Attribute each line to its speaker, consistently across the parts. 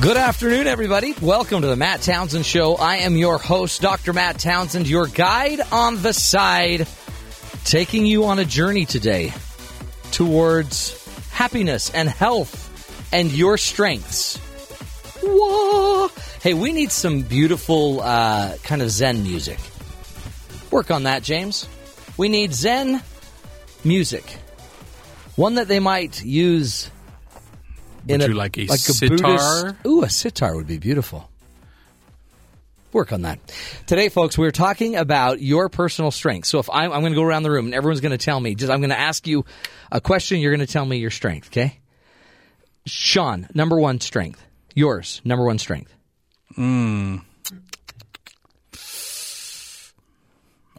Speaker 1: Good afternoon, everybody. Welcome to the Matt Townsend Show. I am your host, Dr. Matt Townsend, your guide on the side, taking you on a journey today towards happiness and health and your strengths. Whoa! Hey, we need some beautiful uh, kind of Zen music. Work on that, James. We need Zen music. One that they might use in
Speaker 2: Would
Speaker 1: a,
Speaker 2: you like a
Speaker 1: Buddhist-
Speaker 2: sitar?
Speaker 1: Ooh, a sitar would be beautiful. Work on that. Today, folks, we're talking about your personal strengths. So if I'm, I'm going to go around the room and everyone's going to tell me, just I'm going to ask you a question. You're going to tell me your strength. Okay. Sean, number one strength. Yours, number one strength.
Speaker 2: I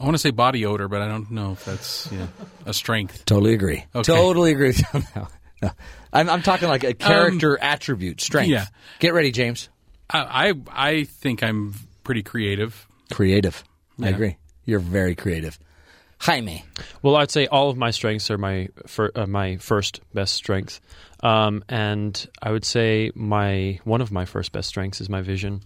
Speaker 2: want to say body odor, but I don't know if that's yeah, a strength.
Speaker 1: Totally agree.
Speaker 2: Okay.
Speaker 1: Totally agree. with you. no, no. I'm, I'm talking like a character attribute strength.
Speaker 2: yeah.
Speaker 1: Get ready, James.
Speaker 2: I I, I think I'm pretty creative.
Speaker 1: Creative. I agree. You're very creative. Jaime.
Speaker 3: Well, I'd say all of my strengths are my fir- uh, my first best strength, um, and I would say my one of my first best strengths is my vision.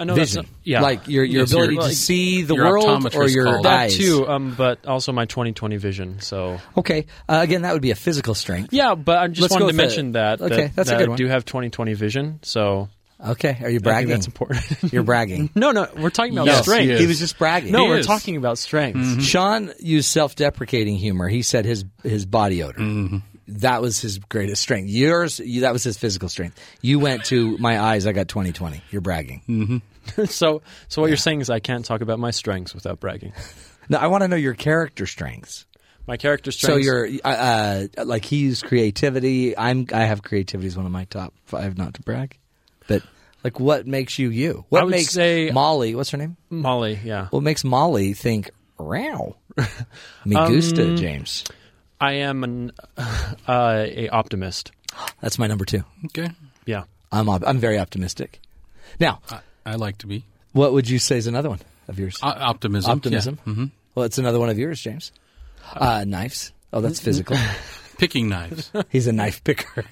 Speaker 3: I know
Speaker 1: Vision.
Speaker 3: that's not, yeah,
Speaker 1: Like your, your
Speaker 2: Yes,
Speaker 1: ability
Speaker 2: your-
Speaker 1: to
Speaker 2: like
Speaker 1: see the
Speaker 2: your
Speaker 1: world
Speaker 2: optometrist
Speaker 1: or your
Speaker 2: called.
Speaker 3: that
Speaker 1: eyes.
Speaker 3: too, um, but also my 2020 vision. So
Speaker 1: Okay. Uh, again, that would be a physical strength.
Speaker 3: yeah, but I just
Speaker 1: Let's go
Speaker 3: wanted to
Speaker 1: with
Speaker 3: mention
Speaker 1: it.
Speaker 3: that.
Speaker 1: Okay,
Speaker 3: that,
Speaker 1: that's a
Speaker 3: that
Speaker 1: good
Speaker 3: I
Speaker 1: one.
Speaker 3: do have 2020 vision, so
Speaker 1: Okay. Are you
Speaker 3: I think
Speaker 1: bragging?
Speaker 3: that's important.
Speaker 1: You're bragging.
Speaker 3: no, no, we're talking about
Speaker 2: Yes,
Speaker 3: strength.
Speaker 2: he is.
Speaker 1: He Mm-hmm. was just bragging.
Speaker 3: No,
Speaker 2: He
Speaker 3: we're
Speaker 2: is.
Speaker 3: talking about strength.
Speaker 1: Sean used self-deprecating humor. He said his his body odor.
Speaker 3: Mm-hmm.
Speaker 1: That was his greatest strength. Yours, you, that was his physical strength. You went to my eyes. I got twenty twenty. You're bragging.
Speaker 3: Mm-hmm. so, so what you're saying is I can't talk about my strengths without bragging.
Speaker 1: No, I want to know your character strengths.
Speaker 3: My character
Speaker 1: So
Speaker 3: strengths.
Speaker 1: you're uh, uh, like he used creativity. I'm I have creativity as one of my top five. Not to brag, but like what makes you you? What
Speaker 3: I would
Speaker 1: makes
Speaker 3: say-
Speaker 1: Molly? What's her name?
Speaker 3: Molly. Yeah.
Speaker 1: What makes Molly think? Wow,
Speaker 3: Um,
Speaker 1: me gusta, James.
Speaker 3: I am an uh, a optimist.
Speaker 1: That's my number two.
Speaker 2: Okay,
Speaker 3: Yeah.
Speaker 1: I'm op- I'm very optimistic. Now,
Speaker 2: I, I like to be
Speaker 1: what would you say is another one of yours?
Speaker 2: O- optimism.
Speaker 1: Optimism. Uh, Mm-hmm. Well, it's another one of yours, James. Uh, knives. Oh, that's physical.
Speaker 2: yeah. picking knives.
Speaker 1: He's a knife picker.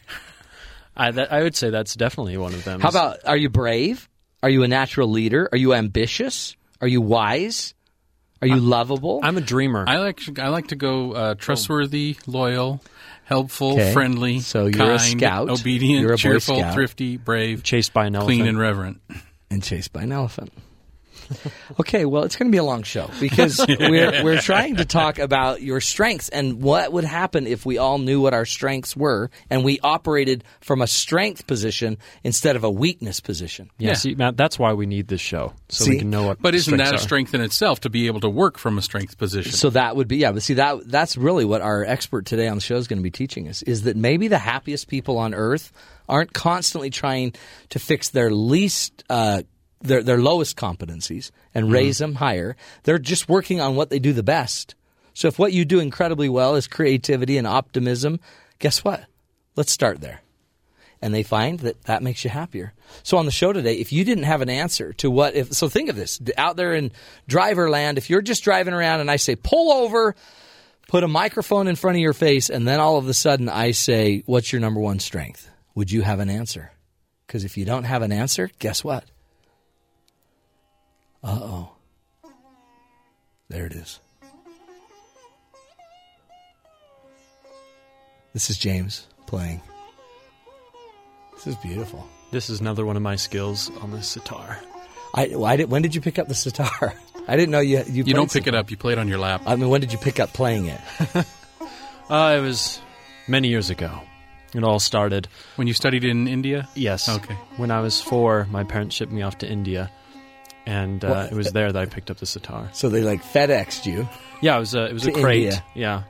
Speaker 3: I that, I would say that's definitely one of them.
Speaker 1: How about are you brave? Are you a natural leader? Are you ambitious? Are you wise? Are you lovable?
Speaker 3: I'm a dreamer.
Speaker 2: I like I like to go uh, trustworthy, loyal, helpful,
Speaker 1: Okay.
Speaker 2: friendly,
Speaker 1: So you're a
Speaker 2: kind,
Speaker 1: scout.
Speaker 2: obedient,
Speaker 1: You're a Boy
Speaker 2: cheerful,
Speaker 1: Scout.
Speaker 2: thrifty, brave,
Speaker 3: Chased by an
Speaker 2: clean,
Speaker 3: elephant.
Speaker 2: and reverent.
Speaker 1: and chased by an elephant. okay, well, it's going to be a long show because we're, we're trying to talk about your strengths and what would happen if we all knew what our strengths were and we operated from a strength position instead of a weakness position.
Speaker 3: yeah,
Speaker 2: Yeah.
Speaker 3: See, Matt, that's why we need this show so
Speaker 1: See?
Speaker 3: we can know what.
Speaker 2: But isn't
Speaker 3: strengths
Speaker 2: that a
Speaker 3: are.
Speaker 2: strength in itself to be able to work from a strength position?
Speaker 1: So that would be yeah, but see that that's really what our expert today on the show is going to be teaching us is that maybe the happiest people on earth aren't constantly trying to fix their least uh, their their lowest competencies and raise them higher. They're just working on what they do the best. So if what you do incredibly well is creativity and optimism, guess what? Let's start there and they find that that makes you happier. So on the show today, if you didn't have an answer to what if so think of this out there in driver land, if you're just driving around and I say pull over, put a microphone in front of your face and then all of a sudden I say what's your number one strength? Would you have an answer? Cuz if you don't have an answer, guess what? Uh-oh. There it is. This is James playing. This is beautiful.
Speaker 3: This is another one of my skills on the sitar.
Speaker 1: I, well, I did, when did you pick up the sitar? I didn't know you. You,
Speaker 2: you don't pick it up; you play it on your lap.
Speaker 1: I mean, when did you pick up playing it?
Speaker 3: Uh, it was many years ago. It all started.
Speaker 2: When you studied in India,
Speaker 3: Yes.
Speaker 2: Okay.
Speaker 3: When I was four, my parents shipped me off to India, and uh,
Speaker 1: What?
Speaker 3: it was there that I picked up the sitar.
Speaker 1: So they like FedExed you,
Speaker 3: Yeah, it was a it was a
Speaker 1: To
Speaker 3: crate.
Speaker 1: India.
Speaker 3: Yeah,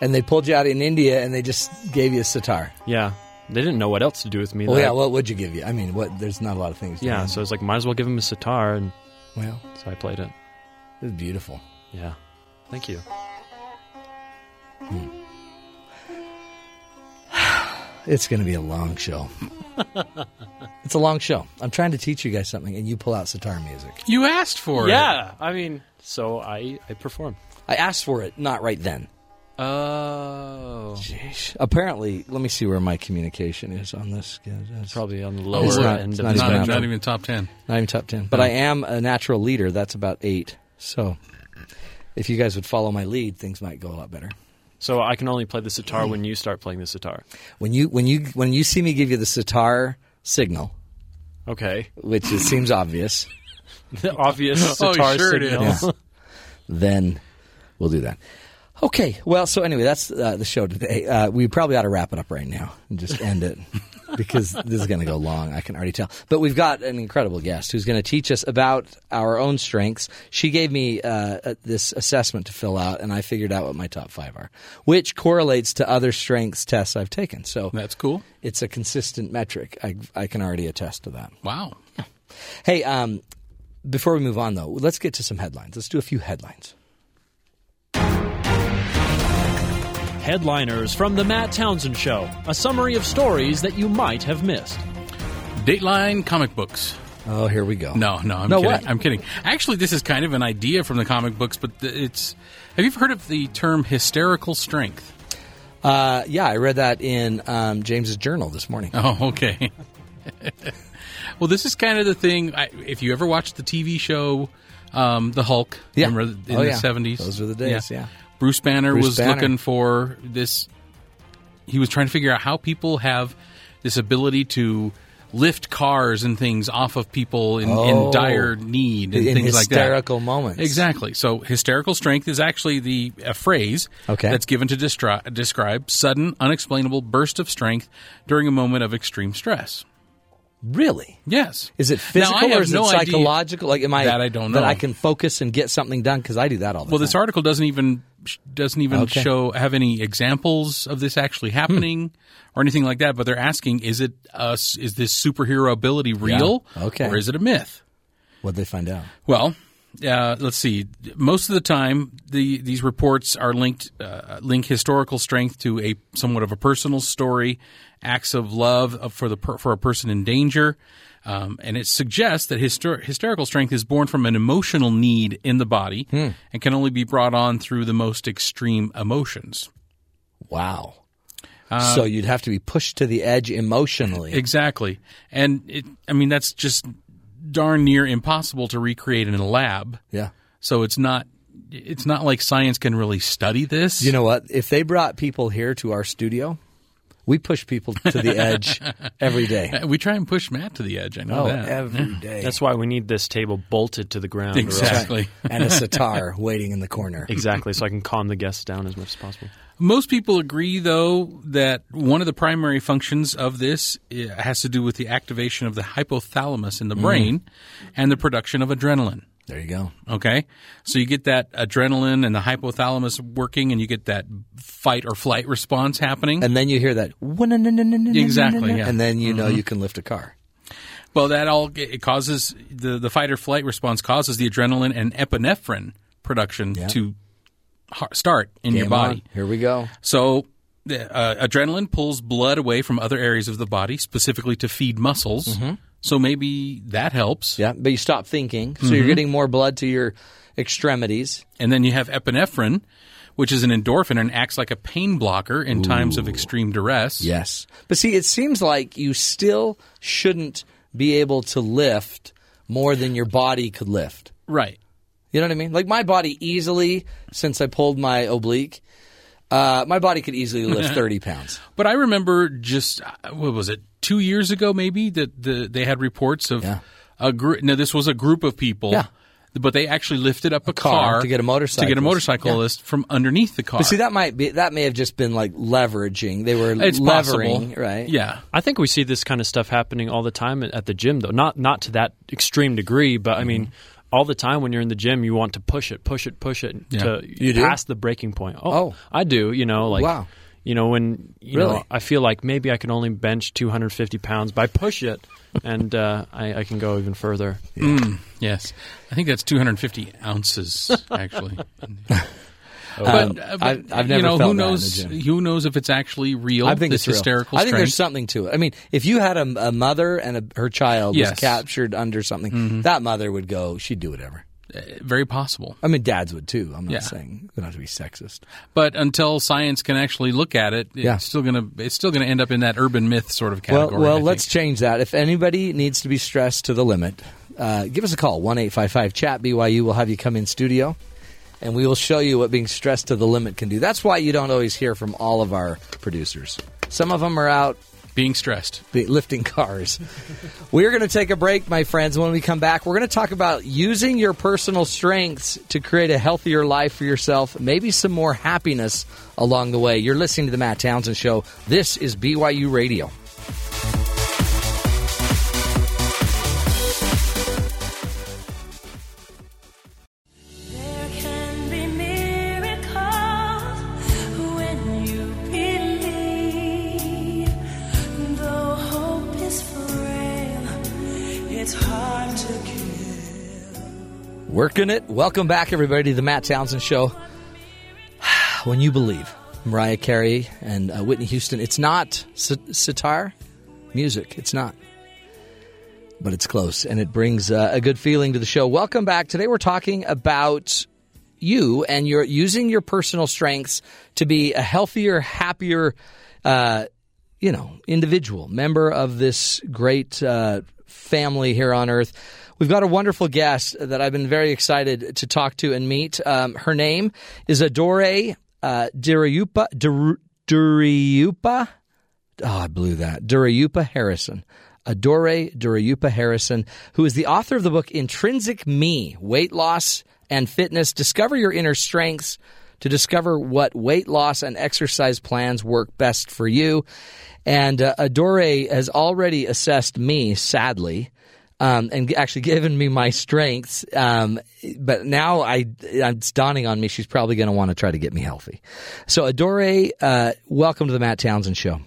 Speaker 1: and they pulled you out in India, and they just gave you a sitar.
Speaker 3: yeah. They didn't know what else to do with me.
Speaker 1: Well,
Speaker 3: that-
Speaker 1: yeah. What would you give you? I mean, what? There's not a lot of things. to
Speaker 3: yeah.
Speaker 1: hand.
Speaker 3: So I was like, might as well give him a sitar, and
Speaker 1: well,
Speaker 3: so I played it.
Speaker 1: it's beautiful.
Speaker 3: Yeah. Thank you.
Speaker 1: It's going to be a long show. it's a long show. I'm trying to teach you guys something, and you pull out sitar music.
Speaker 2: You asked for it.
Speaker 3: Yeah, I mean, so I I perform.
Speaker 1: I asked for it, not right then.
Speaker 3: Oh,
Speaker 1: Jeez. Apparently, let me see where my communication is on this. It's
Speaker 3: probably on the lower
Speaker 1: It's not-
Speaker 3: end
Speaker 1: it's
Speaker 3: of
Speaker 1: not
Speaker 3: the
Speaker 1: as
Speaker 2: Not,
Speaker 1: bad.
Speaker 3: spectrum.
Speaker 2: not even top ten.
Speaker 1: Not even top 10. But I am a natural leader. That's about eight. So if you guys would follow my lead, things might go a lot better.
Speaker 3: So I can only play the sitar when you start playing the sitar.
Speaker 1: When you, when you, when you see me give you the sitar signal,
Speaker 3: Okay,
Speaker 1: which it seems obvious,
Speaker 3: the obvious
Speaker 2: Oh,
Speaker 3: sitar
Speaker 2: sure it
Speaker 3: signal.
Speaker 2: is.
Speaker 1: then we'll do that. Okay. Well, so anyway, that's uh, the show today. Uh, we probably ought to wrap it up right now and just end it because this is going to go long. I can already tell. But we've got an incredible guest who's going to teach us about our own strengths. She gave me uh, uh, this assessment to fill out, and I figured out what my top five are, which correlates to other strengths tests I've taken. So
Speaker 2: That's cool.
Speaker 1: it's a consistent metric. I, I can already attest to that.
Speaker 2: Wow.
Speaker 1: Hey, um, before we move on, though, let's get to some headlines. Let's do a few headlines.
Speaker 3: Headliners from the Matt Townsend Show: a summary of stories that you might have missed.
Speaker 2: Dateline comic books.
Speaker 1: Oh, here we go.
Speaker 2: No, no, I'm
Speaker 1: No,
Speaker 2: kidding.
Speaker 1: what?
Speaker 2: I'm kidding. Actually, this is kind of an idea from the comic books, but th- it's. Have you ever heard of the term hysterical strength?
Speaker 1: Uh, yeah, I read that in um, James's journal this morning.
Speaker 2: Oh, okay. well, this is kind of the thing. I, if you ever watched the TV show, um, The Hulk,
Speaker 1: Yeah.
Speaker 2: remember in
Speaker 1: Oh,
Speaker 2: the
Speaker 1: yeah.
Speaker 2: seventies?
Speaker 1: Those were the days, yeah.
Speaker 2: Bruce Banner
Speaker 1: Bruce
Speaker 2: was
Speaker 1: Banner.
Speaker 2: looking for this. He was trying to figure out how people have this ability to lift cars and things off of people in,
Speaker 1: Oh.
Speaker 2: in dire need and
Speaker 1: In
Speaker 2: things like that.
Speaker 1: hysterical moments.
Speaker 2: Exactly. So hysterical strength is actually the a phrase
Speaker 1: Okay.
Speaker 2: that's given to destri- describe sudden, unexplainable burst of strength during a moment of extreme stress.
Speaker 1: Really?
Speaker 2: Yes.
Speaker 1: Is it
Speaker 2: Now, I
Speaker 1: physical
Speaker 2: have
Speaker 1: or is
Speaker 2: no
Speaker 1: it
Speaker 2: idea-
Speaker 1: psychological? Like, am I
Speaker 2: That I don't
Speaker 1: That
Speaker 2: know.
Speaker 1: I can focus and get something done because I do that all the
Speaker 2: Well,
Speaker 1: time.
Speaker 2: this article doesn't even doesn't even
Speaker 1: Okay. Hmm.
Speaker 2: show have any examples of this actually happening or anything like that. But they're asking: Is it uh, s- is this superhero ability real?
Speaker 1: Okay.
Speaker 2: Or is it a myth?
Speaker 1: What'd they find out?
Speaker 2: Well, uh, let's see. Most of the time, the these reports are linked uh, link historical strength to a somewhat of a personal story, acts of love of- for the per, for a person in danger, um, and it suggests that hyster- hysterical strength is born from an emotional need in the body and can only be brought on through the most extreme emotions.
Speaker 1: Wow. so Uh, you'd have to be pushed to the edge emotionally.
Speaker 2: Exactly, and it, I mean that's just darn near impossible to recreate in a lab.
Speaker 1: yeah.
Speaker 2: So it's not it's not like science can really study this.
Speaker 1: You know what? If they brought people here to our studio, we push people to the edge every day.
Speaker 2: we try and push Matt to the edge. I know
Speaker 1: Oh,
Speaker 2: that.
Speaker 1: every day.
Speaker 3: That's why we need this table bolted to the ground. or else-
Speaker 2: exactly.
Speaker 1: and a sitar waiting in the corner.
Speaker 3: exactly. So I can calm the guests down as much as possible.
Speaker 2: Most people agree, though, that one of the primary functions of this eh, has to do with the activation of the hypothalamus
Speaker 1: Mm.
Speaker 2: in the brain and the production of adrenaline.
Speaker 1: There you go.
Speaker 2: Okay, so you get that adrenaline and the hypothalamus working, and you get that fight or flight response happening.
Speaker 1: And then you hear that. Exactly.
Speaker 2: Exactly, yeah.
Speaker 1: And then you know you can lift a car.
Speaker 2: Well, that all it causes the the fight or flight response causes the adrenaline and epinephrine production to har- start in your
Speaker 1: Game
Speaker 2: body.
Speaker 1: on. Here we go.
Speaker 2: So, the, uh, adrenaline pulls blood away from other areas of the body, specifically to feed muscles. So maybe that helps.
Speaker 1: Yeah, but you stop thinking, so you're getting more blood to your extremities.
Speaker 2: And then you have epinephrine, which is an endorphin and acts like a pain blocker in times of extreme duress.
Speaker 1: Yes, but see, it seems like you still shouldn't be able to lift more than your body could lift.
Speaker 2: Right.
Speaker 1: You know what I mean? Like my body easily, since I pulled my oblique, uh, my body could easily lift thirty pounds.
Speaker 2: But I remember just uh, what was it two years ago, maybe that the they had reports of
Speaker 1: Yeah.
Speaker 2: a group. Now this was a group of people,
Speaker 1: Yeah.
Speaker 2: but they actually lifted up a,
Speaker 1: car to get a
Speaker 2: to get a
Speaker 1: motorcyclist.
Speaker 2: motorcyclist from underneath the car.
Speaker 1: But see, that might be that may have just been like leveraging. They were
Speaker 2: it's
Speaker 1: levering,
Speaker 2: possible,
Speaker 1: right?
Speaker 2: Yeah.
Speaker 3: I think we see this kind of stuff happening all the time at the gym, though. Not not to that extreme degree, but I
Speaker 1: Mm-hmm.
Speaker 3: mean, all the time when you're in the gym, you want to push it, push it, push it to
Speaker 1: You do?
Speaker 3: past the breaking point. Oh,
Speaker 1: Oh.
Speaker 3: I do. You know, like
Speaker 1: Wow.
Speaker 3: You know, when you
Speaker 1: Really?
Speaker 3: know, I feel like maybe I can only bench 250 pounds, but I push it, and uh, I, I can go even further.
Speaker 2: Yes, I think that's 250 ounces actually.
Speaker 1: Oh. Um,
Speaker 2: but, uh,
Speaker 1: I,
Speaker 2: but,
Speaker 1: I've never
Speaker 2: you know,
Speaker 1: felt
Speaker 2: who
Speaker 1: that in
Speaker 2: knows?
Speaker 1: the gym.
Speaker 2: Who knows if it's actually real?
Speaker 1: I think
Speaker 2: this
Speaker 1: it's real.
Speaker 2: hysterical.
Speaker 1: I think there's
Speaker 2: strength?
Speaker 1: something to it. I mean, if you had a, a mother and a, her child was
Speaker 2: Yes. Mm-hmm.
Speaker 1: captured under something, that mother would go. She'd do whatever.
Speaker 2: very possible.
Speaker 1: I mean, dads would too. I'm not
Speaker 2: Yeah.
Speaker 1: saying not to be sexist.
Speaker 2: But until science can actually look at it, it's
Speaker 1: Yeah.
Speaker 2: still gonna it's still gonna end up in that urban myth sort of
Speaker 1: Well,
Speaker 2: category. I
Speaker 1: well,
Speaker 2: think.
Speaker 1: let's change that. If anybody needs to be stressed to the limit, uh, give us a call one eight five five chat BYU. We'll have you come in studio, and we will show you what being stressed to the limit can do. That's why you don't always hear from all of our producers. Some of them are out
Speaker 2: being stressed.
Speaker 1: be- lifting cars. we're going to take a break, my friends. When we come back, we're going to talk about using your personal strengths to create a healthier life for yourself, maybe some more happiness along the way. You're listening to The Matt Townsend Show. This is BYU Radio.
Speaker 4: There can be miracles when you believe. Though hope is frail, it's hard to kill.
Speaker 1: Working it. Welcome back, everybody, to the Matt Townsend Show. when you believe, Mariah Carey and uh, Whitney Houston. It's not si- sitar music. It's not. But it's close, and it brings uh, a good feeling to the show. Welcome back. Today we're talking about you and your using your personal strengths to be a healthier, happier, uh, you know, individual member of this great uh, family here on Earth. We've got a wonderful guest that I've been very excited to talk to and meet. Um, her name is Adore uh, Diriupa. Dir- Diriupa? oh, I blew that. Durayupa Harrison. Adore Durayupa Harrison, who is the author of the book Intrinsic Me Weight Loss and Fitness. Discover your inner strengths to discover what weight loss and exercise plans work best for you. And uh, Adore has already assessed me, sadly, um, and g- actually given me my strengths. Um, but now I, it's dawning on me she's probably going to want to try to get me healthy. So, Adore, uh, welcome to the Matt Townsend Show.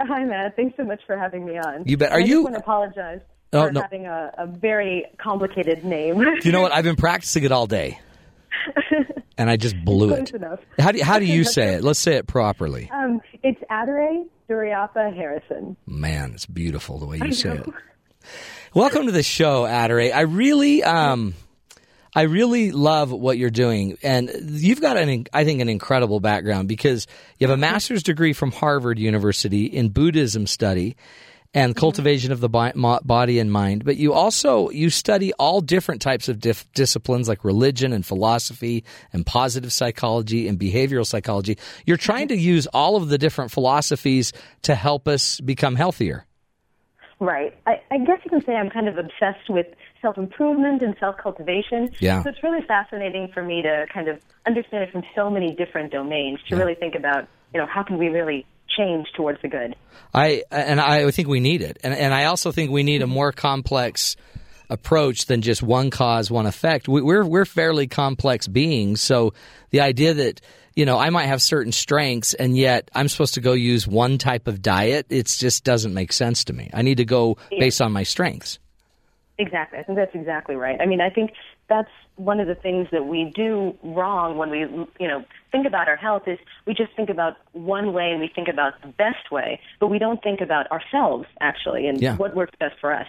Speaker 5: Hi, Matt. Thanks so much for having me on.
Speaker 1: You bet. Are
Speaker 5: I
Speaker 1: you-
Speaker 5: Just want to apologize
Speaker 1: Oh,
Speaker 5: for
Speaker 1: no.
Speaker 5: having a, a very complicated name.
Speaker 1: Do you know what? I've been practicing it all day, and I just blew it.
Speaker 5: Close enough.
Speaker 1: How do you, how do you say it? Let's say it properly.
Speaker 5: um, it's Adore Duriapa Harrison.
Speaker 1: Man, it's beautiful the way you say it. Welcome to the show, Adderay. I really, um, I really love what you're doing, and you've got an, I think, an incredible background because you have a master's degree from Harvard University in Buddhism study and cultivation of the bi- mo- body and mind. But you also you study all different types of dif- disciplines like religion and philosophy and positive psychology and behavioral psychology. You're trying to use all of the different philosophies to help us become healthier.
Speaker 5: Right. I, I guess you can say I'm kind of obsessed with self improvement and self cultivation.
Speaker 1: Yeah.
Speaker 5: So it's really fascinating for me to kind of understand it from so many different domains to really think about, you know, how can we really change towards the good?
Speaker 1: I and I think we need it, and and I also think we need a more complex approach than just one cause, one effect. We, we're we're fairly complex beings, so the idea that you know I might have certain strengths, and yet I'm supposed to go use one type of diet, it just doesn't make sense to me. I need to go based on my strengths.
Speaker 5: Exactly. I think that's exactly right. I mean, I think that's one of the things that we do wrong when we, you know, think about our health is we just think about one way and we think about the best way, but we don't think about ourselves actually and
Speaker 1: Yeah.
Speaker 5: what works best for us.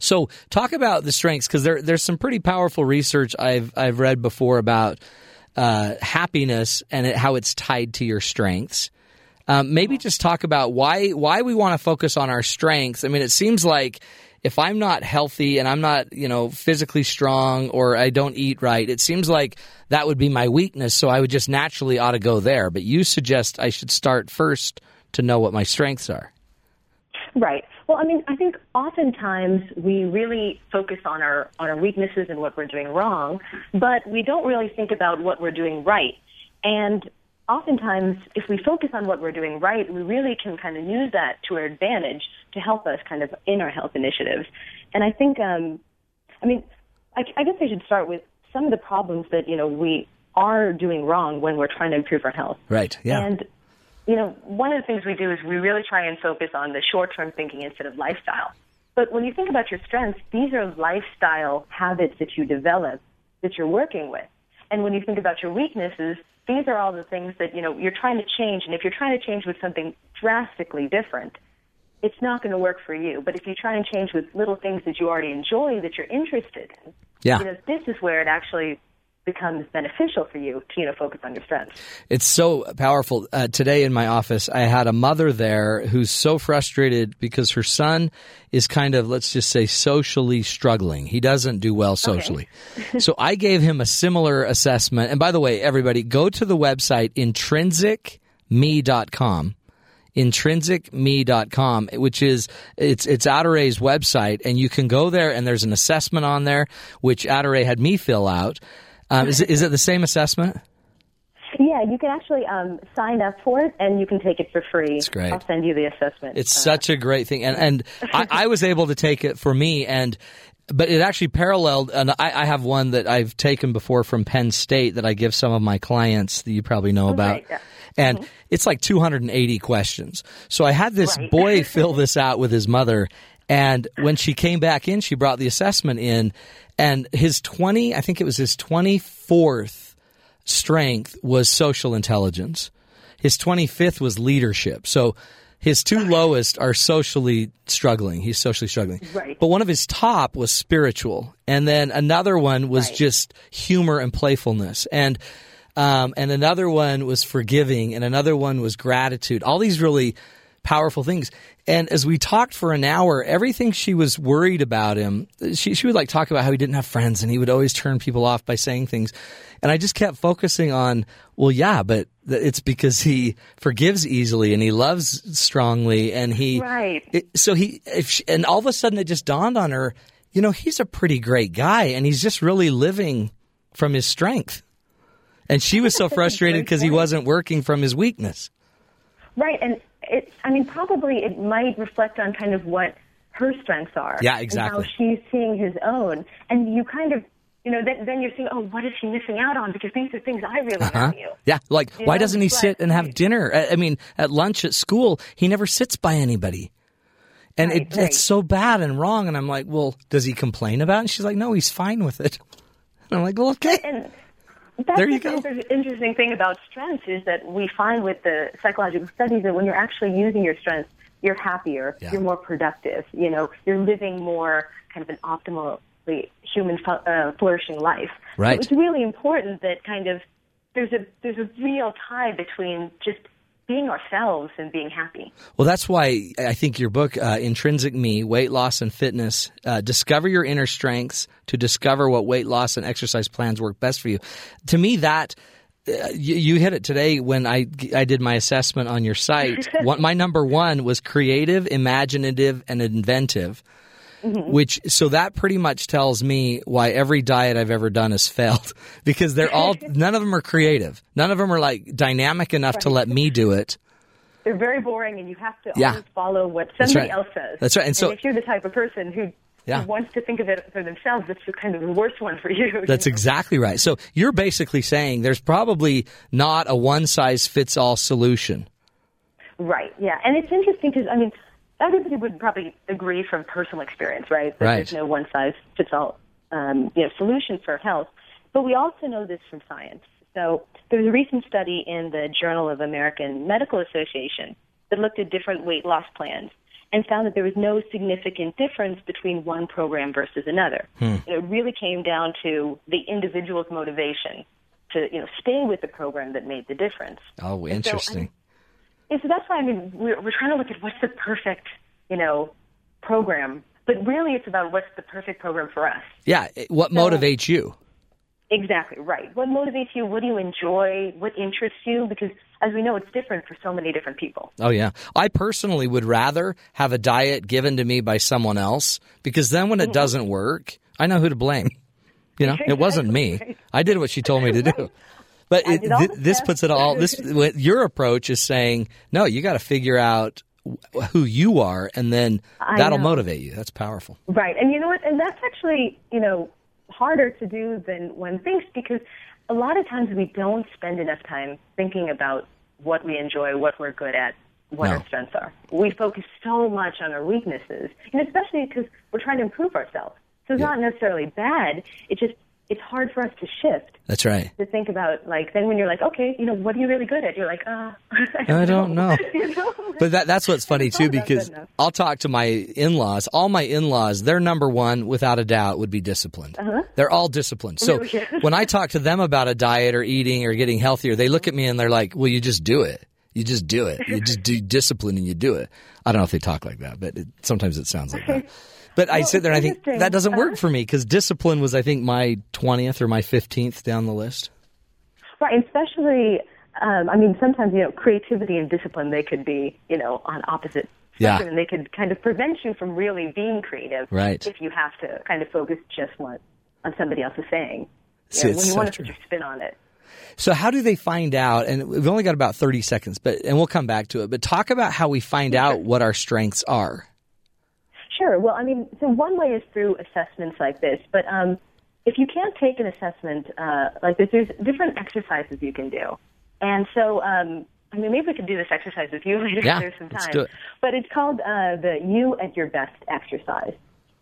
Speaker 1: So, talk about the strengths because there, there's some pretty powerful research I've I've read before about uh, happiness and it, how it's tied to your strengths. Um, maybe just talk about why why we want to focus on our strengths. I mean, it seems like if I'm not healthy and I'm not you know physically strong or I don't eat right, it seems like that would be my weakness. So I would just naturally ought to go there. But you suggest I should start first to know what my strengths are.
Speaker 5: Right. Well, I mean, I think oftentimes we really focus on our on our weaknesses and what we're doing wrong, but we don't really think about what we're doing right. And oftentimes, if we focus on what we're doing right, we really can kind of use that to our advantage to help us kind of in our health initiatives. And I think um, I mean, I, I guess I should start with some of the problems that you know we are doing wrong when we're trying to improve our health.
Speaker 1: Right. Yeah.
Speaker 5: And you know, one of the things we do is we really try and focus on the short-term thinking instead of lifestyle. But when you think about your strengths, these are lifestyle habits that you develop that you're working with. And when you think about your weaknesses, these are all the things that you know you're trying to change and if you're trying to change with something drastically different it's not going to work for you but if you try and change with little things that you already enjoy that you're interested in
Speaker 1: Yeah.
Speaker 5: you know this is where it actually becomes beneficial for you to you know focus on your strengths
Speaker 1: It's so powerful. Uh, today in my office, I had a mother there who's so frustrated because her son is kind of, let's just say, socially struggling. He doesn't do well socially. so I gave him a similar assessment. And by the way, everybody, go to the website intrinsicme.com intrinsicme.com which is it's it's Adderay's website and you can go there and there's an assessment on there which Adderay had me fill out um, is, it, is it the same assessment
Speaker 5: yeah you can actually um, sign up for it and you can take it for free
Speaker 1: That's great.
Speaker 5: i'll send you the assessment
Speaker 1: It's
Speaker 5: Uh,
Speaker 1: such a great thing, and and I, I was able to take it for me, and but it actually paralleled. And I, I have one that I've taken before from Penn State that I give some of my clients that you probably know about,
Speaker 5: yeah.
Speaker 1: and it's like 280 questions. So I had this boy fill this out with his mother, and when she came back in, she brought the assessment in, and his 20, I think it was his 24th strength was social intelligence. His 25th was leadership. So his two lowest are socially struggling. He's socially struggling.
Speaker 5: Right.
Speaker 1: But one of his top was spiritual. And then another one was just humor and playfulness. And um, and another one was forgiving and another one was gratitude. All these really powerful things. And as we talked for an hour, everything she was worried about him, she, she would like talk about how he didn't have friends and he would always turn people off by saying things. And I just kept focusing on, well, yeah, but th- it's because he forgives easily and he loves strongly and he,
Speaker 5: Right.
Speaker 1: it- so he, if she, and all of a sudden it just dawned on her, you know, he's a pretty great guy and he's just really living from his strength. And she was so frustrated because he wasn't working from his weakness.
Speaker 5: Right, and it, I mean, probably it might reflect on kind of what her strengths are.
Speaker 1: Yeah,
Speaker 5: And
Speaker 1: exactly.
Speaker 5: how she's seeing his own, and you kind of, you know, then, then you're seeing, oh, what is she missing out on? Because these are things I really value.
Speaker 1: Yeah, like
Speaker 5: You
Speaker 1: why
Speaker 5: know,
Speaker 1: doesn't he
Speaker 5: but-
Speaker 1: sit and have dinner? I, I mean, at lunch at school, he never sits by anybody. And
Speaker 5: Right,
Speaker 1: it,
Speaker 5: right.
Speaker 1: it's so bad and wrong. And I'm like, well, does he complain about it? And she's like, no, he's fine with it. And I'm like, well, okay.
Speaker 5: And that's
Speaker 1: There you
Speaker 5: the
Speaker 1: go.
Speaker 5: inter- interesting thing about strengths is that we find with the psychological studies that when you're actually using your strengths, you're happier,
Speaker 1: Yeah.
Speaker 5: you're more productive, you know, you're living more kind of an optimally human fu- uh, flourishing life. So
Speaker 1: Right.
Speaker 5: it's really important that kind of there's a there's a real tie between just being ourselves and being happy.
Speaker 1: Well, that's why I think your book, uh, Intrinsic Me Weight Loss and Fitness, uh, Discover Your Inner Strengths to Discover What Weight Loss and Exercise Plans Work Best for You. To me, that. Uh, you, you hit it today when I, I did my assessment on your site. One, my number one was creative, imaginative, and inventive. Which so that pretty much tells me why every diet I've ever done has failed because they're all none of them are creative. None of them are like dynamic enough to let me do it.
Speaker 5: They're very boring, and you have to
Speaker 1: Yeah.
Speaker 5: always follow what
Speaker 1: That's
Speaker 5: somebody
Speaker 1: right.
Speaker 5: else says.
Speaker 1: That's right, and so-
Speaker 5: if you're the type of person who, who
Speaker 1: Yeah.
Speaker 5: wants to think of it for themselves, that's the kind of the worst one for you. you
Speaker 1: That's
Speaker 5: know?
Speaker 1: exactly right. So you're basically saying there's probably not a one size fits all solution.
Speaker 5: Right. Yeah, and it's interesting because I mean, everybody would probably agree from personal experience, right? That
Speaker 1: Right.
Speaker 5: There's no one size fits all, um, you know, solution for health. But we also know this from science. So there was a recent study in the Journal of American Medical Association that looked at different weight loss plans and found that there was no significant difference between one program versus another. And it really came down to the individual's motivation to, you know, stay with the program that made the difference.
Speaker 1: Oh,
Speaker 5: And so, I mean,
Speaker 1: interesting.
Speaker 5: and so that's why I mean we're, we're trying to look at what's the perfect, you know, program. But really, it's about what's the perfect program for us.
Speaker 1: yeah. it- What motivates you?
Speaker 5: Exactly right. What motivates you? What do you enjoy? What interests you? Because as we know, it's different for so many different people.
Speaker 1: Oh, yeah. I personally would rather have a diet given to me by someone else because then when
Speaker 5: Mm-hmm.
Speaker 1: it doesn't work, I know who to blame. You know, it wasn't me. I did what she told me to do. But it,
Speaker 5: did all
Speaker 1: th-
Speaker 5: the
Speaker 1: this
Speaker 5: steps.
Speaker 1: puts it all. This what your approach is saying no. You got to figure out wh- who you are, and then that'll
Speaker 5: know.
Speaker 1: motivate you. That's powerful.
Speaker 5: Right. And you know what? And that's actually you know harder to do than one thinks because a lot of times we don't spend enough time thinking about what we enjoy, what we're good at, what
Speaker 1: No.
Speaker 5: our strengths are. We focus so much on our weaknesses, and especially because we're trying to improve ourselves. So it's not necessarily bad. It just it's hard for us to shift
Speaker 1: That's right.
Speaker 5: to think about like then when you're like okay you know what are you really good at you're like uh,
Speaker 1: I don't know.
Speaker 5: You know?
Speaker 1: But that, that's what's funny
Speaker 5: It's
Speaker 1: too,
Speaker 5: all about
Speaker 1: because
Speaker 5: Oh, goodness.
Speaker 1: I'll talk to my in-laws. All my in-laws, their number one, without a doubt, would be disciplined.
Speaker 5: Uh-huh.
Speaker 1: They're all disciplined. So
Speaker 5: Yeah.
Speaker 1: when I talk to them about a diet or eating or getting healthier, they look at me and they're like, "Well, you just do it. You just do it. You just do discipline and you do it." I don't know if they talk like that, but it, sometimes it sounds like that. But I
Speaker 5: Well,
Speaker 1: sit there and I
Speaker 5: it's
Speaker 1: think
Speaker 5: interesting. Uh-huh.
Speaker 1: that doesn't work for me because discipline was, I think, my twentieth or my fifteenth down the list.
Speaker 5: Right, and especially, um, I mean, sometimes you know, creativity and discipline they could be, you know, on opposite.
Speaker 1: Yeah.
Speaker 5: spectrum, and they could kind of prevent you from really being creative,
Speaker 1: Right.
Speaker 5: If you have to kind of focus just what on somebody else is saying,
Speaker 1: See,
Speaker 5: You
Speaker 1: it's
Speaker 5: know, when you
Speaker 1: so
Speaker 5: want to
Speaker 1: true.
Speaker 5: put your spin on it.
Speaker 1: So how do they find out? And we've only got about 30 seconds, but and we'll come back to it. But talk about how we find out what our strengths are.
Speaker 5: Sure. Well, I mean, so one way is through assessments like this, but um, if you can't take an assessment uh, like this, there's different exercises you can do. And so, um, I mean, maybe we could do this exercise with you later
Speaker 1: Yeah,
Speaker 5: if there's some time.
Speaker 1: let's do it.
Speaker 5: But it's called uh, the You at Your Best exercise.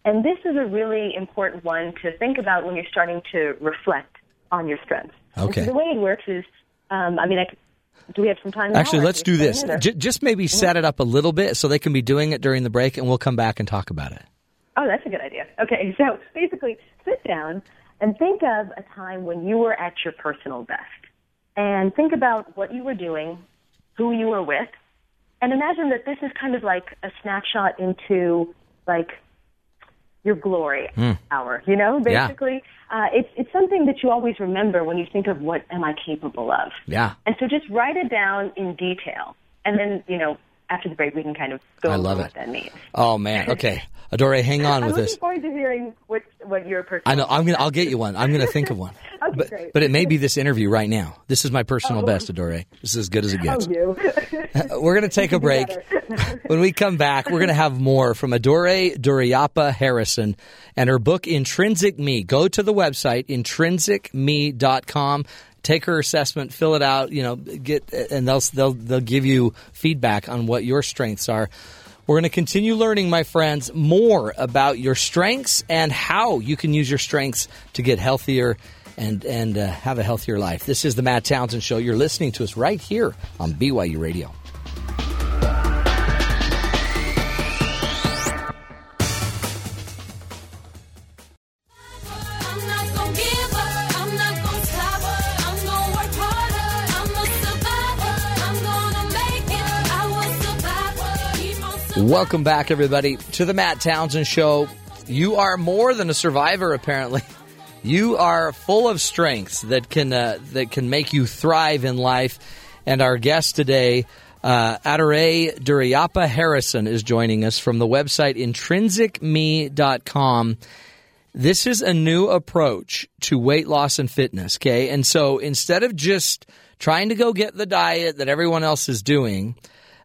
Speaker 5: And this is a really important one to think about when you're starting to reflect on your strengths. And so
Speaker 1: Okay.
Speaker 5: the way it works is, um, I mean, I c do we have some time? now,
Speaker 1: Actually,
Speaker 5: or
Speaker 1: let's
Speaker 5: can
Speaker 1: do
Speaker 5: we
Speaker 1: this.
Speaker 5: explain it, or-
Speaker 1: J- just maybe set it up a little bit so they can be doing it during the break, and we'll come back and talk about it.
Speaker 5: Oh, that's a good idea. Okay, so basically, sit down and think of a time when you were at your personal best. And think about what you were doing, who you were with, and imagine that this is kind of like a snapshot into like your glory hour, you know?
Speaker 1: Hmm. Yeah.
Speaker 5: Basically, uh, it's, it's something that you always remember when you think of what am I capable of.
Speaker 1: Yeah.
Speaker 5: And so just write it down in detail. And then, you know, after the break, we can kind of go
Speaker 1: I
Speaker 5: over
Speaker 1: love
Speaker 5: what
Speaker 1: it.
Speaker 5: that means.
Speaker 1: Oh man. Okay, Adore, hang on
Speaker 5: I'm
Speaker 1: with
Speaker 5: looking
Speaker 1: this.
Speaker 5: forward to hearing what what your personal.
Speaker 1: I know. I'm gonna. I'll get you one. I'm gonna think of one.
Speaker 5: Okay,
Speaker 1: but,
Speaker 5: great.
Speaker 1: but it may be this interview right now. This is my personal best, Adore. This is as good as it gets.
Speaker 5: Oh, you.
Speaker 1: We're going to take a break. when we come back, we're going to have more from Adore Duriapa Harrison and her book, Intrinsic Me. Go to the website, intrinsicme.com. Take her assessment, fill it out, you know, get, and they'll, they'll, they'll give you feedback on what your strengths are. We're going to continue learning, my friends, more about your strengths and how you can use your strengths to get healthier and, and uh, have a healthier life. This is the Matt Townsend Show. You're listening to us right here on BYU Radio.
Speaker 4: I'm not gonna give up. I'm not gonna stop. I'm gonna work harder. I'm a survivor. I'm gonna make it. I will survive. Keep on surviving.
Speaker 1: Welcome back, everybody, to the Matt Townsend Show. You are more than a survivor, apparently. You are full of strengths that can uh, that can make you thrive in life. And our guest today, uh, Adore Duriapa Harrison, is joining us from the website intrinsicme.com. This is a new approach to weight loss and fitness, okay? And so instead of just trying to go get the diet that everyone else is doing,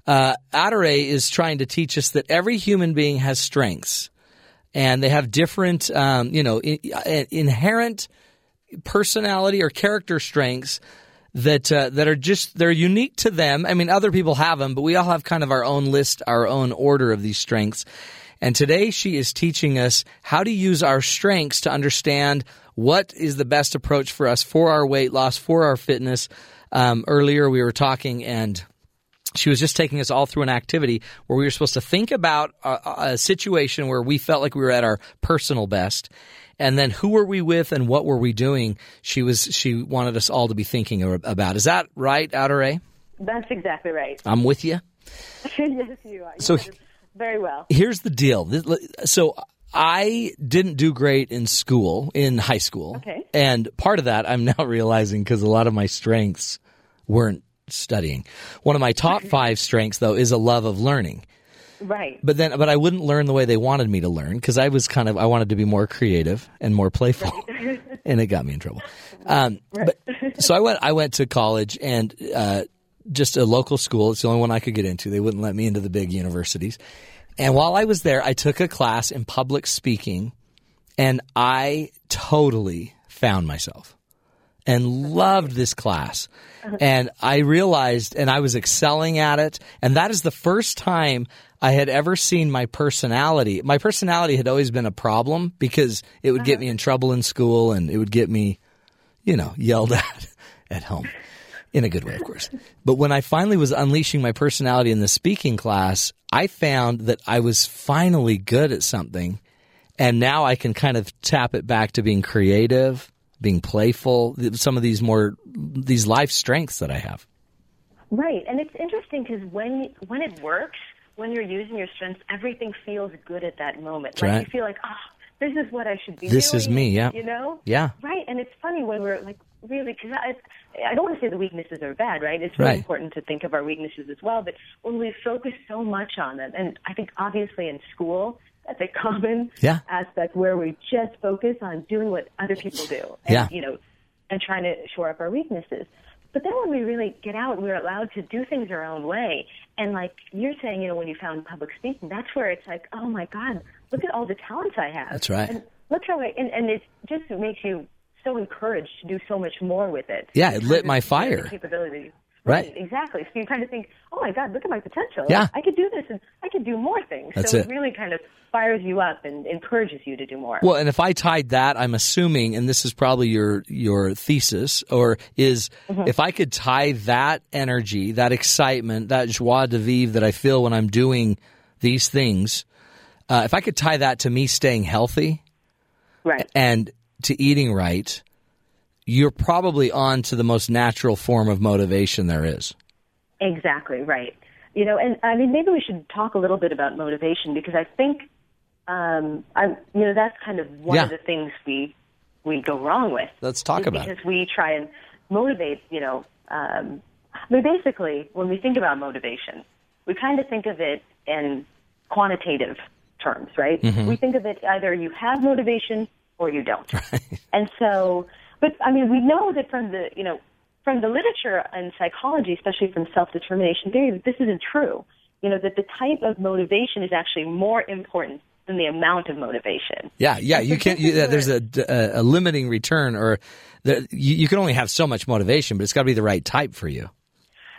Speaker 1: uh, Adore is trying to teach us that every human being has strengths and they have different, um, you know, in, uh, inherent personality or character strengths that uh, that are just they're unique to them. I mean, other people have them, but we all have kind of our own list, our own order of these strengths. And today she is teaching us how to use our strengths to understand what is the best approach for us for our weight loss, for our fitness. Um, earlier we were talking and she was just taking us all through an activity where we were supposed to think about a, a situation where we felt like we were at our personal best and then who were we with and what were we doing she was she wanted us all to be thinking a- about is that right adore
Speaker 5: That's exactly right.
Speaker 1: i'm with you
Speaker 5: yes, you are. You
Speaker 1: So-
Speaker 5: said it very well.
Speaker 1: here's the deal This- li- so i didn't do great in school in high school
Speaker 5: Okay.
Speaker 1: and part of that i'm now realizing because a lot of my strengths weren't studying one of my top five strengths though is a love of learning
Speaker 5: Right.
Speaker 1: But then, but I wouldn't learn the way they wanted me to learn because I was kind of I wanted to be more creative and more playful, and it got me in trouble. Um, but, so I went I went to college and uh, just a local school. It's the only one I could get into. They wouldn't let me into the big universities. And while I was there, I took a class in public speaking, and I totally found myself and loved this class. And I realized, and I was excelling at it. And that is the first time I had ever seen my personality. My personality had always been a problem because it would get me in trouble in school and it would get me, you know, yelled at at home in a good way, of course. But when I finally was unleashing my personality in the speaking class, I found that I was finally good at something. And now I can kind of tap it back to being creative, being playful, some of these more, these life strengths that I have.
Speaker 5: Right, and it's interesting because when when it works, when you're using your strengths, everything feels good at that moment. like
Speaker 1: right.
Speaker 5: you feel like, oh, this is what I should be.
Speaker 1: This is
Speaker 5: doing,"
Speaker 1: me, yeah.
Speaker 5: You know.
Speaker 1: Yeah.
Speaker 5: Right, and it's funny when we're like really because I I don't want to say the weaknesses are bad, right? It's really
Speaker 1: Right.
Speaker 5: important to think of our weaknesses as well, but when we focus so much on them, and I think obviously in school. That's a common
Speaker 1: Yeah.
Speaker 5: aspect where we just focus on doing what other people do. And,
Speaker 1: Yeah.
Speaker 5: You know, and trying to shore up our weaknesses. But then when we really get out, we're allowed to do things our own way. And like you're saying, you know, when you found public speaking, that's where it's like, oh my God, look at all the talents I have.
Speaker 1: That's right.
Speaker 5: And look how I, and, and it just makes you so encouraged to do so much more with it.
Speaker 1: Yeah, it lit
Speaker 5: Because
Speaker 1: my
Speaker 5: you have the
Speaker 1: fire.
Speaker 5: Capability.
Speaker 1: Right.
Speaker 5: Exactly. So you kind of think, oh my God, look at my potential.
Speaker 1: Yeah.
Speaker 5: I could do this and I could do more things.
Speaker 1: That's
Speaker 5: so
Speaker 1: it.
Speaker 5: it really kind of fires you up and encourages you to do more.
Speaker 1: Well, and if I tied that, I'm assuming, and this is probably your your thesis, or is if I could tie that energy, that excitement, that joie de vivre that I feel when I'm doing these things, uh, if I could tie that to me staying healthy
Speaker 5: right.
Speaker 1: and to eating right, you're probably on to the most natural form of motivation there is.
Speaker 5: Exactly right. You know, and I mean, maybe we should talk a little bit about motivation because I think, um, I you know, that's kind of one of
Speaker 1: Yeah.
Speaker 5: the things we we go wrong with.
Speaker 1: Let's talk
Speaker 5: is
Speaker 1: about it.
Speaker 5: because we try and motivate. You know, um, I mean, basically, when we think about motivation, we kind of think of it in quantitative terms, right?
Speaker 1: Mm-hmm.
Speaker 5: We think of it either you have motivation or you don't. And so, but I mean, we know that from the, you know, from the literature and psychology, especially from self-determination theory, that this isn't true. You know, that the type of motivation is actually more important than the amount of motivation.
Speaker 1: Yeah, yeah, you can't. You, uh,
Speaker 5: particular-
Speaker 1: there's a, a, a limiting return, or the, you, you can only have so much motivation, but it's got to be the right type for you.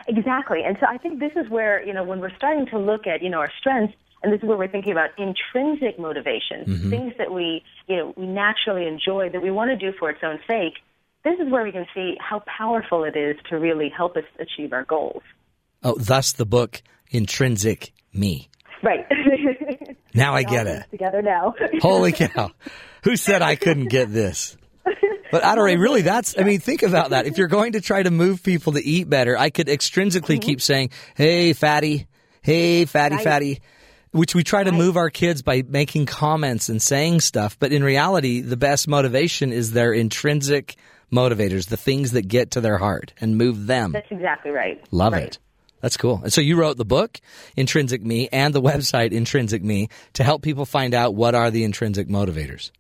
Speaker 5: Exactly. And so I think this is where, you know, when we're starting to look at, you know, our strengths, and this is where we're thinking about intrinsic motivation,
Speaker 1: Mm-hmm.
Speaker 5: things that we, you know, we naturally enjoy that we want to do for its own sake. This is where we can see how powerful it is to really help us achieve our goals.
Speaker 1: Oh, thus the book Intrinsic Me.
Speaker 5: Right.
Speaker 1: Now I get it.
Speaker 5: Together now.
Speaker 1: Holy cow. Who said I couldn't get this? But Adore, really, that's, I mean, think about that. If you're going to try to move people to eat better, I could extrinsically keep saying, hey, fatty, hey, fatty, fatty, which we try to move our kids by making comments and saying stuff. But in reality, the best motivation is their intrinsic motivators, the things that get to their heart and move them.
Speaker 5: That's exactly right.
Speaker 1: Love
Speaker 5: Right.
Speaker 1: it. That's cool. And so you wrote the book, Intrinsic Me, and the website, Intrinsic Me, to help people find out what are the intrinsic motivators.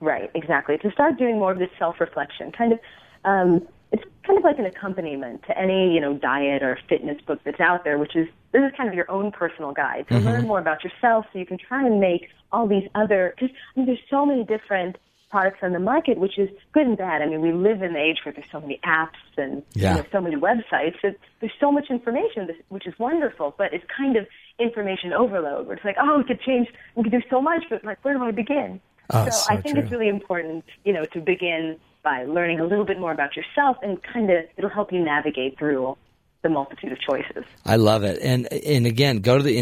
Speaker 5: Right, exactly. To start doing more of this self-reflection, kind of, um, it's kind of like an accompaniment to any you know diet or fitness book that's out there, which is this is kind of your own personal guide to learn more about yourself, so you can try and make all these other. Because I mean, there's so many different products on the market, which is good and bad. I mean, we live in an age where there's so many apps and
Speaker 1: Yeah.
Speaker 5: you know, so many websites. That there's so much information, this- which is wonderful, but it's kind of information overload. Where it's like, oh, we could change, we could do so much, but like, where do I begin?
Speaker 1: Oh,
Speaker 5: so,
Speaker 1: so
Speaker 5: I think
Speaker 1: true.
Speaker 5: it's really important, you know, to begin by learning a little bit more about yourself and kind of it'll help you navigate through the multitude of choices.
Speaker 1: I love it. And and again, go to the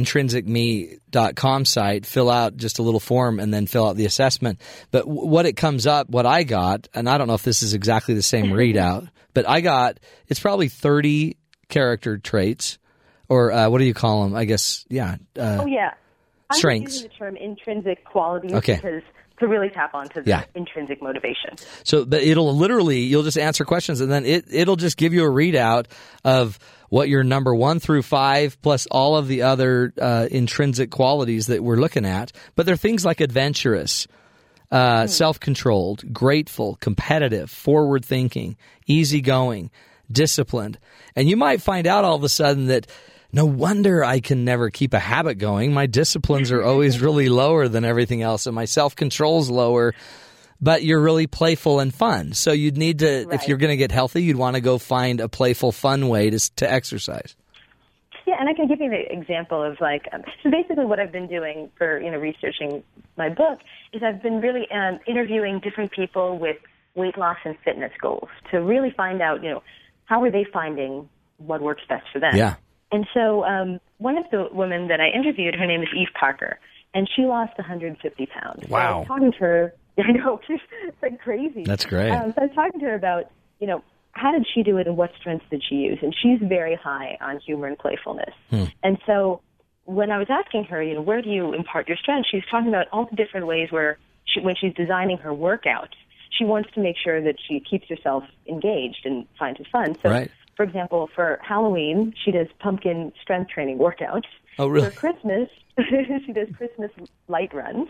Speaker 1: intrinsicme.com site, fill out just a little form and then fill out the assessment. But w- what it comes up, what I got, and I don't know if this is exactly the same readout, but I got it's probably 30 character traits or uh, what do you call them? I guess yeah. Uh,
Speaker 5: Oh yeah. I'm
Speaker 1: Strengths.
Speaker 5: using the term intrinsic qualities
Speaker 1: Okay.
Speaker 5: because to really tap onto the
Speaker 1: Yeah.
Speaker 5: intrinsic motivation.
Speaker 1: So, but it'll literally you'll just answer questions, and then it it'll just give you a readout of what your number one through five plus all of the other uh, intrinsic qualities that we're looking at. But they're things like adventurous, uh, self-controlled, grateful, competitive, forward-thinking, easygoing, disciplined, and you might find out all of a sudden that. No wonder I can never keep a habit going. My disciplines are always really lower than everything else, and my self control's lower but you're really playful and fun. So you'd need to, if
Speaker 5: Right.
Speaker 1: you're going to get healthy, you'd want to go find a playful, fun way to, s- to exercise.
Speaker 5: Yeah, and I can give you the example of like um, so basically what I've been doing for you know researching my book is I've been really um, interviewing different people with weight loss and fitness goals to really find out you know how are they finding what works best for them.
Speaker 1: Yeah.
Speaker 5: And so um, one of the women that I interviewed, her name is Eve Parker, and she lost 150 pounds. So I
Speaker 2: Wow.
Speaker 5: was talking to her, I know it's like crazy.
Speaker 1: That's great.
Speaker 5: Um, so I was talking to her about, you know, how did she do it and what strengths did she use? And she's very high on humor and playfulness.
Speaker 1: Hmm.
Speaker 5: And so when I was asking her, you know, where do you impart your strength? She was talking about all the different ways where she, when she's designing her workouts, she wants to make sure that she keeps herself engaged and finds it fun. So,
Speaker 1: Right.
Speaker 5: for example, for Halloween, she does pumpkin strength training workouts.
Speaker 1: Oh, really?
Speaker 5: For Christmas, she does Christmas light runs.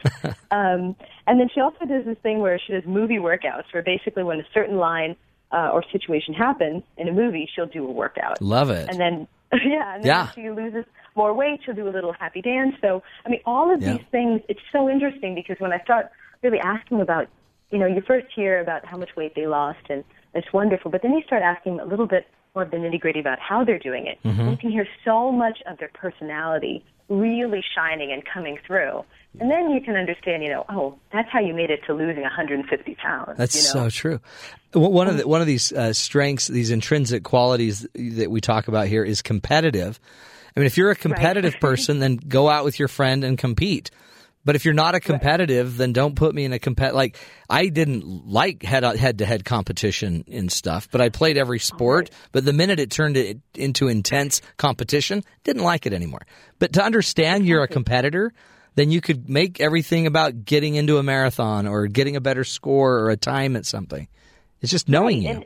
Speaker 5: um, and then she also does this thing where she does movie workouts, where basically when a certain line uh, or situation happens in a movie, she'll do a workout.
Speaker 1: Love it.
Speaker 5: And then, yeah, and then
Speaker 1: Yeah.
Speaker 5: if she loses more weight, she'll do a little happy dance. So, I mean, all of
Speaker 1: Yeah.
Speaker 5: these things, it's so interesting because when I start really asking about, you know, you first hear about how much weight they lost and it's wonderful, but then you start asking a little bit more of the nitty gritty about how they're doing it.
Speaker 1: Mm-hmm.
Speaker 5: You can hear so much of their personality really shining and coming through. And then you can understand, you know, oh, that's how you made it to losing 150 pounds.
Speaker 1: That's
Speaker 5: you know?
Speaker 1: so true. One one of the, one of these uh, strengths, these intrinsic qualities that we talk about here is competitive. I mean, if you're a competitive person, then go out with your friend and compete. But if you're not a competitive, then don't put me in a compet. Like I didn't like head head to head competition and stuff, but I played every sport. But the minute it turned it into intense competition, didn't like it anymore. But to understand you're a competitor, then you could make everything about getting into a marathon or getting a better score or a time at something. It's just knowing you.
Speaker 5: And-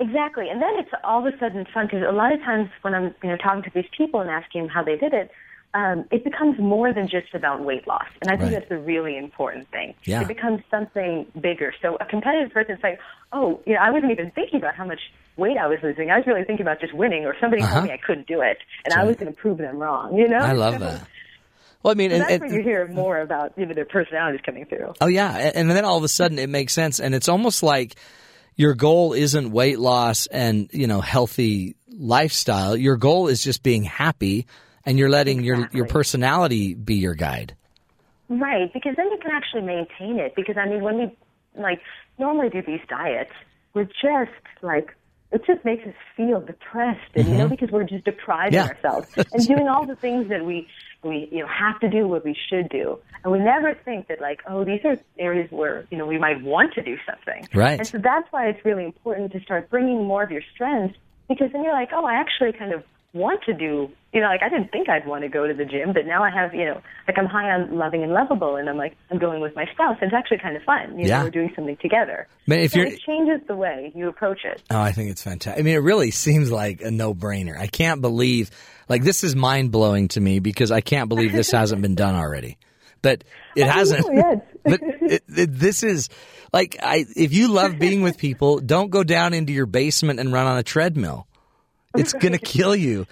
Speaker 5: Exactly, and then it's all of a sudden fun because a lot of times when I'm you know talking to these people and asking them how they did it, um, it becomes more than just about weight loss, and I think
Speaker 1: Right.
Speaker 5: that's a really important thing.
Speaker 1: Yeah.
Speaker 5: It becomes something bigger. So a competitive person is like, oh, you know, I wasn't even thinking about how much weight I was losing. I was really thinking about just winning, or somebody told me I couldn't do it, and I was going to prove them wrong. You know,
Speaker 1: Uh-huh. I love
Speaker 5: So
Speaker 1: that. Well, I mean, and,
Speaker 5: That's
Speaker 1: and-
Speaker 5: where you hear more about you know their personalities coming through.
Speaker 1: Oh yeah, A- and then all of a sudden it makes sense, and it's almost like your goal isn't weight loss and you know healthy lifestyle. Your goal is just being happy, and you're letting your your personality be your guide.
Speaker 5: Right, because then you can actually maintain it. Because I mean, when we like normally do these diets, we're just like it just makes us feel depressed, and you know, because we're just depriving
Speaker 1: Mm-hmm. Yeah.
Speaker 5: ourselves and doing all the things that we we you know have to do what we should do, and we never think that like oh these are areas where you know we might want to do something.
Speaker 1: Right.
Speaker 5: And so that's why it's really important to start bringing more of your strengths because then you're like, oh, I actually kind of want to do, you know, like I didn't think I'd want to go to the gym, but now I have, you know, like I'm high on loving and lovable, and I'm like, I'm going with my spouse. and It's actually kind of fun. You
Speaker 1: Yeah.
Speaker 5: know, we're doing something together.
Speaker 1: Man, if
Speaker 5: so
Speaker 1: you're-
Speaker 5: it changes the way you approach it.
Speaker 1: Oh, I think it's fantastic. I mean, it really seems like a no brainer. I can't believe, like, this is mind blowing to me because I can't believe this hasn't been done already. But it hasn't.
Speaker 5: yes.
Speaker 1: but it, it, this is like, I if you love being with people, don't go down into your basement and run on a treadmill. It's going to kill you.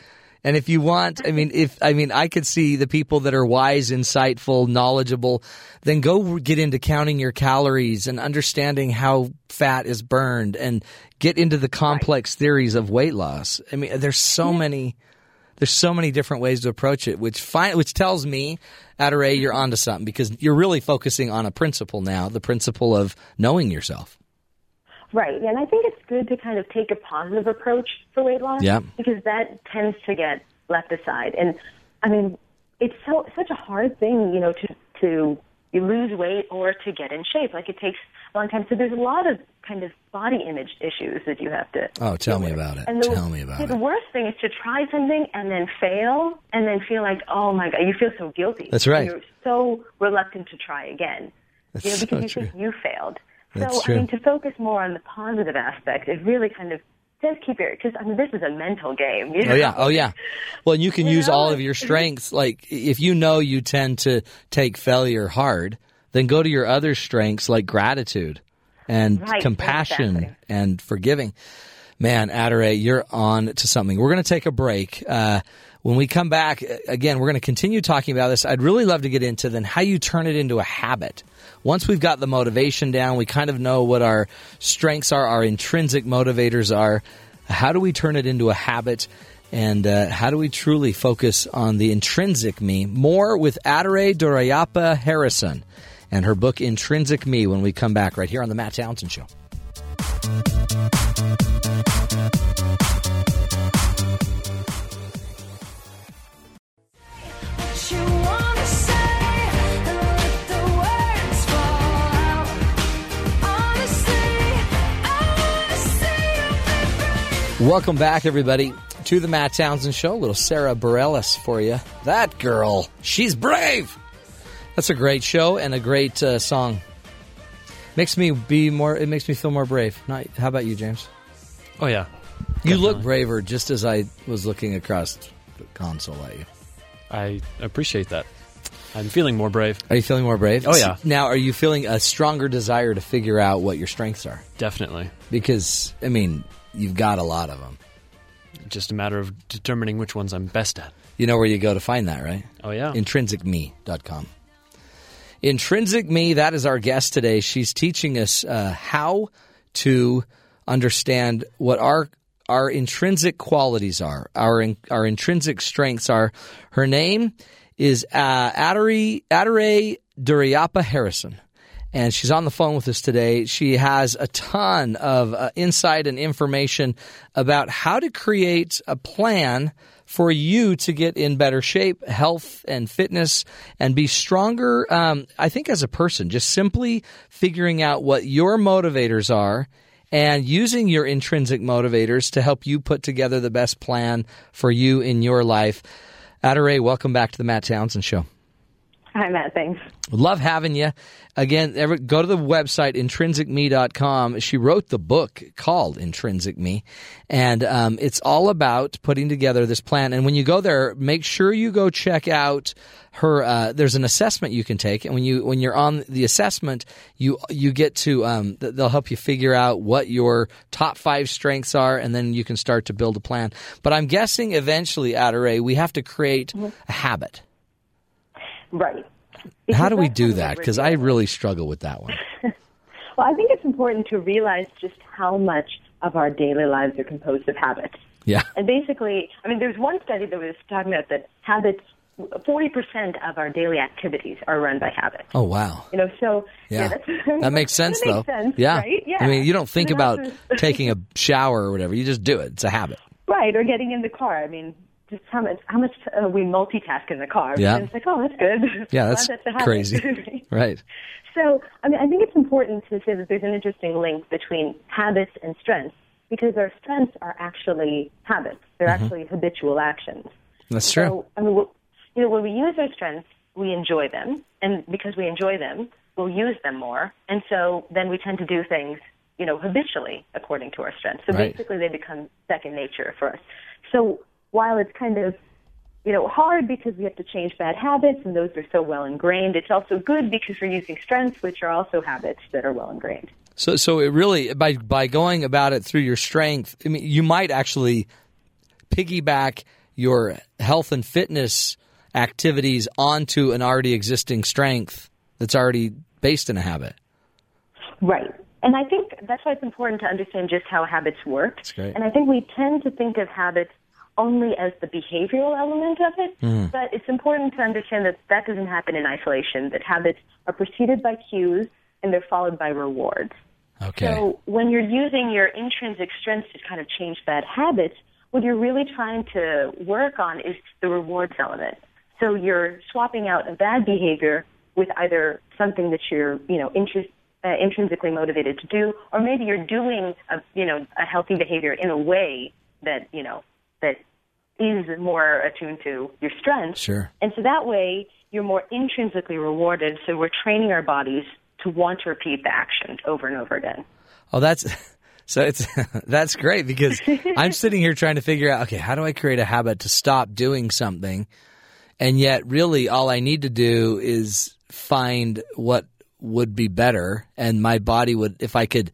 Speaker 1: And if you want, I mean, if I mean, I could see the people that are wise, insightful, knowledgeable, then go get into counting your calories and understanding how fat is burned and get into the complex theories of weight loss. I mean, there's so many there's so many different ways to approach it, which fi- which tells me,
Speaker 5: Mm-hmm.
Speaker 1: Adderay, you're onto something because you're really focusing on a principle now, the principle of knowing yourself.
Speaker 5: Right. And I think it's good to kind of take a positive approach for weight loss
Speaker 1: Yeah.
Speaker 5: because that tends to get left aside. And I mean, it's so such a hard thing, you know, to to you lose weight or to get in shape. Like it takes a long time. So there's a lot of kind of body image issues that you have to
Speaker 1: Oh, tell me about it.
Speaker 5: and the,
Speaker 1: Tell me about
Speaker 5: the
Speaker 1: it.
Speaker 5: worst thing is to try something and then fail and then feel like, oh my God, you feel so guilty.
Speaker 1: That's right.
Speaker 5: And you're so reluctant to try again. you know,
Speaker 1: That's
Speaker 5: because
Speaker 1: so
Speaker 5: you think you failed.
Speaker 1: That's
Speaker 5: so,
Speaker 1: true.
Speaker 5: I mean, to focus more on the positive aspect, it really kind of does keep your, because I mean, this is a mental game. You know?
Speaker 1: Oh yeah, oh yeah. Well, and you can use
Speaker 5: know?
Speaker 1: all of your strengths. Like if you know you tend to take failure hard, then go to your other strengths like gratitude and
Speaker 5: Right,
Speaker 1: compassion
Speaker 5: exactly.
Speaker 1: and forgiving. Man, Adderay, you're on to something. We're going to take a break. Uh, When we come back, uh, again, we're going to continue talking about this. I'd really love to get into then how you turn it into a habit. Once we've got the motivation down, we kind of know what our strengths are, our intrinsic motivators are. How do we turn it into a habit? And uh, how do we truly focus on the intrinsic me? More with Adore Dorayapa Harrison and her book Intrinsic Me when we come back right here on The Matt Townsend Show.
Speaker 4: What you wanna say and let the words fall out. Honestly, I wanna see you be brave.
Speaker 1: Welcome back, everybody, to the Matt Townsend Show. Little Sarah Bareilles for you. That girl, she's brave. That's a great show and a great uh, song. Makes me be more. It makes me feel more brave. Not, how about you, James?
Speaker 3: Oh yeah,
Speaker 1: You look braver just as I was looking across the console at you.
Speaker 3: I appreciate that. I'm feeling more brave,
Speaker 1: Are you feeling more brave?
Speaker 3: Oh, yeah.
Speaker 1: Now, are you feeling a stronger desire to figure out what your strengths are?
Speaker 3: definitely.
Speaker 1: Because I mean, you've got a lot of them.
Speaker 3: Just a matter of determining which ones I'm best at.
Speaker 1: You know where you go to find that, right?
Speaker 3: Oh yeah,
Speaker 1: intrinsicme.com. Intrinsic Me, that is our guest today. She's teaching us uh, how to understand what our our intrinsic qualities are, our in, our intrinsic strengths are. Her name is uh, Adore Adore Duryapa Harrison and she's on the phone with us today. She has a ton of uh, insight and information about how to create a plan for you to get in better shape, health and fitness, and be stronger. Um, I think as a person, just simply figuring out what your motivators are and using your intrinsic motivators to help you put together the best plan for you in your life. Adore, welcome back to the Matt Townsend Show.
Speaker 5: Hi, Matt. Thanks.
Speaker 1: Love having you. Again, every, go to the website, intrinsicme.com. She wrote the book called Intrinsic Me, and um, it's all about putting together this plan. And when you go there, make sure you go check out her. Uh, there's an assessment you can take, and when you when you're on the assessment, you you get to um, th- they'll help you figure out what your top five strengths are, and then you can start to build a plan. But I'm guessing eventually, Adore, we have to create a habit.
Speaker 5: Right.
Speaker 1: How
Speaker 5: Because
Speaker 1: do we
Speaker 5: that's
Speaker 1: do
Speaker 5: kind of
Speaker 1: that?
Speaker 5: what we're
Speaker 1: Because I really struggle with that one.
Speaker 5: Well, I think it's important to realize just how much of our daily lives are composed of habits.
Speaker 1: Yeah.
Speaker 5: And basically, I mean, there's one study that was talking about that habits, 40% of our daily activities are run by habits.
Speaker 1: Oh wow.
Speaker 5: You know, so
Speaker 1: Yeah,
Speaker 5: that's-
Speaker 1: that makes sense
Speaker 5: that
Speaker 1: though.
Speaker 5: makes sense,
Speaker 1: yeah.
Speaker 5: right? Yeah.
Speaker 1: I mean, you don't think
Speaker 5: And
Speaker 1: about
Speaker 5: that's just-
Speaker 1: taking a shower or whatever. You just do it. It's a habit.
Speaker 5: Right, or getting in the car. I mean, just how much how much uh, we multitask in the car.
Speaker 1: Yeah.
Speaker 5: And it's like, oh, that's good.
Speaker 1: Yeah,
Speaker 5: Glad
Speaker 1: that's,
Speaker 5: a habit.
Speaker 1: crazy. right.
Speaker 5: So, I mean, I think it's important to say that there's an interesting link between habits and strengths because our strengths are actually habits. They're
Speaker 1: Mm-hmm.
Speaker 5: actually habitual actions.
Speaker 1: That's true.
Speaker 5: So, I mean, we'll- you know, when we use our strengths, we enjoy them, and because we enjoy them, we'll use them more, and so then we tend to do things, you know, habitually according to our strengths. So
Speaker 1: Right.
Speaker 5: basically, they become second nature for us. So while it's kind of you know, hard because we have to change bad habits and those are so well ingrained. It's also good because we're using strengths, which are also habits that are well ingrained.
Speaker 1: So, so it really by by going about it through your strength. I mean, you might actually piggyback your health and fitness activities onto an already existing strength that's already based in a habit.
Speaker 5: Right. And I think that's why it's important to understand just how habits work.
Speaker 1: great.
Speaker 5: And I think we tend to think of habits only as the behavioral element of it, but it's important to understand that that doesn't happen in isolation, that habits are preceded by cues and they're followed by rewards.
Speaker 1: Okay.
Speaker 5: So when you're using your intrinsic strengths to kind of change bad habits, what you're really trying to work on is the rewards element. So you're swapping out a bad behavior with either something that you're, you know, interest, uh, intrinsically motivated to do, or maybe you're doing a, you know, a healthy behavior in a way that, you know, that is more attuned to your strengths.
Speaker 1: Sure.
Speaker 5: And so that way, you're more intrinsically rewarded. So we're training our bodies to want to repeat the actions over and over again.
Speaker 1: Oh, that's so it's that's great because I'm sitting here trying to figure out okay, how do I create a habit to stop doing something? And yet really all I need to do is find what would be better and my body would if I could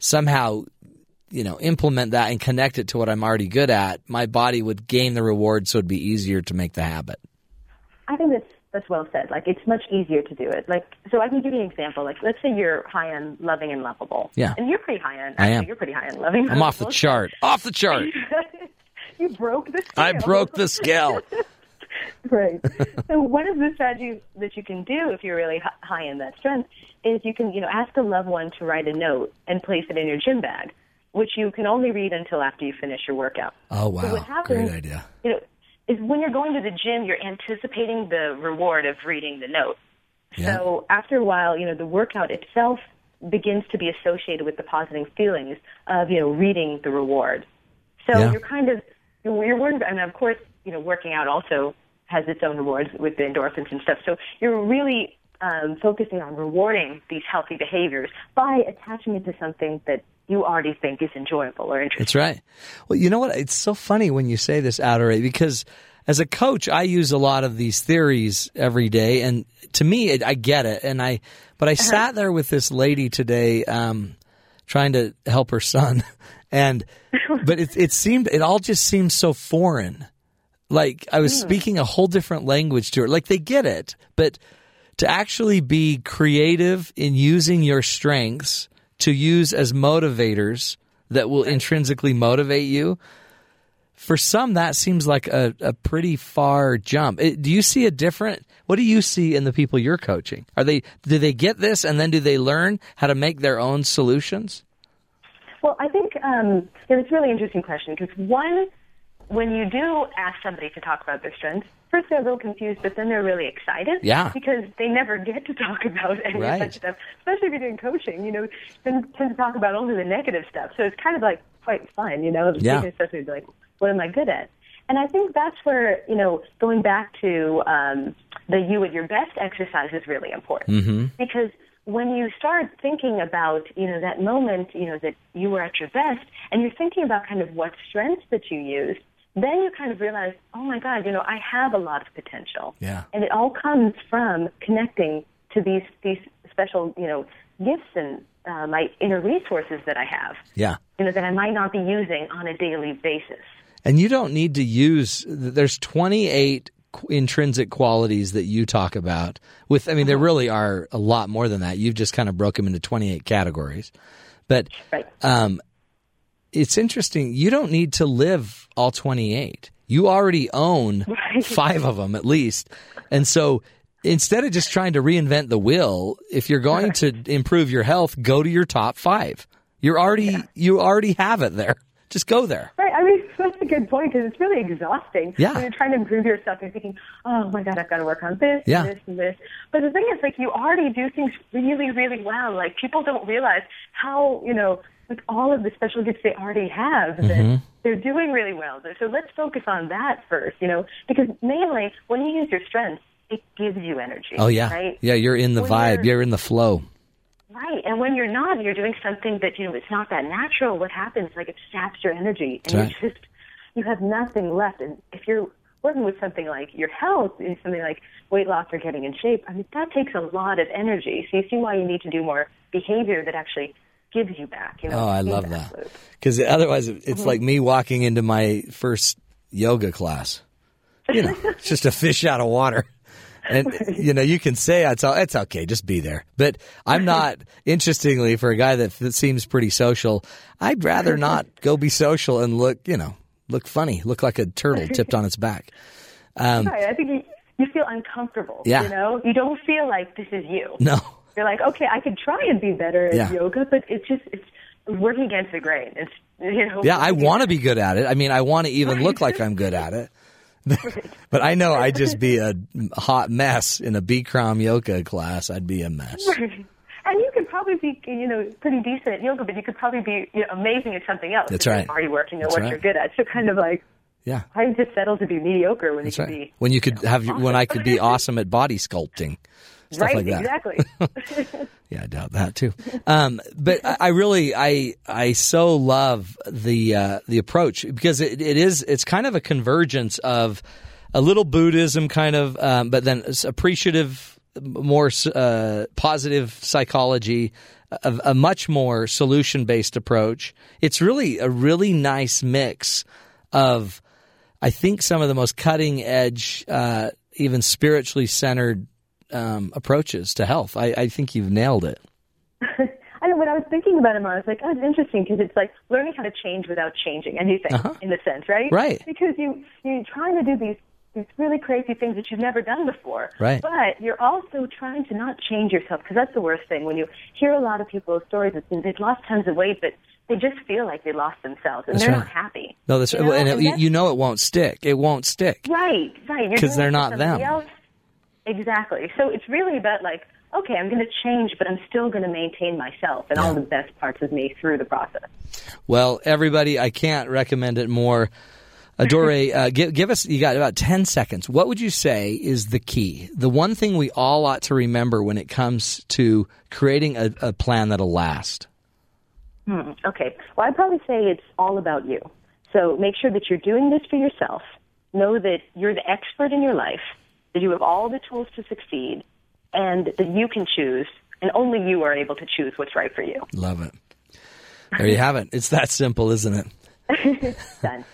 Speaker 1: somehow you know, implement that and connect it to what I'm already good at, my body would gain the reward, so it'd be easier to make the habit.
Speaker 5: I think that's that's well said. Like it's much easier to do it. Like so, I can give you an example. Like let's say you're high on loving and lovable.
Speaker 1: Yeah.
Speaker 5: And you're pretty high on.
Speaker 1: I am.
Speaker 5: actually, You're pretty high on loving. and
Speaker 1: I'm off the
Speaker 5: lovable.
Speaker 1: chart. Off the chart.
Speaker 5: you broke the.
Speaker 1: I
Speaker 5: scale.
Speaker 1: broke the scale.
Speaker 5: Right. so one of the strategies that you can do if you're really hi- high in that strength is you can, you know, ask a loved one to write a note and place it in your gym bag, which you can only read until after you finish your workout.
Speaker 1: Oh
Speaker 5: So
Speaker 1: wow,
Speaker 5: what happens,
Speaker 1: great idea.
Speaker 5: You know, is when you're going to the gym, you're anticipating the reward of reading the note.
Speaker 1: Yeah.
Speaker 5: So after a while, you know, the workout itself begins to be associated with the positive feelings of, you know, reading the reward. So
Speaker 1: Yeah.
Speaker 5: you're kind of you're, you're working, and of course, you know, working out also has its own rewards with the endorphins and stuff. So you're really um, focusing on rewarding these healthy behaviors by attaching it to something that you already think is enjoyable or interesting.
Speaker 1: That's right. Well, you know what? It's so funny when you say this, Adore, because as a coach, I use a lot of these theories every day, and to me, it, I get it. And I, but I sat there with this lady today, um, trying to help her son, and but it it seemed it all just seemed so foreign. Like I was speaking a whole different language to her. Like they get it, but to actually be creative in using your strengths to use as motivators that will intrinsically motivate you. For some, that seems like a, a pretty far jump. It- do you see a different? What do you see in the people you're coaching? Are they do they get this, and then do they learn how to make their own solutions?
Speaker 5: Well, I think um, you know, it's a really interesting question because one, when you do ask somebody to talk about their strengths, first they're a little confused, but then they're really excited.
Speaker 1: Yeah.
Speaker 5: Because they never get to talk about any
Speaker 1: Right.
Speaker 5: of that stuff, especially if you're doing coaching. You know, they tend to talk about only the negative stuff, so it's kind of like quite fun. You know,
Speaker 1: Yeah.
Speaker 5: Especially if you're like, what am I good at? And I think that's where you know going back to um, the you at your best exercise is really important because when you start thinking about you know that moment you know that you were at your best and you're thinking about kind of what strengths that you used then you kind of realize oh my god you know i have a lot of potential
Speaker 1: Yeah.
Speaker 5: and it all comes from connecting to these these special you know gifts and uh, my inner resources that i have
Speaker 1: Yeah.
Speaker 5: you know that i might not be using on a daily basis
Speaker 1: And you don't need to use. There's 28 qu- intrinsic qualities that you talk about. With, I mean, there really are a lot more than that. You've just kind of broke them into 28 categories, but
Speaker 5: right
Speaker 1: um, it's interesting. You don't need to live all 28. You already own five of them at least. And so instead of just trying to reinvent the wheel, if you're going to improve your health, go to your top five. You're already, you already have it there. Just go there.
Speaker 5: Right. I mean, that's a good point because it's really exhausting.
Speaker 1: Yeah.
Speaker 5: When you're trying to improve yourself, you're thinking, oh my God, I've got to work on this,
Speaker 1: Yeah.
Speaker 5: and this, and this. But the thing is, like, you already do things really, really well. Like, people don't realize how, you know, with all of the special gifts they already have,
Speaker 1: Mm-hmm.
Speaker 5: that they're doing really well. So let's focus on that first, you know, because mainly when you use your strengths, it gives you energy.
Speaker 1: Oh yeah,
Speaker 5: Right?
Speaker 1: yeah. You're in the
Speaker 5: When
Speaker 1: vibe.
Speaker 5: you're-
Speaker 1: You're in the flow.
Speaker 5: Right. And when you're not, you're doing something that, you know, it's not that natural. What happens? Like it saps your energy and
Speaker 1: That's
Speaker 5: you just, you have nothing left. And if you're working with something like your health and something like weight loss or getting in shape, I mean, that takes a lot of energy. So you see why you need to do more behavior that actually gives you back, you know.
Speaker 1: Oh, I love
Speaker 5: feedback
Speaker 1: that.
Speaker 5: loop.
Speaker 1: Because otherwise, it-
Speaker 5: Mm-hmm.
Speaker 1: it's like me walking into my first yoga class. You know, it's just a fish out of water. And you know, you can say it's all, it's okay, just be there. But I'm not. Interestingly, for a guy that, that seems pretty social, I'd rather not go be social and look. You know, look funny, look like a turtle tipped on its back.
Speaker 5: Right. I think you, you feel uncomfortable,
Speaker 1: Um, Yeah.
Speaker 5: you know. You don't feel like this is you.
Speaker 1: No,
Speaker 5: You're like, okay, I could try and be better at
Speaker 1: Yeah.
Speaker 5: yoga, but it's just, it's working against the grain. It's, you know.
Speaker 1: yeah, I want to be good at it. I mean, I want to even look like I'm good at it. But I know I'd just be a hot mess in a Bikram yoga class. I'd be a mess.
Speaker 5: And you could probably be, you know, pretty decent at yoga, but you could probably be you know, amazing at something else.
Speaker 1: That's
Speaker 5: If you're
Speaker 1: right.
Speaker 5: Already working at
Speaker 1: That's
Speaker 5: what
Speaker 1: right.
Speaker 5: you're good at. So kind of like,
Speaker 1: Yeah,
Speaker 5: why just settle to be mediocre when
Speaker 1: that's
Speaker 5: you could
Speaker 1: right. When you could have your, when I could be awesome at body sculpting,
Speaker 5: be
Speaker 1: stuff
Speaker 5: right?
Speaker 1: like that.
Speaker 5: Exactly.
Speaker 1: Yeah, I doubt that too. Um, but I, I really, I, I so love the uh, the approach because it, it is it's kind of a convergence of a little Buddhism kind of, um, but then it's appreciative, more uh, positive psychology, a, a much more solution based approach. It's really a really nice mix of, I think, some of the most cutting edge, uh, even spiritually centered um, approaches to health. I, I think you've nailed it.
Speaker 5: I know when I was thinking about him, I was like, oh, it's interesting because it's like learning how to change without changing anything in a sense, right?
Speaker 1: Uh-huh. Right.
Speaker 5: Because you you're trying to do these these really crazy things that you've never done before.
Speaker 1: Right.
Speaker 5: But you're also trying to not change yourself because that's the worst thing when you hear a lot of people's stories. It's, they've lost tons of weight, but they just feel like they lost themselves and
Speaker 1: That's
Speaker 5: they're
Speaker 1: right.
Speaker 5: not happy.
Speaker 1: No, that's
Speaker 5: You
Speaker 1: well,
Speaker 5: know,
Speaker 1: and it,
Speaker 5: and
Speaker 1: you,
Speaker 5: that's-
Speaker 1: you know it won't stick. It won't stick.
Speaker 5: Right, right. You're
Speaker 1: 'Cause
Speaker 5: doing
Speaker 1: they're
Speaker 5: it for
Speaker 1: not
Speaker 5: somebody
Speaker 1: them.
Speaker 5: Else. Exactly. So it's really about like, okay, I'm going to change, but I'm still going to maintain myself and all the best parts of me through the process.
Speaker 1: Well, everybody, I can't recommend it more. Adore, uh, give, give us, you got about 10 seconds. What would you say is the key? The one thing we all ought to remember when it comes to creating a, a plan that'll last.
Speaker 5: Okay. Well, I'd probably say it's all about you. So make sure that you're doing this for yourself. Know that you're the expert in your life, that you have all the tools to succeed, and that you can choose, and only you are able to choose what's right for you.
Speaker 1: Love it. There you have it. It's that simple, isn't it?
Speaker 5: Done.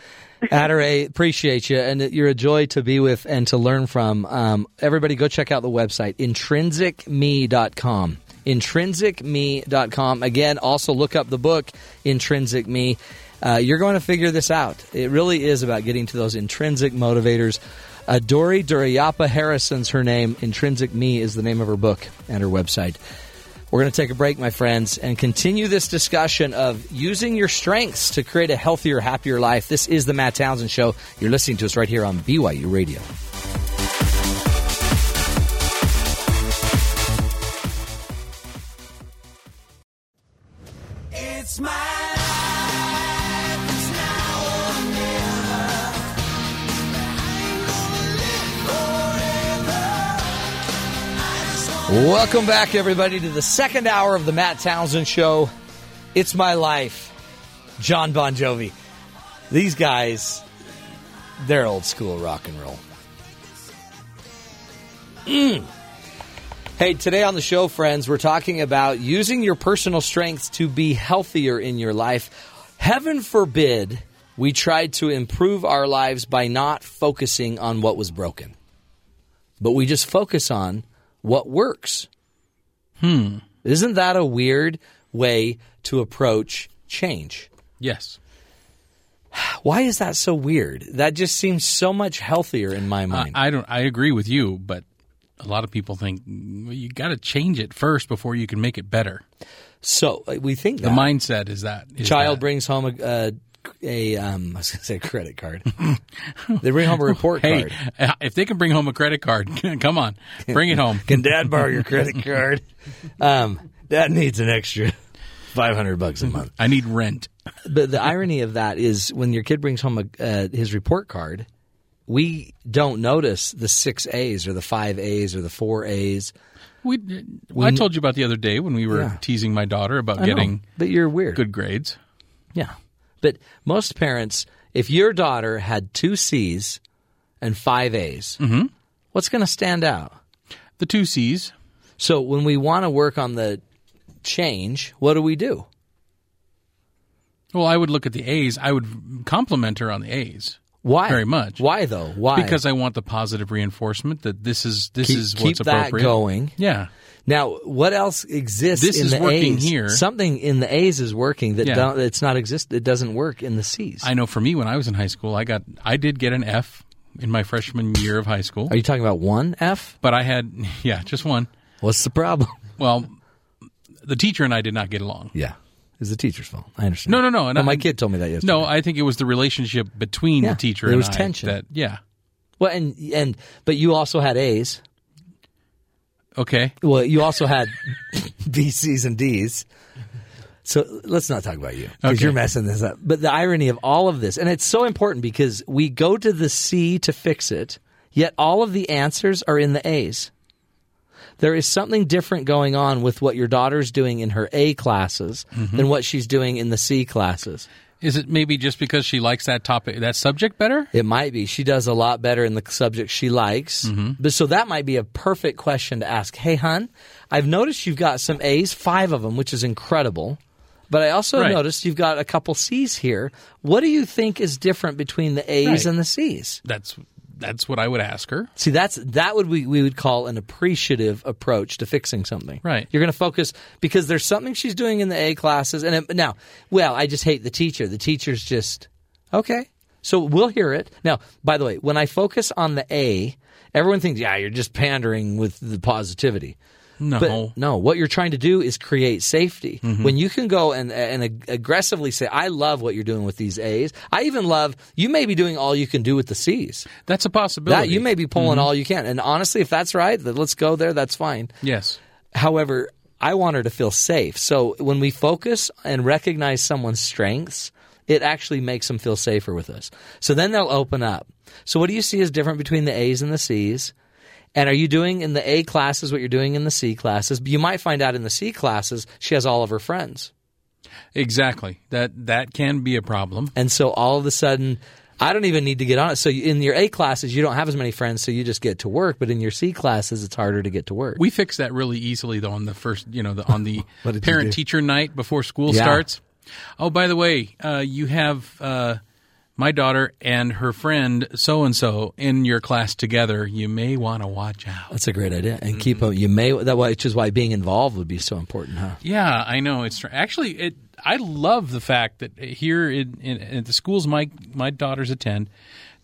Speaker 1: Adore, appreciate you. And you're a joy to be with and to learn from. Um, everybody, go check out the website, intrinsicme.com. Intrinsicme.com. Again, also look up the book, Intrinsic Me. Uh, you're going to figure this out. It really is about getting to those intrinsic motivators. Adore Durayapa Harrison's her name. Intrinsic Me is the name of her book and her website. We're going to take a break, my friends, and continue this discussion of using your strengths to create a healthier, happier life. This is the Matt Townsend Show. You're listening to us right here on BYU Radio.
Speaker 4: It's my life. It's now or never. I ain't gonna live forever. I just want
Speaker 1: Welcome back, everybody, to the second hour of the Matt Townsend Show. It's my life, John Bon Jovi. These guys, they're old school rock and roll. Mm. Hey, today on the show, friends, we're talking about using your personal strengths to be healthier in your life. Heaven forbid we tried to improve our lives by not focusing on what was broken but we just focus on what works. Hmm. Isn't that a weird way to approach change?
Speaker 2: Yes.
Speaker 1: Why is that so weird? That just seems so much healthier in my
Speaker 2: I,
Speaker 1: mind.
Speaker 2: I don't. I agree with you, but a lot of people think "Mm, well, you got to change it first before you can make it better.
Speaker 1: so uh, we think
Speaker 2: The
Speaker 1: that.
Speaker 2: mindset is that is
Speaker 1: child
Speaker 2: that.
Speaker 1: brings home a, a, a um, I was going to say a credit card. they bring home a report
Speaker 2: Hey,
Speaker 1: card.
Speaker 2: uh, if they can bring home a credit card, come on, bring it home.
Speaker 1: Can Dad borrow your credit card? um, Dad needs an extra five hundred bucks a month.
Speaker 2: I need rent.
Speaker 1: But the irony of that is when your kid brings home a, uh, his report card, we don't notice the six A's or the five A's or the four A's.
Speaker 2: We, I told you about the other day when we were
Speaker 1: Yeah.
Speaker 2: teasing my daughter about
Speaker 1: I know,
Speaker 2: getting
Speaker 1: but you're weird.
Speaker 2: good grades.
Speaker 1: Yeah. But most parents, if your daughter had two C's and five A's,
Speaker 2: Mm-hmm.
Speaker 1: what's going to stand out?
Speaker 2: The two C's.
Speaker 1: So when we want to work on the change, what do we do?
Speaker 2: Well, I would look at the A's. I would compliment her on the A's.
Speaker 1: Why?
Speaker 2: Very much.
Speaker 1: Why though? Why?
Speaker 2: Because I want the positive reinforcement that this is this
Speaker 1: keep,
Speaker 2: is what's
Speaker 1: keep that
Speaker 2: appropriate.
Speaker 1: going.
Speaker 2: Yeah.
Speaker 1: Now, what else exists
Speaker 2: This
Speaker 1: in
Speaker 2: is
Speaker 1: the
Speaker 2: working
Speaker 1: A's?
Speaker 2: here.
Speaker 1: Something in the A's is working that
Speaker 2: Yeah.
Speaker 1: don't, it's not exist. It doesn't work in the C's.
Speaker 2: I know for me when I was in high school, I got I did get an F in my freshman year of high school.
Speaker 1: Are you talking about one F?
Speaker 2: but I had yeah, just one.
Speaker 1: What's the problem?
Speaker 2: Well, the teacher and I did not get along.
Speaker 1: Yeah, it's the teacher's fault. I understand.
Speaker 2: No, no, no. And
Speaker 1: Well,
Speaker 2: I-
Speaker 1: my kid told me that yesterday.
Speaker 2: No, I think it was the relationship between
Speaker 1: Yeah,
Speaker 2: the teacher
Speaker 1: there
Speaker 2: and
Speaker 1: was
Speaker 2: I
Speaker 1: tension.
Speaker 2: that yeah.
Speaker 1: Well, and and but you also had A's.
Speaker 2: Okay.
Speaker 1: Well, you also had B, C's, and D's. So let's not talk about you because
Speaker 2: Okay.
Speaker 1: you're messing this up. But the irony of all of this, and it's so important because we go to the C to fix it, yet all of the answers are in the A's. There is something different going Mm-hmm. on with what your daughter's doing in her A classes than what she's doing in the C classes.
Speaker 2: Is it maybe just because she likes that topic, that subject better?
Speaker 1: It might be. She does a lot better in the subject she likes.
Speaker 2: Mm-hmm.
Speaker 1: But so that might be a perfect question to ask. Hey, hun, I've noticed you've got some A's, five of them, which is incredible. But I also
Speaker 2: Right.
Speaker 1: noticed you've got a couple C's here. What do you think is different between the A's
Speaker 2: Right.
Speaker 1: and the C's?
Speaker 2: That's that's what I would ask her.
Speaker 1: See, that's that would we we would call an appreciative approach to fixing something.
Speaker 2: Right.
Speaker 1: You're going to focus because there's something she's doing in the A classes, and it, now, well, I just hate the teacher. The teacher's just okay. So we'll hear it now. By the way, when I focus on the A, everyone thinks, yeah, you're just pandering with the positivity.
Speaker 2: No. Mm-hmm.
Speaker 1: But no, what you're trying to do is create safety. When you can go and and ag- aggressively say, "I love what you're doing with these A's. I even love you may be doing all you can do with the C's."
Speaker 2: That's a possibility.
Speaker 1: That you may be pulling all you can. And honestly, if that's right, then let's go there. That's fine.
Speaker 2: Yes.
Speaker 1: However, I want her to feel safe. So when we focus and recognize someone's strengths, it actually makes them feel safer with us. So then they'll open up. So what do you see is different between the A's and the C's? And are you doing in the A classes what you're doing in the C classes? But you might find out in the C classes she has all of her friends.
Speaker 2: Exactly. That that can be a problem.
Speaker 1: And so all of a sudden, I don't even need to get on it. So you- in your A classes, you don't have as many friends, so you just get to work. But in your C classes, it's harder to get to work.
Speaker 2: We fixed that really easily though on the first, you know, the, on the
Speaker 1: What did you
Speaker 2: parent
Speaker 1: do?
Speaker 2: teacher night before school
Speaker 1: Yeah.
Speaker 2: starts. Oh, by the way, uh, you have uh, my daughter and her friend so and so in your class together. You may want to watch out.
Speaker 1: That's a great idea. And keep a, you may that why- which is why being involved would be so important, huh?
Speaker 2: Yeah, I know. It's actually it. I love the fact that here in, in at the schools my my daughters attend,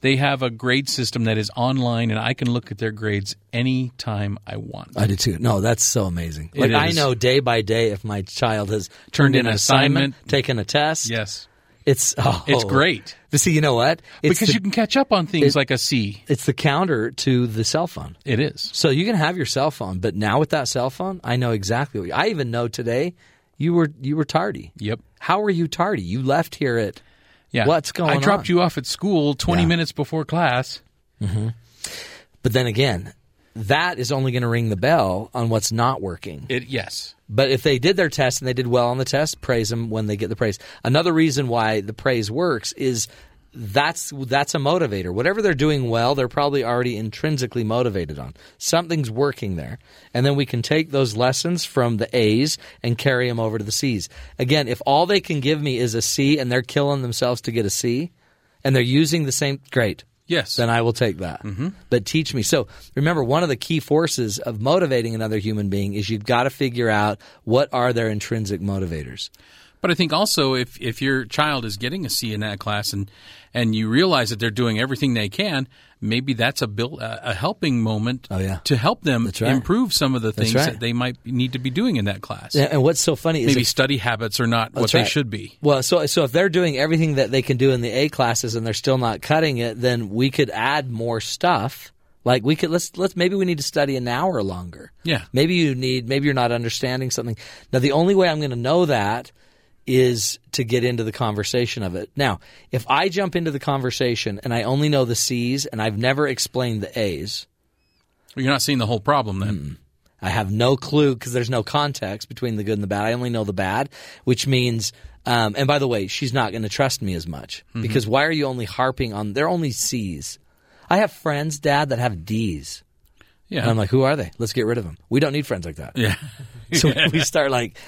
Speaker 2: they have a grade system that is online, and I can look at their grades anytime I want.
Speaker 1: I do too. No, that's so amazing.
Speaker 2: It
Speaker 1: Like I
Speaker 2: is.
Speaker 1: know day by day if my child has turned
Speaker 2: Turned in
Speaker 1: in
Speaker 2: an
Speaker 1: an assignment,
Speaker 2: assignment.
Speaker 1: taken a test.
Speaker 2: yes,
Speaker 1: It's oh,
Speaker 2: It's great.
Speaker 1: But see, you know what? It's
Speaker 2: because
Speaker 1: the,
Speaker 2: you can catch up on things like a C.
Speaker 1: it's the counter to the cell phone.
Speaker 2: It is.
Speaker 1: So you can have your cell phone, but now with that cell phone, I know exactly what you, I even know today you were you were tardy.
Speaker 2: Yep.
Speaker 1: How were you tardy? You left here at
Speaker 2: Yeah.
Speaker 1: What's
Speaker 2: I
Speaker 1: going
Speaker 2: dropped
Speaker 1: on?
Speaker 2: you off at school twenty
Speaker 1: Yeah.
Speaker 2: minutes before class.
Speaker 1: But then again, that is only going to ring the bell on what's not working.
Speaker 2: It yes.
Speaker 1: But if they did their test and they did well on the test, praise them when they get the praise. Another reason why the praise works is that's that's a motivator. Whatever they're doing well, they're probably already intrinsically motivated on. Something's working there. And then we can take those lessons from the A's and carry them over to the C's. Again, if all they can give me is a C and they're killing themselves to get a C and they're using the same great
Speaker 2: Yes.
Speaker 1: then I will take that. But teach me. So remember, one of the key forces of motivating another human being is you've got to figure out what are their intrinsic motivators.
Speaker 2: But I think also if if your child is getting a C in that class and and you realize that they're doing everything they can, maybe that's a build, a, a helping moment
Speaker 1: Oh, yeah.
Speaker 2: to help them
Speaker 1: That's right.
Speaker 2: improve some of the things
Speaker 1: right.
Speaker 2: that they might need to be doing in that class.
Speaker 1: And and what's so funny is
Speaker 2: Maybe
Speaker 1: if-
Speaker 2: study habits are not what
Speaker 1: that's
Speaker 2: they
Speaker 1: right.
Speaker 2: should be.
Speaker 1: Well, so so if they're doing everything that they can do in the A classes and they're still not cutting it, then we could add more stuff. Like we could let's let's maybe we need to study an hour longer.
Speaker 2: Yeah.
Speaker 1: Maybe you need maybe you're not understanding something. Now the only way I'm going to know that is to get into the conversation of it. Now, if I jump into the conversation and I only know the C's and I've never explained the A's,
Speaker 2: You're not seeing the whole problem then.
Speaker 1: Hmm. I have no clue because there's no context between the good and the bad. I only know the bad, which means. Um, and by the way, she's not going to trust me as much
Speaker 2: Mm-hmm.
Speaker 1: because why are you only harping on? They're only C's. I have friends, Dad, that have D's,
Speaker 2: Yeah.
Speaker 1: and I'm like, who are they? Let's get rid of them. We don't need friends like that.
Speaker 2: yeah.
Speaker 1: So we start like,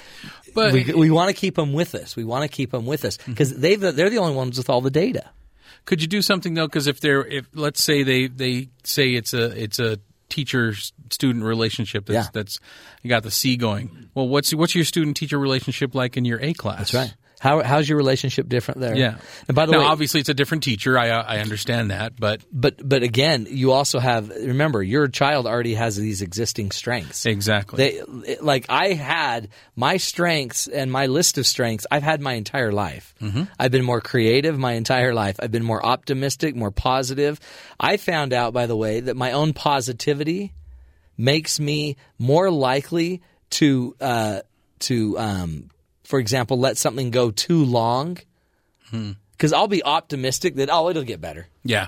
Speaker 2: But Mm-hmm.
Speaker 1: we, we want to keep them with us. We want to keep them with us because they've they're the only ones with all the data.
Speaker 2: Could you do something though? Because if they're, if let's say they they say it's a it's a teacher student relationship that's
Speaker 1: Yeah.
Speaker 2: that's you got the C going. Well, what's what's your student teacher relationship like in your A class? That's
Speaker 1: How how's your relationship different there?
Speaker 2: Yeah.
Speaker 1: And by the
Speaker 2: now,
Speaker 1: way,
Speaker 2: obviously it's a different teacher. I I understand that, but
Speaker 1: but but again, you also have remember your child already has these existing strengths.
Speaker 2: exactly.
Speaker 1: They like I had my strengths and my list of strengths. I've had my entire life. I've been more creative my entire life. I've been more optimistic, more positive. I found out, by the way, that my own positivity makes me more likely to uh, to, um, for example, let something go too long. Because I'll be optimistic that oh, it'll get better
Speaker 2: yeah.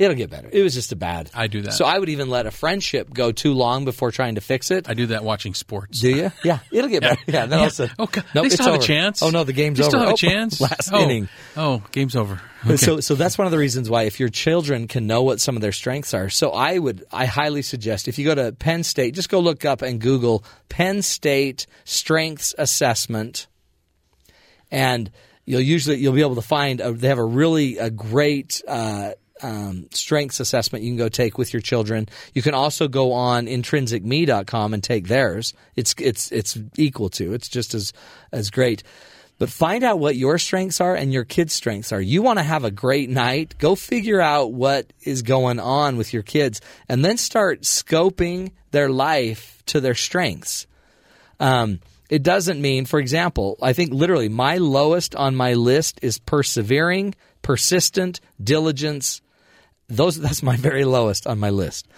Speaker 1: It'll get better. It was just a bad.
Speaker 2: I do that.
Speaker 1: So I would even let a friendship go too long before trying to fix it.
Speaker 2: I do that watching sports.
Speaker 1: Do you? Yeah, it'll get better. Yeah, then all of a sudden-
Speaker 2: Oh, God.
Speaker 1: Nope,
Speaker 2: they
Speaker 1: it's
Speaker 2: still have
Speaker 1: over.
Speaker 2: a chance.
Speaker 1: Oh no, the game's
Speaker 2: they
Speaker 1: over.
Speaker 2: Still have
Speaker 1: Oh,
Speaker 2: a chance.
Speaker 1: Last
Speaker 2: oh.
Speaker 1: inning.
Speaker 2: Oh, game's over.
Speaker 1: But
Speaker 2: Okay.
Speaker 1: So, so that's one of the reasons why if your children can know what some of their strengths are. So I would, I highly suggest if you go to Penn State, just go look up and Google Penn State Strengths Assessment, and you'll usually you'll be able to find a, they have a really a great. Uh, um, strengths assessment you can go take with your children. You can also go on intrinsicme.com and take theirs. It's it's it's equal to. It's just as as great. But find out what your strengths are and your kids' strengths are. You want to have a great night. Go figure out what is going on with your kids and then start scoping their life to their strengths. Um, it doesn't mean, for example, I think literally my lowest on my list is persevering, persistent, diligence. Those that's my very lowest on my list.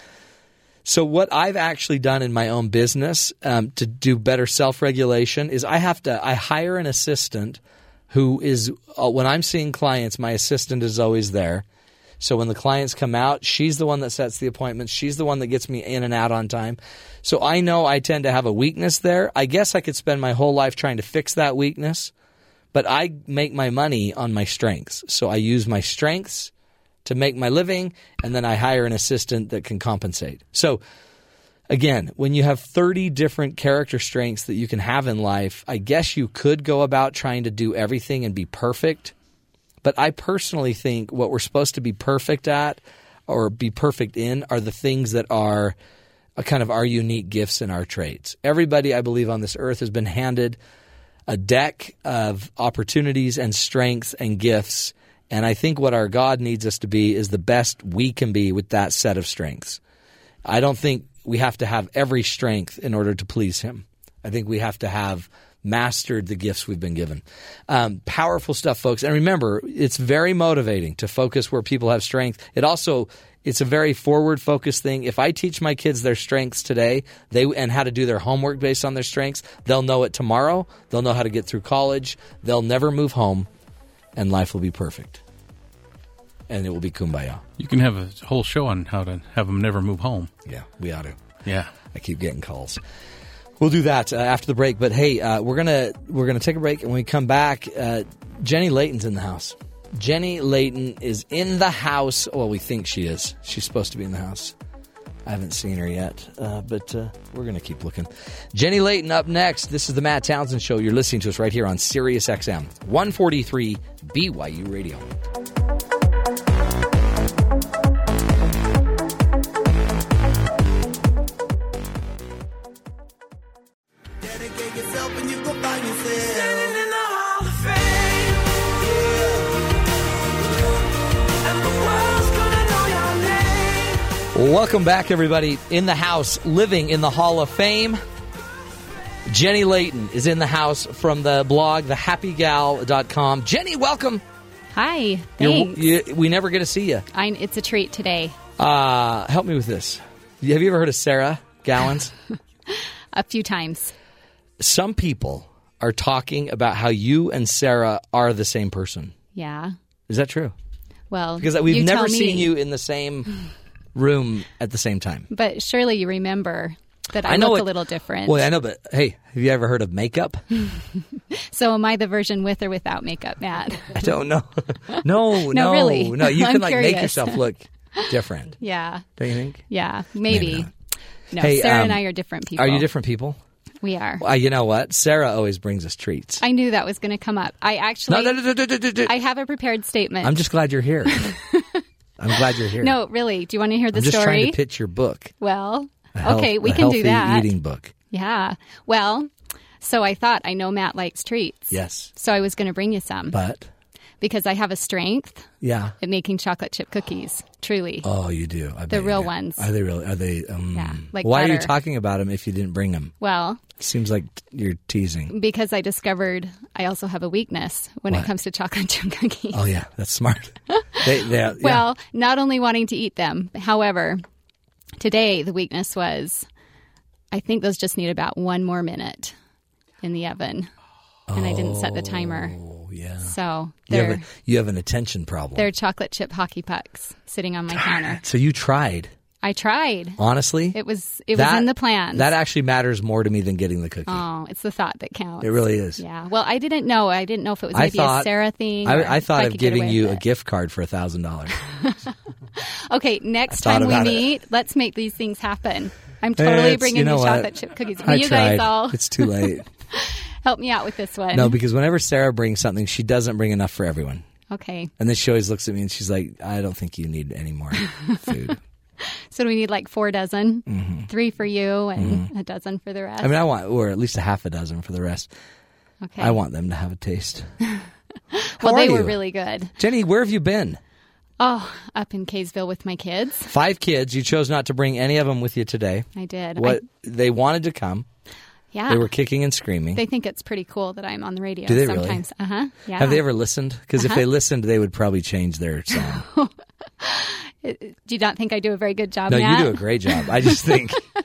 Speaker 1: So what I've actually done in my own business um, to do better self regulation is I have to I hire an assistant who is uh, when I'm seeing clients, my assistant is always there. So when the clients come out, she's the one that sets the appointments. She's the one that gets me in and out on time. So I know I tend to have a weakness there. I guess I could spend my whole life trying to fix that weakness, but I make my money on my strengths. So I use my strengths to make my living, and then I hire an assistant that can compensate. So again, when you have 30 different character strengths that you can have in life, I guess you could go about trying to do everything and be perfect. But I personally think what we're supposed to be perfect at or be perfect in are the things that are a kind of our unique gifts and our traits. Everybody, I believe, on this earth has been handed a deck of opportunities and strengths and gifts. And I think what our God needs us to be is the best we can be with that set of strengths. I don't think we have to have every strength in order to please Him. I think we have to have mastered the gifts we've been given. Um, powerful stuff, folks. And remember, it's very motivating to focus where people have strength. It also it's a very forward focused thing. If I teach my kids their strengths today, they and how to do their homework based on their strengths, they'll know it tomorrow. They'll know how to get through college. They'll never move home, and life will be perfect. And it will be kumbaya.
Speaker 2: you can have a whole show on how to have them never move home.
Speaker 1: Yeah, we ought to.
Speaker 2: Yeah.
Speaker 1: I keep getting calls. We'll do that uh, after the break. But hey, uh, we're gonna we're gonna take a break, and when we come back, uh, Jenny Layton's in the house. Jenny Layton is in the house. Well, we think she is. She's supposed to be in the house. I haven't seen her yet, uh, but uh, we're gonna keep looking. Jenny Layton up next. This is the Matt Townsend Show. You're listening to us right here on Sirius XM 143 BYU Radio.
Speaker 6: Dedicate yourself and you go find yourself.
Speaker 4: Standing in the Hall of Fame. And the world's gonna know your name.
Speaker 1: Welcome back, everybody. In the house, living in the Hall of Fame. Jenny Layton is in the house from the blog, thehappygal.com. Jenny, welcome.
Speaker 7: Hi.
Speaker 1: You're-
Speaker 7: Thanks.
Speaker 1: you- we never get to see you.
Speaker 7: I, it's a treat today.
Speaker 1: Uh, help me with this. Have you ever heard of Sarah Gallons?
Speaker 7: A few times.
Speaker 1: Some people are talking about how you and Sarah are the same person.
Speaker 7: Yeah.
Speaker 1: Is that true?
Speaker 7: Well,
Speaker 1: Because we've
Speaker 7: you
Speaker 1: never
Speaker 7: tell me.
Speaker 1: seen you in the same room at the same time.
Speaker 7: But surely you remember that I, look
Speaker 1: it-
Speaker 7: a little different.
Speaker 1: Well, I know, but hey, have you ever heard of makeup?
Speaker 7: so am I the version with or without makeup, Matt?
Speaker 1: I don't know. no, no, no,
Speaker 7: really.
Speaker 1: no. You
Speaker 7: I'm
Speaker 1: can like make
Speaker 7: curious.
Speaker 1: yourself look different.
Speaker 7: yeah.
Speaker 1: Don't you think?
Speaker 7: Yeah. Maybe.
Speaker 1: not.
Speaker 7: no,
Speaker 1: Hey,
Speaker 7: Sarah and
Speaker 1: um,
Speaker 7: I are different people.
Speaker 1: Are you different people?
Speaker 7: We are.
Speaker 1: Well, you know what? Sarah always brings us treats.
Speaker 7: I knew that was going to come up. I actually,
Speaker 1: no, no, no, no, no, no, no.
Speaker 7: I have a prepared statement.
Speaker 1: I'm just glad you're here. I'm glad you're here.
Speaker 7: no, really. Do you want to hear the
Speaker 1: I'm just
Speaker 7: story?
Speaker 1: trying to pitch your book.
Speaker 7: well,
Speaker 1: A health-
Speaker 7: okay, we
Speaker 1: a
Speaker 7: can do
Speaker 1: healthy
Speaker 7: that.
Speaker 1: Eating book.
Speaker 7: Yeah. Well, so I thought I know Matt likes treats.
Speaker 1: Yes,
Speaker 7: So I was going to bring you some
Speaker 1: but
Speaker 7: because I have a strength
Speaker 1: yeah.
Speaker 7: at making chocolate chip cookies. Truly.
Speaker 1: Oh, you do. I bet you
Speaker 7: real
Speaker 1: do.
Speaker 7: ones.
Speaker 1: Are they really? Are they? Um,
Speaker 7: Yeah, like
Speaker 1: why are you
Speaker 7: butter.
Speaker 1: talking about them if you didn't bring them?
Speaker 7: Well,
Speaker 1: Seems like t- you're teasing.
Speaker 7: because I discovered I also have a weakness when
Speaker 1: What?
Speaker 7: it comes to chocolate chip cookies.
Speaker 1: Oh yeah, that's smart. they, they, yeah.
Speaker 7: Well, not only wanting to eat them, however, today the weakness was I think those just need about one more minute in the oven. And I didn't set the timer.
Speaker 1: Oh, yeah.
Speaker 7: So
Speaker 1: You have,
Speaker 7: they're
Speaker 1: a, you have an attention problem.
Speaker 7: they're chocolate chip hockey pucks sitting on my counter.
Speaker 1: so you tried.
Speaker 7: I tried.
Speaker 1: Honestly,
Speaker 7: It was it
Speaker 1: that-
Speaker 7: was in the plans.
Speaker 1: That actually matters more to me than getting the cookie.
Speaker 7: oh, it's the thought that counts.
Speaker 1: it really is.
Speaker 7: Yeah. Well, I didn't know. I didn't know if it was
Speaker 1: I
Speaker 7: maybe
Speaker 1: thought
Speaker 7: a Sarah thing. or
Speaker 1: I, I
Speaker 7: if
Speaker 1: thought
Speaker 7: could
Speaker 1: of
Speaker 7: get
Speaker 1: giving
Speaker 7: away
Speaker 1: you
Speaker 7: with
Speaker 1: a
Speaker 7: it.
Speaker 1: gift card for a thousand dollars.
Speaker 7: Okay, next
Speaker 1: I thought
Speaker 7: time we
Speaker 1: about it.
Speaker 7: meet, let's make these things happen. I'm totally
Speaker 1: It's-
Speaker 7: bringing
Speaker 1: you know what?
Speaker 7: chocolate chip cookies. Will
Speaker 1: I
Speaker 7: you
Speaker 1: tried.
Speaker 7: guys all
Speaker 1: It's too late.
Speaker 7: help me out with this one?
Speaker 1: no, because whenever Sarah brings something, she doesn't bring enough for everyone.
Speaker 7: okay.
Speaker 1: And then she always looks at me and she's like, "I don't think you need any more food."
Speaker 7: So do we need like four dozen? Three for you and a dozen for the rest.
Speaker 1: Mm-hmm. I mean, I want, or at least a half a dozen for the rest.
Speaker 7: okay.
Speaker 1: I want them to have a taste. How
Speaker 7: well, they
Speaker 1: are
Speaker 7: were
Speaker 1: you?
Speaker 7: really good.
Speaker 1: Jenny, where have you been?
Speaker 7: Oh, up in Kaysville with my kids.
Speaker 1: Five kids. You chose not to bring any of them with you today.
Speaker 7: I did. I-
Speaker 1: What they wanted to come,
Speaker 7: yeah.
Speaker 1: they were kicking and screaming.
Speaker 7: They think it's pretty cool that I'm on the radio
Speaker 1: Do they really?
Speaker 7: sometimes. Uh huh. Yeah. Uh-huh.
Speaker 1: Have they ever listened? Because if they listened, they would probably change their song.
Speaker 7: Do you not think I do a very good job?
Speaker 1: No,
Speaker 7: Matt?
Speaker 1: you do a great job. I just think. I-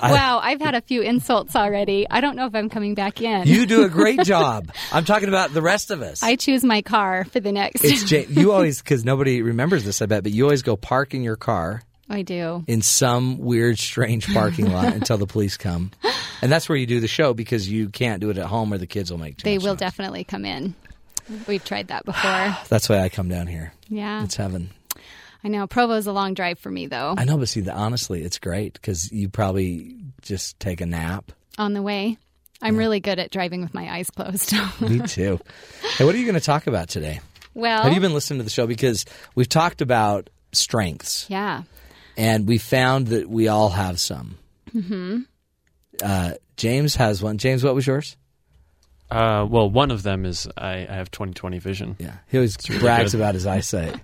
Speaker 7: Wow, I've had a few insults already. I don't know if I'm coming back in.
Speaker 1: You do a great job. I'm talking about the rest of us.
Speaker 7: I choose my car for the next.
Speaker 1: it's ja- you always because nobody remembers this. I bet, but you always go park in your car
Speaker 7: I do.
Speaker 1: in some weird, strange parking lot until the police come, and that's where you do the show because you can't do it at home, or the kids will make. too
Speaker 7: They
Speaker 1: much
Speaker 7: will
Speaker 1: noise.
Speaker 7: definitely come in. We've tried that before.
Speaker 1: That's why I come down here.
Speaker 7: Yeah.
Speaker 1: It's heaven.
Speaker 7: I know. Provo's a long drive for me, though.
Speaker 1: I know, but see, the, honestly, it's great because you probably just take a nap.
Speaker 7: On the way, I'm really good at driving with my eyes closed.
Speaker 1: Me too. hey, what are you going to talk about today?
Speaker 7: well,
Speaker 1: Have you been listening to the show? Because we've talked about strengths,
Speaker 7: yeah.
Speaker 1: and we found that we all have some. Mm-hmm. Uh, James has one. James, what was yours?
Speaker 3: Uh, well, one of them is I, I have 20/20 vision.
Speaker 1: Yeah, he always brags
Speaker 3: good.
Speaker 1: about his eyesight.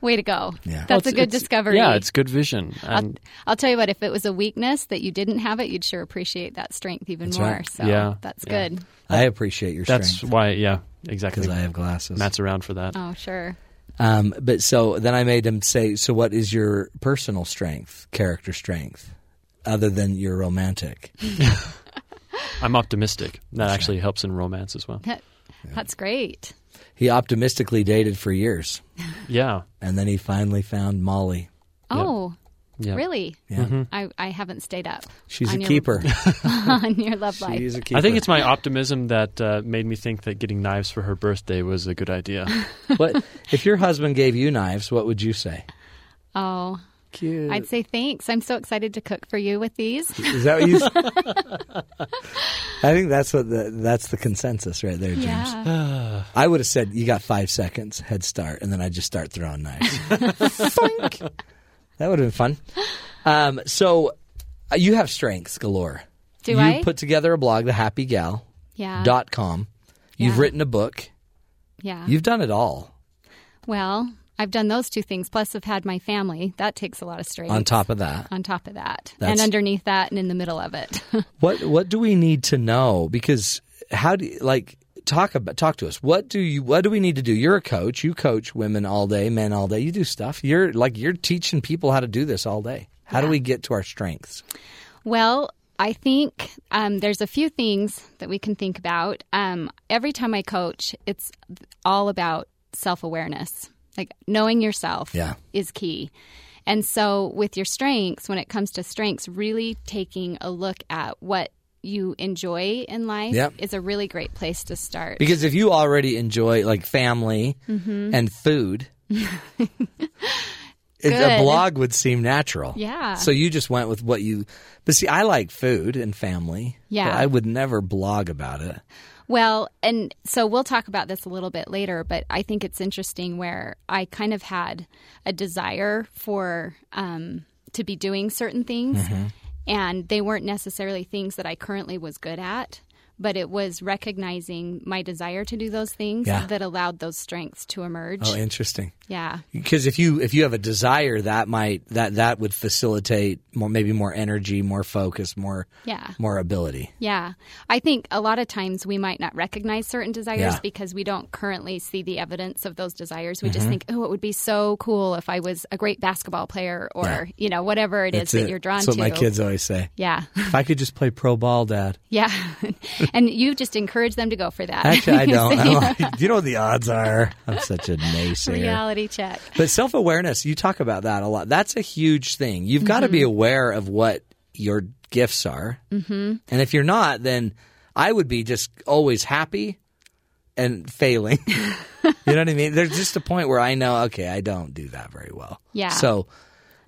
Speaker 7: Way to go.
Speaker 1: Yeah.
Speaker 3: Well,
Speaker 7: That's a
Speaker 3: it's-
Speaker 7: good
Speaker 3: it's-
Speaker 7: discovery.
Speaker 3: Yeah, it's good vision. And
Speaker 7: I'll tell you what, if it was a weakness that you didn't have it, you'd sure appreciate that strength even
Speaker 1: That's
Speaker 7: more.
Speaker 1: right.
Speaker 7: So
Speaker 3: Yeah.
Speaker 7: that's
Speaker 3: Yeah.
Speaker 7: good.
Speaker 1: I appreciate your
Speaker 3: that's
Speaker 1: strength
Speaker 3: why, yeah, exactly.
Speaker 1: because I have glasses.
Speaker 3: Matt's around for that.
Speaker 7: Oh, sure.
Speaker 1: Um, but so then I made him say, "So what is your personal strength, character strength, other than your romantic?"
Speaker 3: I'm optimistic. That actually helps in romance as well.
Speaker 7: That, That's great.
Speaker 1: He optimistically dated for years,
Speaker 3: Yeah.
Speaker 1: and then he finally found Molly.
Speaker 7: Oh,
Speaker 3: Yeah.
Speaker 7: really?
Speaker 1: Yeah,
Speaker 7: I, I haven't stayed up.
Speaker 1: Mm-hmm. she's
Speaker 7: on
Speaker 1: a
Speaker 7: your-
Speaker 1: keeper.
Speaker 7: on your love life.
Speaker 1: She's a keeper.
Speaker 3: I think it's my optimism that uh, made me think that getting knives for her birthday was a good idea.
Speaker 1: what if your husband gave you knives? What would you say?
Speaker 7: Oh,
Speaker 1: Cute.
Speaker 7: I'd say thanks. I'm so excited to cook for you with these.
Speaker 1: Is that what you? I think that's what the that's the consensus right there, James.
Speaker 7: Yeah.
Speaker 1: I would have said you got five seconds head start, and then I just start throwing knives. Boink. that would have been fun. Um, so uh, you have strengths galore.
Speaker 7: Do
Speaker 1: you
Speaker 7: I?
Speaker 1: put together a blog, thehappygal.com.
Speaker 7: yeah.
Speaker 1: You've
Speaker 7: Yeah.
Speaker 1: written a book.
Speaker 7: yeah.
Speaker 1: You've done it all.
Speaker 7: well, I've done those two things. Plus, I've had my family. That takes a lot of strength.
Speaker 1: On top of that,
Speaker 7: on top of that,
Speaker 1: That's-
Speaker 7: and underneath that, and in the middle of it.
Speaker 1: what what do we need to know? Because how do you, like talk about talk to us? What do you what do we need to do? You're a coach. You coach women all day, men all day. You do stuff. You're like you're teaching people how to do this all day. How do we get to our strengths?
Speaker 7: Well, I think um, there's a few things that we can think about. Um, every time I coach, it's all about self awareness. Like knowing yourself
Speaker 1: Yeah.
Speaker 7: is key. And so, with your strengths, when it comes to strengths, really taking a look at what you enjoy in life
Speaker 1: Yep.
Speaker 7: is a really great place to start.
Speaker 1: Because if you already enjoy like family
Speaker 7: Mm-hmm.
Speaker 1: and food, it- a
Speaker 7: Good.
Speaker 1: blog would seem natural.
Speaker 7: Yeah.
Speaker 1: So you just went with what you. But see, I like food and family.
Speaker 7: Yeah.
Speaker 1: But I would never blog about it.
Speaker 7: Well, and so we'll talk about this a little bit later, but I think it's interesting where I kind of had a desire for um, to be doing certain things,
Speaker 1: Mm-hmm.
Speaker 7: and they weren't necessarily things that I currently was good at, but it was recognizing my desire to do those things
Speaker 1: Yeah.
Speaker 7: that allowed those strengths to emerge.
Speaker 1: Oh, interesting.
Speaker 7: yeah.
Speaker 1: Because if you if you have a desire, that might that that would facilitate more maybe more energy, more focus, more
Speaker 7: Yeah.
Speaker 1: more ability.
Speaker 7: Yeah. I think a lot of times we might not recognize certain desires
Speaker 1: Yeah.
Speaker 7: because we don't currently see the evidence of those desires. We
Speaker 1: Mm-hmm.
Speaker 7: just think, oh, it would be so cool if I was a great basketball player or, you know, whatever it is that you're drawn
Speaker 1: That's what
Speaker 7: to.
Speaker 1: my kids always say.
Speaker 7: Yeah.
Speaker 1: If I could just play pro ball, Dad.
Speaker 7: Yeah. and you just encourage them to go for that.
Speaker 1: Actually, I don't.
Speaker 7: So,
Speaker 1: I'm
Speaker 7: yeah,
Speaker 1: like, you know what the odds are? I'm such a naysayer.
Speaker 7: reality check.
Speaker 1: But self awareness, you talk about that a lot. That's a huge thing. You've got to
Speaker 7: Mm-hmm.
Speaker 1: be aware of what your gifts are. Mm-hmm. And if you're not, then I would be just always happy and failing. you know what I mean? There's just a point where I know, okay, I don't do that very well.
Speaker 7: Yeah.
Speaker 1: So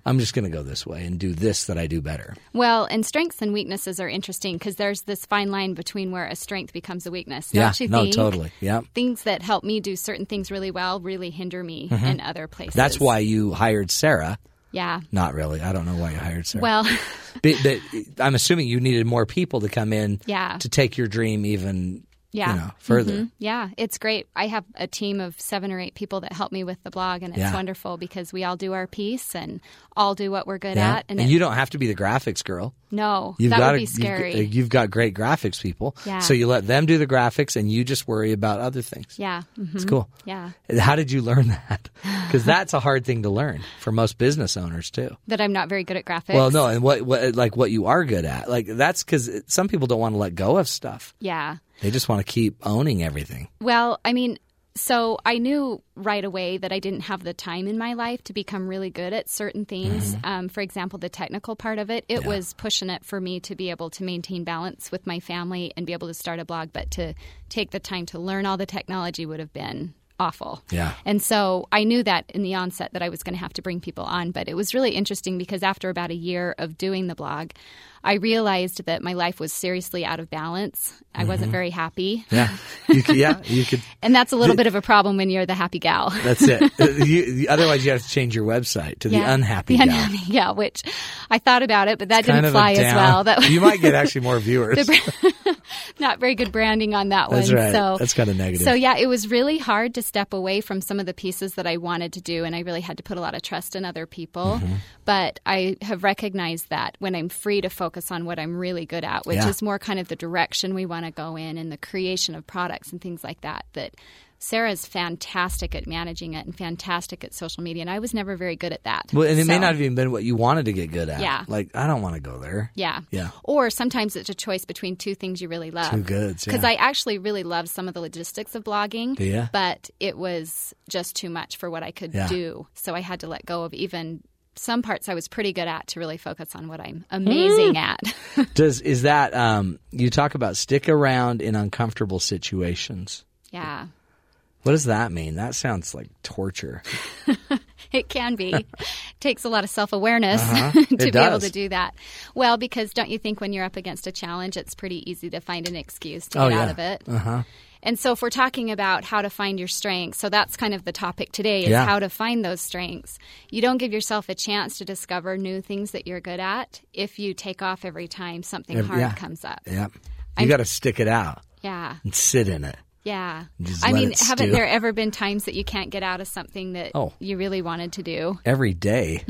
Speaker 1: I'm just going to go this way and do this that I do better.
Speaker 7: Well, and strengths and weaknesses are interesting because there's this fine line between where a strength becomes a weakness. Don't you
Speaker 1: No,
Speaker 7: think?
Speaker 1: totally. Yeah.
Speaker 7: Things that help me do certain things really well really hinder me in other places.
Speaker 1: Mm-hmm. That's why you hired Sarah.
Speaker 7: Yeah.
Speaker 1: Not really. I don't know why you hired Sarah.
Speaker 7: Well,
Speaker 1: But, but I'm assuming you needed more people to come in
Speaker 7: Yeah.
Speaker 1: to take your dream even
Speaker 7: Yeah. Mm-hmm.
Speaker 1: you know, further.
Speaker 7: yeah, it's great. I have a team of seven or eight people that help me with the blog, and it's
Speaker 1: Yeah.
Speaker 7: wonderful because we all do our piece and all do what we're good
Speaker 1: Yeah.
Speaker 7: at.
Speaker 1: And,
Speaker 7: it-
Speaker 1: you don't have to be the graphics girl.
Speaker 7: no,
Speaker 1: You've
Speaker 7: that
Speaker 1: got
Speaker 7: would
Speaker 1: a-
Speaker 7: be scary.
Speaker 1: You've, you've got great graphics people.
Speaker 7: Yeah.
Speaker 1: So you let them do the graphics and you just worry about other things.
Speaker 7: yeah. mhm,
Speaker 1: It's cool.
Speaker 7: Yeah.
Speaker 1: How did you learn that? Because that's a hard thing to learn for most business owners too.
Speaker 7: That I'm not very good at graphics.
Speaker 1: Well, no, and what, what like what you are good at, like that's because some people don't want to let go of stuff.
Speaker 7: Yeah.
Speaker 1: They just want to keep owning everything.
Speaker 7: Well, I mean, so I knew right away that I didn't have the time in my life to become really good at certain things.
Speaker 1: Mm-hmm.
Speaker 7: Um, for example, the technical part of it, it was pushing it for me to be able to maintain balance with my family and be able to start a blog, but to take the time to learn all the technology would have been awful.
Speaker 1: Yeah.
Speaker 7: And so I knew that in the onset that I was going to have to bring people on, but it was really interesting because after about a year of doing the blog, I realized that my life was seriously out of balance. I wasn't very happy.
Speaker 1: Mm-hmm. Yeah, you could, yeah, you could.
Speaker 7: And that's a little bit of a problem when you're the happy gal.
Speaker 1: That's it. Uh, You- otherwise, you have to change your website to the unhappy.
Speaker 7: The
Speaker 1: gal.
Speaker 7: unhappy gal, which I thought about it, but that didn't
Speaker 1: Kind of a
Speaker 7: fly as
Speaker 1: down-
Speaker 7: well. That was
Speaker 1: you might get actually more viewers.
Speaker 7: not very good branding on that
Speaker 1: That's
Speaker 7: one.
Speaker 1: right.
Speaker 7: So
Speaker 1: That's kinda negative.
Speaker 7: So yeah, it was really hard to step away from some of the pieces that I wanted to do, and I really had to put a lot of trust in other people.
Speaker 1: Mm-hmm.
Speaker 7: But I have recognized that when I'm free to focus on what I'm really good at, which
Speaker 1: Yeah.
Speaker 7: is more kind of the direction we want to go in and the creation of products and things like that, that. Sarah's fantastic at managing it and fantastic at social media, and I was never very good at that.
Speaker 1: Well, and it may
Speaker 7: So-
Speaker 1: not have even been what you wanted to get good at.
Speaker 7: Yeah.
Speaker 1: Like, I don't want to go there.
Speaker 7: Yeah.
Speaker 1: Yeah.
Speaker 7: Or sometimes it's a choice between two things you really love.
Speaker 1: Two goods,
Speaker 7: Because
Speaker 1: yeah.
Speaker 7: I actually really love some of the logistics of blogging.
Speaker 1: ya?
Speaker 7: But it was just too much for what I could
Speaker 1: Yeah.
Speaker 7: do. So I had to let go of even some parts I was pretty good at to really focus on what
Speaker 1: Hmm.
Speaker 7: I'm amazing at.
Speaker 1: Does is that um you talk about stick around in uncomfortable situations.
Speaker 7: yeah.
Speaker 1: What does that mean? That sounds like torture.
Speaker 7: It can be. Takes a lot of self awareness to
Speaker 1: Uh-huh. It
Speaker 7: be able
Speaker 1: does.
Speaker 7: to do that. Well, because don't you think when you're up against a challenge, it's pretty easy to find an excuse to
Speaker 1: Oh,
Speaker 7: get out
Speaker 1: yeah.
Speaker 7: of it? Uh-huh. And so, if we're talking about how to find your strengths, so that's kind of the topic today is
Speaker 1: Yeah.
Speaker 7: how to find those strengths. You don't give yourself a chance to discover new things that you're good at if you take off every time something
Speaker 1: Every-
Speaker 7: hard
Speaker 1: yeah.
Speaker 7: comes up.
Speaker 1: Yep. You got to stick it out
Speaker 7: Yeah.
Speaker 1: and sit in it.
Speaker 7: Yeah.
Speaker 1: Just
Speaker 7: I
Speaker 1: let
Speaker 7: mean,
Speaker 1: it
Speaker 7: haven't
Speaker 1: stew.
Speaker 7: there ever been times that you can't get out of something that
Speaker 1: Oh.
Speaker 7: you really wanted to do?
Speaker 1: Every day,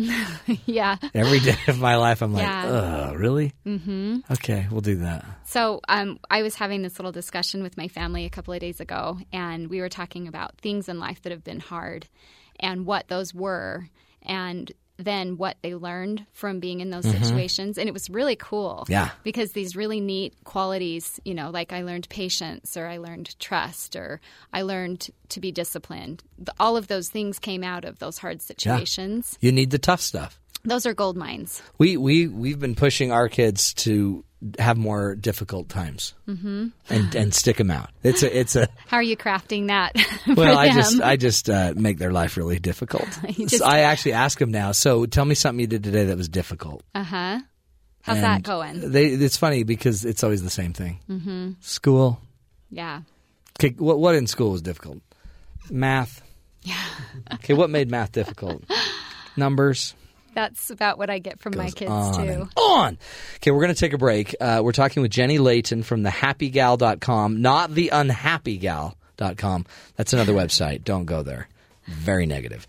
Speaker 7: yeah.
Speaker 1: every day of my life, I'm like,
Speaker 7: Yeah.
Speaker 1: ugh, really? Mm-hmm. Okay, we'll do that.
Speaker 7: So um, I was having this little discussion with my family a couple of days ago, and we were talking about things in life that have been hard and what those were, and then what they learned from being in those situations. And it was really cool.
Speaker 1: Mm-hmm. Yeah.
Speaker 7: Because these really neat qualities, you know, like I learned patience or I learned trust or I learned to be disciplined. The- All of those things came out of those hard situations.
Speaker 1: You need the tough stuff.
Speaker 7: Those are gold mines.
Speaker 1: We we we've been pushing our kids to have more difficult times mm-hmm. and and stick them out. It's a it's a
Speaker 7: How are you crafting that?
Speaker 1: Well,
Speaker 7: for
Speaker 1: I
Speaker 7: them?
Speaker 1: just I just uh, make their life really difficult.
Speaker 7: just-
Speaker 1: So I actually ask them now. So tell me something you did today that was difficult.
Speaker 7: Uh huh. How's
Speaker 1: And
Speaker 7: that going?
Speaker 1: They, it's funny because it's always the same thing. Mm-hmm. School.
Speaker 7: Yeah.
Speaker 1: Okay, what what in school was difficult? Math. Yeah. Okay, what made math difficult? Numbers.
Speaker 7: That's about what I get from my kids, too.
Speaker 1: on. Okay, we're going to take a break. Uh, we're talking with Jenny Layton from thehappygal.com, not the unhappygal.com. That's another website. Don't go there. Very negative.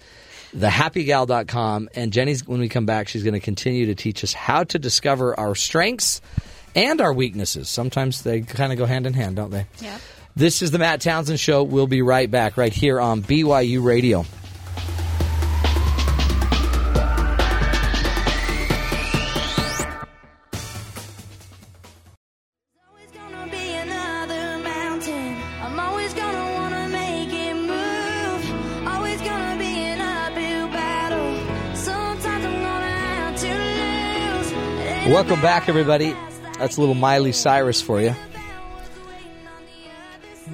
Speaker 1: Thehappygal.com. And Jenny's, when we come back, she's going to continue to teach us how to discover our strengths and our weaknesses. Sometimes they kind of go hand in hand, don't they?
Speaker 7: Yeah.
Speaker 1: This is the Matt Townsend Show. We'll be right back right here on BYU Radio.
Speaker 4: Always gonna be enough.
Speaker 1: Welcome back, everybody. That's a little Miley Cyrus for you.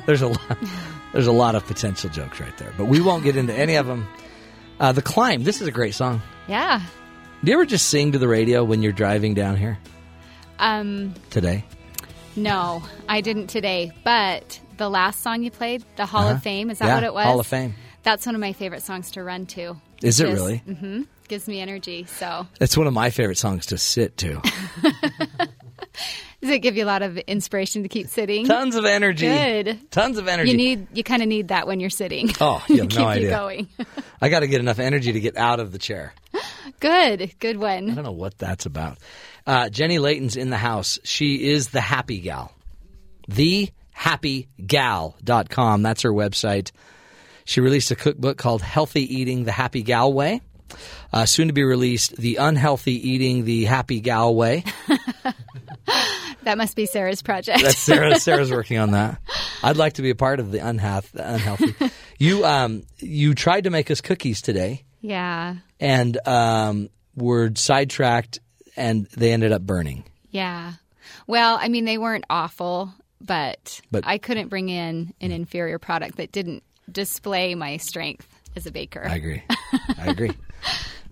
Speaker 1: There's a lot, there's a lot of potential jokes right there, but we won't get into any of them. Uh, the climb. This is a great song.
Speaker 7: Yeah.
Speaker 1: Do you ever just sing to the radio when you're driving down here
Speaker 7: Um,
Speaker 1: today?
Speaker 7: no, I didn't today. But the last song you played, the Hall
Speaker 1: Huh?
Speaker 7: of Fame, is that
Speaker 1: Uh-huh. Yeah,
Speaker 7: what it was?
Speaker 1: Hall of Fame.
Speaker 7: That's one of my favorite songs to run to.
Speaker 1: Is it really?
Speaker 7: hmm Gives me energy. So
Speaker 1: It's one of my favorite songs to sit to.
Speaker 7: does it give you a lot of inspiration to keep sitting?
Speaker 1: Tons of energy.
Speaker 7: Good.
Speaker 1: Tons of energy.
Speaker 7: You need, you kind of need that when you're sitting.
Speaker 1: Oh, you have
Speaker 7: keep
Speaker 1: no
Speaker 7: you
Speaker 1: idea.
Speaker 7: going.
Speaker 1: I got to get enough energy to get out of the chair.
Speaker 7: Good, good
Speaker 1: I
Speaker 7: one.
Speaker 1: don't know what that's about. Uh, Jenny Layton's in the house. She is the happy gal. Thehappygal.com. That's her website. She released a cookbook called Healthy Eating the Happy Gal Way. Uh, soon to be released, The Unhealthy Eating the Happy Gal Way.
Speaker 7: That must be Sarah's project.
Speaker 1: That's Sarah. Sarah's working on that. I'd like to be a part of the unhealthy. The unhealthy. you, um, you tried to make us cookies today,
Speaker 7: yeah,
Speaker 1: and um, were sidetracked, and they ended up burning.
Speaker 7: yeah. Well, I mean, they weren't awful, but,
Speaker 1: But-
Speaker 7: I couldn't bring in an inferior product that didn't display my strength as a baker.
Speaker 1: I agree. I agree.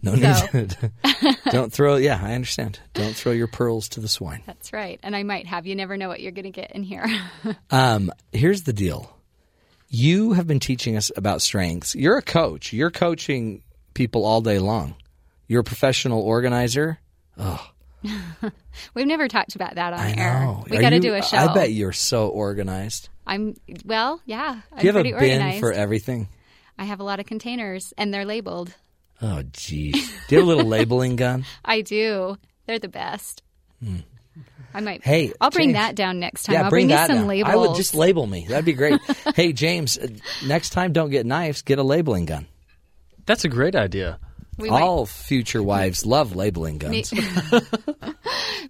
Speaker 1: No need. Don't throw. Yeah, I understand. Don't throw your pearls to the swine.
Speaker 7: That's right. And I might have. You never know what you're going to get in here.
Speaker 1: Um, here's the deal. You have been teaching us about strengths. You're a coach. You're coaching people all day long. You're a professional organizer.
Speaker 7: We've never talked about that on
Speaker 1: I
Speaker 7: air.
Speaker 1: know.
Speaker 7: We
Speaker 1: Oh, Are
Speaker 7: got to
Speaker 1: you-
Speaker 7: do a show.
Speaker 1: I bet you're so organized.
Speaker 7: I'm, well, yeah. I'm
Speaker 1: Do you have
Speaker 7: pretty
Speaker 1: a bin
Speaker 7: organized.
Speaker 1: for e- everything?
Speaker 7: I have a lot of containers and they're labeled.
Speaker 1: Oh, geez. Do you have a little labeling gun?
Speaker 7: I do. They're the best. I might.
Speaker 1: Hmm. Hey,
Speaker 7: I'll bring
Speaker 1: James.
Speaker 7: that down next time.
Speaker 1: yeah,
Speaker 7: I'll
Speaker 1: bring,
Speaker 7: bring,
Speaker 1: that
Speaker 7: you some
Speaker 1: down.
Speaker 7: labels.
Speaker 1: I would just label me. That'd be great. hey, James, uh, next time don't get knives, get a labeling gun.
Speaker 3: That's a great idea.
Speaker 7: We might-
Speaker 1: All future wives love labeling guns.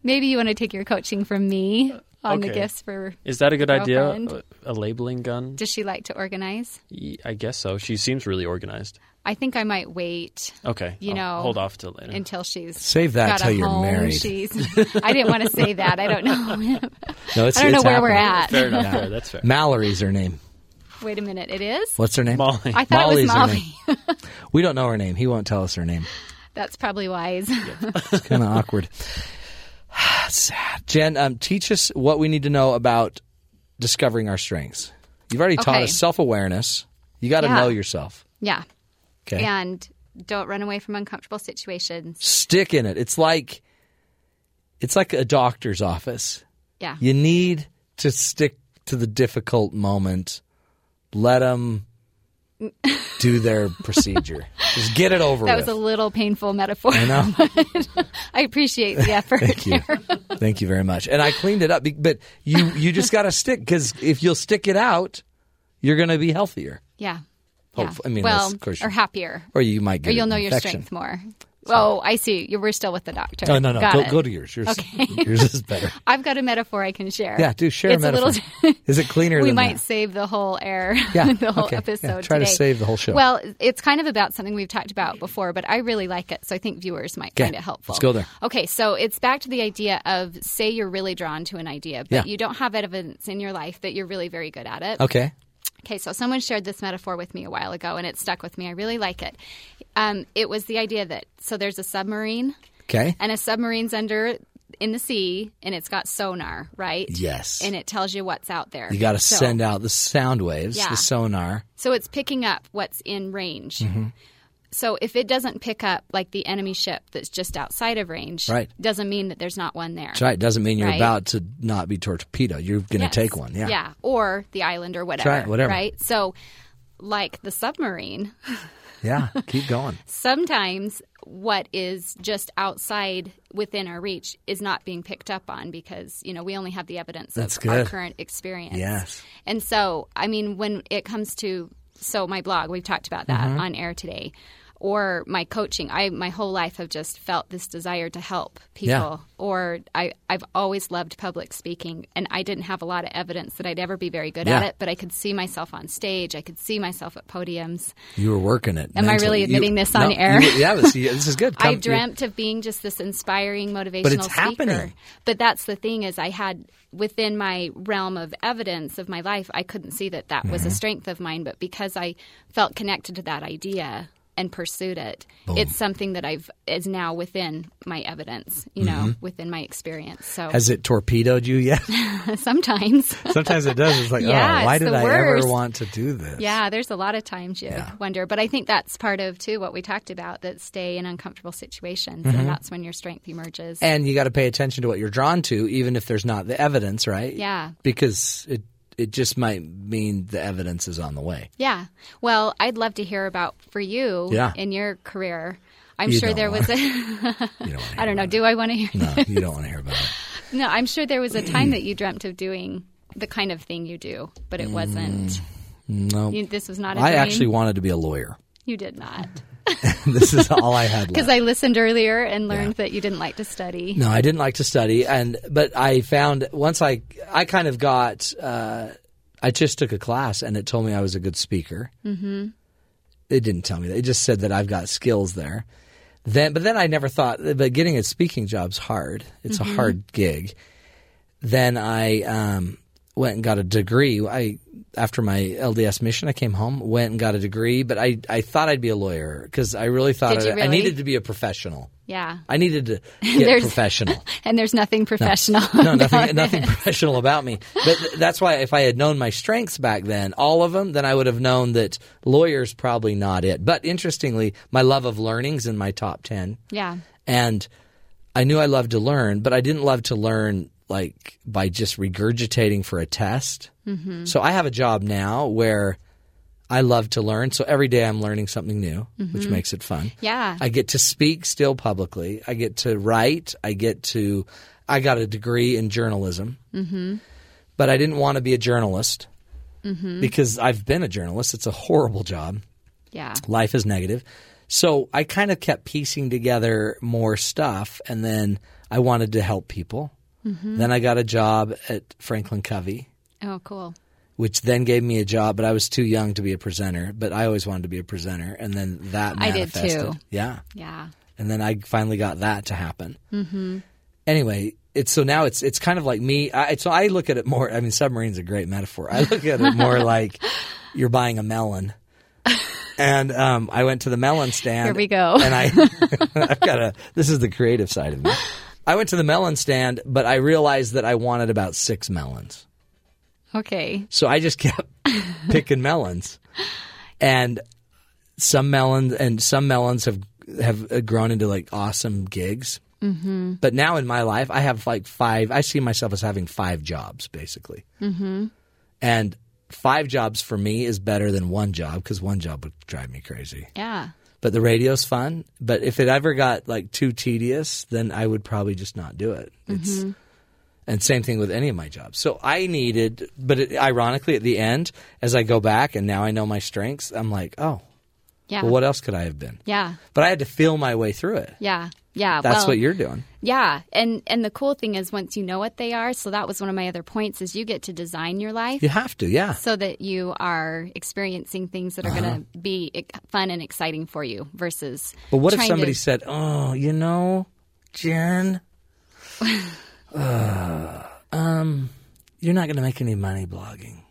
Speaker 7: maybe you want to take your coaching from me on the
Speaker 3: Okay.
Speaker 7: gifts for.
Speaker 3: Is that a good idea?
Speaker 7: Girlfriend.
Speaker 3: A, a labeling gun?
Speaker 7: Does she like to organize?
Speaker 3: Y- I guess so. She seems really organized.
Speaker 7: I think I might wait
Speaker 3: Okay.
Speaker 7: You
Speaker 3: I'll
Speaker 7: know,
Speaker 3: hold off till later.
Speaker 7: until she's
Speaker 1: Save that
Speaker 7: got a
Speaker 1: till you're
Speaker 7: home.
Speaker 1: married.
Speaker 7: She's. I didn't want to say that. I don't know.
Speaker 1: No, it's,
Speaker 7: I don't know
Speaker 1: it's
Speaker 7: where we're
Speaker 1: happening.
Speaker 7: at.
Speaker 3: fair enough. Fair, that's fair.
Speaker 1: Mallory's her name.
Speaker 7: Wait a minute. It is.
Speaker 1: What's her name?
Speaker 3: Molly.
Speaker 7: I thought it
Speaker 1: Molly's
Speaker 7: was
Speaker 1: her
Speaker 7: Molly.
Speaker 1: We don't know her name. He won't tell us her name.
Speaker 7: That's probably wise.
Speaker 1: It's kind of awkward. Sad. Jen, um, teach us what we need to know about discovering our strengths. You've already taught
Speaker 7: Okay.
Speaker 1: us self awareness. You got to
Speaker 7: Yeah.
Speaker 1: know yourself.
Speaker 7: yeah.
Speaker 1: Okay.
Speaker 7: And don't run away from uncomfortable situations.
Speaker 1: Stick in it. It's like it's like a doctor's office.
Speaker 7: Yeah.
Speaker 1: You need to stick to the difficult moment. Let them do their procedure. Just get it over
Speaker 7: That
Speaker 1: with.
Speaker 7: was a little painful metaphor.
Speaker 1: you know?
Speaker 7: I appreciate the effort.
Speaker 1: Thank you. Thank you very much. And I cleaned it up, be- but you you just got to stick because if you'll stick it out, you're going to be healthier,
Speaker 7: Yeah.
Speaker 1: Hopef- I mean,
Speaker 7: well,
Speaker 1: that's- of course you-
Speaker 7: or happier,
Speaker 1: or you might get
Speaker 7: or you'll
Speaker 1: an
Speaker 7: know your
Speaker 1: infection.
Speaker 7: strength more. Oh, I see. You were still with the doctor.
Speaker 1: Oh no no,
Speaker 7: Got
Speaker 1: go,
Speaker 7: it.
Speaker 1: go to yours. Yours, yours is better.
Speaker 7: I've got a metaphor I can share.
Speaker 1: Yeah, do share
Speaker 7: it's
Speaker 1: a metaphor.
Speaker 7: A little,
Speaker 1: is it cleaner?
Speaker 7: we
Speaker 1: than
Speaker 7: might
Speaker 1: that?
Speaker 7: save the whole air.
Speaker 1: Yeah,
Speaker 7: the whole
Speaker 1: okay. Yeah,
Speaker 7: episode.
Speaker 1: try to
Speaker 7: today.
Speaker 1: save the whole show.
Speaker 7: Well, it's kind of about something we've talked about before, but I really like it, so I think viewers might
Speaker 1: Okay,
Speaker 7: find it helpful.
Speaker 1: let's go there.
Speaker 7: Okay, so it's back to the idea of say you're really drawn to an idea, but
Speaker 1: Yeah.
Speaker 7: you don't have evidence in your life that you're really very good at it.
Speaker 1: Okay,
Speaker 7: Okay, so someone shared this metaphor with me a while ago, and it stuck with me. I really like it. Um, it was the idea that so there's a submarine,
Speaker 1: okay.
Speaker 7: and a submarine's under in the sea, and it's got sonar, right?
Speaker 1: Yes.
Speaker 7: And it tells you what's out there.
Speaker 1: You got to
Speaker 7: So-
Speaker 1: send out the sound waves,
Speaker 7: Yeah.
Speaker 1: the sonar.
Speaker 7: So it's picking up what's in range.
Speaker 1: Mm-hmm.
Speaker 7: So if it doesn't pick up like the enemy ship that's just outside of range,
Speaker 1: Right.
Speaker 7: doesn't mean that there's not one there.
Speaker 1: That's right. Doesn't mean you're
Speaker 7: Right.
Speaker 1: about to not be torpedoed. You're going to
Speaker 7: Yes.
Speaker 1: take one. Yeah.
Speaker 7: Yeah. Or the island or whatever.
Speaker 1: right, whatever.
Speaker 7: Right. So, like the submarine,
Speaker 1: Yeah. Keep going.
Speaker 7: sometimes what is just outside within our reach is not being picked up on because you know we only have the evidence
Speaker 1: That's
Speaker 7: of our
Speaker 1: good.
Speaker 7: current experience
Speaker 1: Yes.
Speaker 7: and
Speaker 1: Mm-hmm.
Speaker 7: so i mean when it comes to so my blog we've talked about that on air today or my coaching. I my whole life have just felt this desire to help people.
Speaker 1: Yeah.
Speaker 7: Or I I've always loved public speaking, and I didn't have a lot of evidence that I'd ever be very good at
Speaker 1: Yeah.
Speaker 7: it, but I could see myself on stage. I could see myself at podiums.
Speaker 1: You were working it.
Speaker 7: Am I
Speaker 1: mentally.
Speaker 7: really
Speaker 1: You-
Speaker 7: admitting this on
Speaker 1: no,
Speaker 7: air?
Speaker 1: you- yeah, this, yeah, this is good. Come-
Speaker 7: I
Speaker 1: you-
Speaker 7: dreamt of being just this inspiring motivational
Speaker 1: it's
Speaker 7: speaker.
Speaker 1: happening.
Speaker 7: But that's the thing is I had within my realm of evidence of my life, I couldn't see that that was a
Speaker 1: Mm-hmm.
Speaker 7: strength of mine, but because I felt connected to that idea and pursued it, it's something that I've is now within my evidence, you know, within my experience. So
Speaker 1: Mm-hmm. Has it torpedoed you yet?
Speaker 7: sometimes
Speaker 1: Sometimes it does. It's like,
Speaker 7: Yeah,
Speaker 1: oh, why
Speaker 7: it's
Speaker 1: did
Speaker 7: the
Speaker 1: I
Speaker 7: worst.
Speaker 1: ever want to do this?
Speaker 7: Yeah, there's a lot of times you
Speaker 1: Yeah.
Speaker 7: wonder, but I think that's part of too what we talked about that stay in uncomfortable situations, and that's when your strength emerges.
Speaker 1: Mm-hmm. And you got to pay attention to what you're drawn to, even if there's not the evidence, right?
Speaker 7: Yeah.
Speaker 1: Because it it just might mean the evidence is on the way.
Speaker 7: yeah. Well, I'd love to hear about for you
Speaker 1: Yeah.
Speaker 7: in your career. I'm
Speaker 1: You
Speaker 7: sure
Speaker 1: don't
Speaker 7: there was a
Speaker 1: You don't wanna hear
Speaker 7: I don't know,
Speaker 1: about
Speaker 7: do I want to hear
Speaker 1: it. No, Uh, you don't want to hear about it.
Speaker 7: No, I'm sure there was a time that you dreamt of doing the kind of thing you do, but it wasn't.
Speaker 1: No.
Speaker 7: You, this was not a
Speaker 1: Mm. I
Speaker 7: dream.
Speaker 1: actually wanted to be a lawyer.
Speaker 7: you did not.
Speaker 1: this is all I had
Speaker 7: Because
Speaker 1: left.
Speaker 7: I listened earlier and learned that you didn't like to study.
Speaker 1: No, I didn't like to study, and but I found once I I kind of got uh, I just took a class and it told me I was a good speaker. Mm-hmm. It didn't tell me that. It just said that I've got skills there. Then, but then I never thought. But getting a speaking job's hard. It's
Speaker 7: Mm-hmm.
Speaker 1: a hard gig. Then I um, went and got a degree. I after my LDS mission, I came home, went and got a degree. But I I thought I'd be a lawyer because I really thought
Speaker 7: Did you
Speaker 1: I- I
Speaker 7: really?
Speaker 1: needed to be a professional.
Speaker 7: Yeah.
Speaker 1: I needed to get
Speaker 7: There's-
Speaker 1: professional.
Speaker 7: And there's nothing professional.
Speaker 1: No, nothing, nothing professional about me. But th- that's why if I had known my strengths back then, all of them, then I would have known that lawyer's probably not it. But interestingly, my love of learning's in my top 10.
Speaker 7: yeah.
Speaker 1: And I knew I loved to learn, but I didn't love to learn like by just regurgitating for a test. Mm-hmm. So I have a job now where I love to learn. So every day I'm learning something new, which makes it fun.
Speaker 7: Yeah.
Speaker 1: I get to speak still publicly. I get to write. I get to. I got a degree in journalism, mm-hmm. but I didn't want to be a journalist because I've been a journalist. It's a horrible job.
Speaker 7: yeah.
Speaker 1: Life is negative. So I kind of kept piecing together more stuff, and then I wanted to help people.
Speaker 7: Mm-hmm.
Speaker 1: Then I got a job at Franklin Covey,
Speaker 7: Oh, cool.
Speaker 1: which then gave me a job, but I was too young to be a presenter. But I always wanted to be a presenter, and then that
Speaker 7: I did, too.
Speaker 1: manifested. Yeah
Speaker 7: Yeah.
Speaker 1: and then I finally got that to happen. Mm-hmm. Anyway, it's so now it's it's kind of like me. I, it's- so I look at it more. I mean, submarine's a great metaphor. I look at it more like you're buying a melon. And um, I went to the melon stand.
Speaker 7: Here we go.
Speaker 1: And I, I've got a. This is the creative side of me. I went to the melon stand, but I realized that I wanted about six melons.
Speaker 7: Okay.
Speaker 1: So I just kept picking melons, and some melons and some melons have have grown into like awesome gigs. Mm-hmm. But now in my life, I have like five. I see myself as having five jobs basically, mm-hmm. and five jobs for me is better than one job because one job would drive me crazy.
Speaker 7: Yeah.
Speaker 1: But the radio's fun. But if it ever got like too tedious, then I would probably just not do it. It's
Speaker 7: Mm-hmm.
Speaker 1: and same thing with any of my jobs. So I needed, but it, ironically, at the end, as I go back and now I know my strengths, I'm like, oh,
Speaker 7: Yeah.
Speaker 1: well, what else could I have been?
Speaker 7: Yeah.
Speaker 1: But I had to feel my way through it.
Speaker 7: Yeah. Yeah.
Speaker 1: That's
Speaker 7: well,
Speaker 1: what you're doing.
Speaker 7: Yeah, and and the cool thing is once you know what they are, so that was one of my other points is you get to design your life
Speaker 1: You have to, yeah.
Speaker 7: so that you are experiencing things that are going to be ec- fun and exciting for you versus
Speaker 1: Uh-huh. But what if
Speaker 7: trying
Speaker 1: somebody
Speaker 7: to,
Speaker 1: said, oh, you know, Jen, uh, um, you're not going to make any money blogging.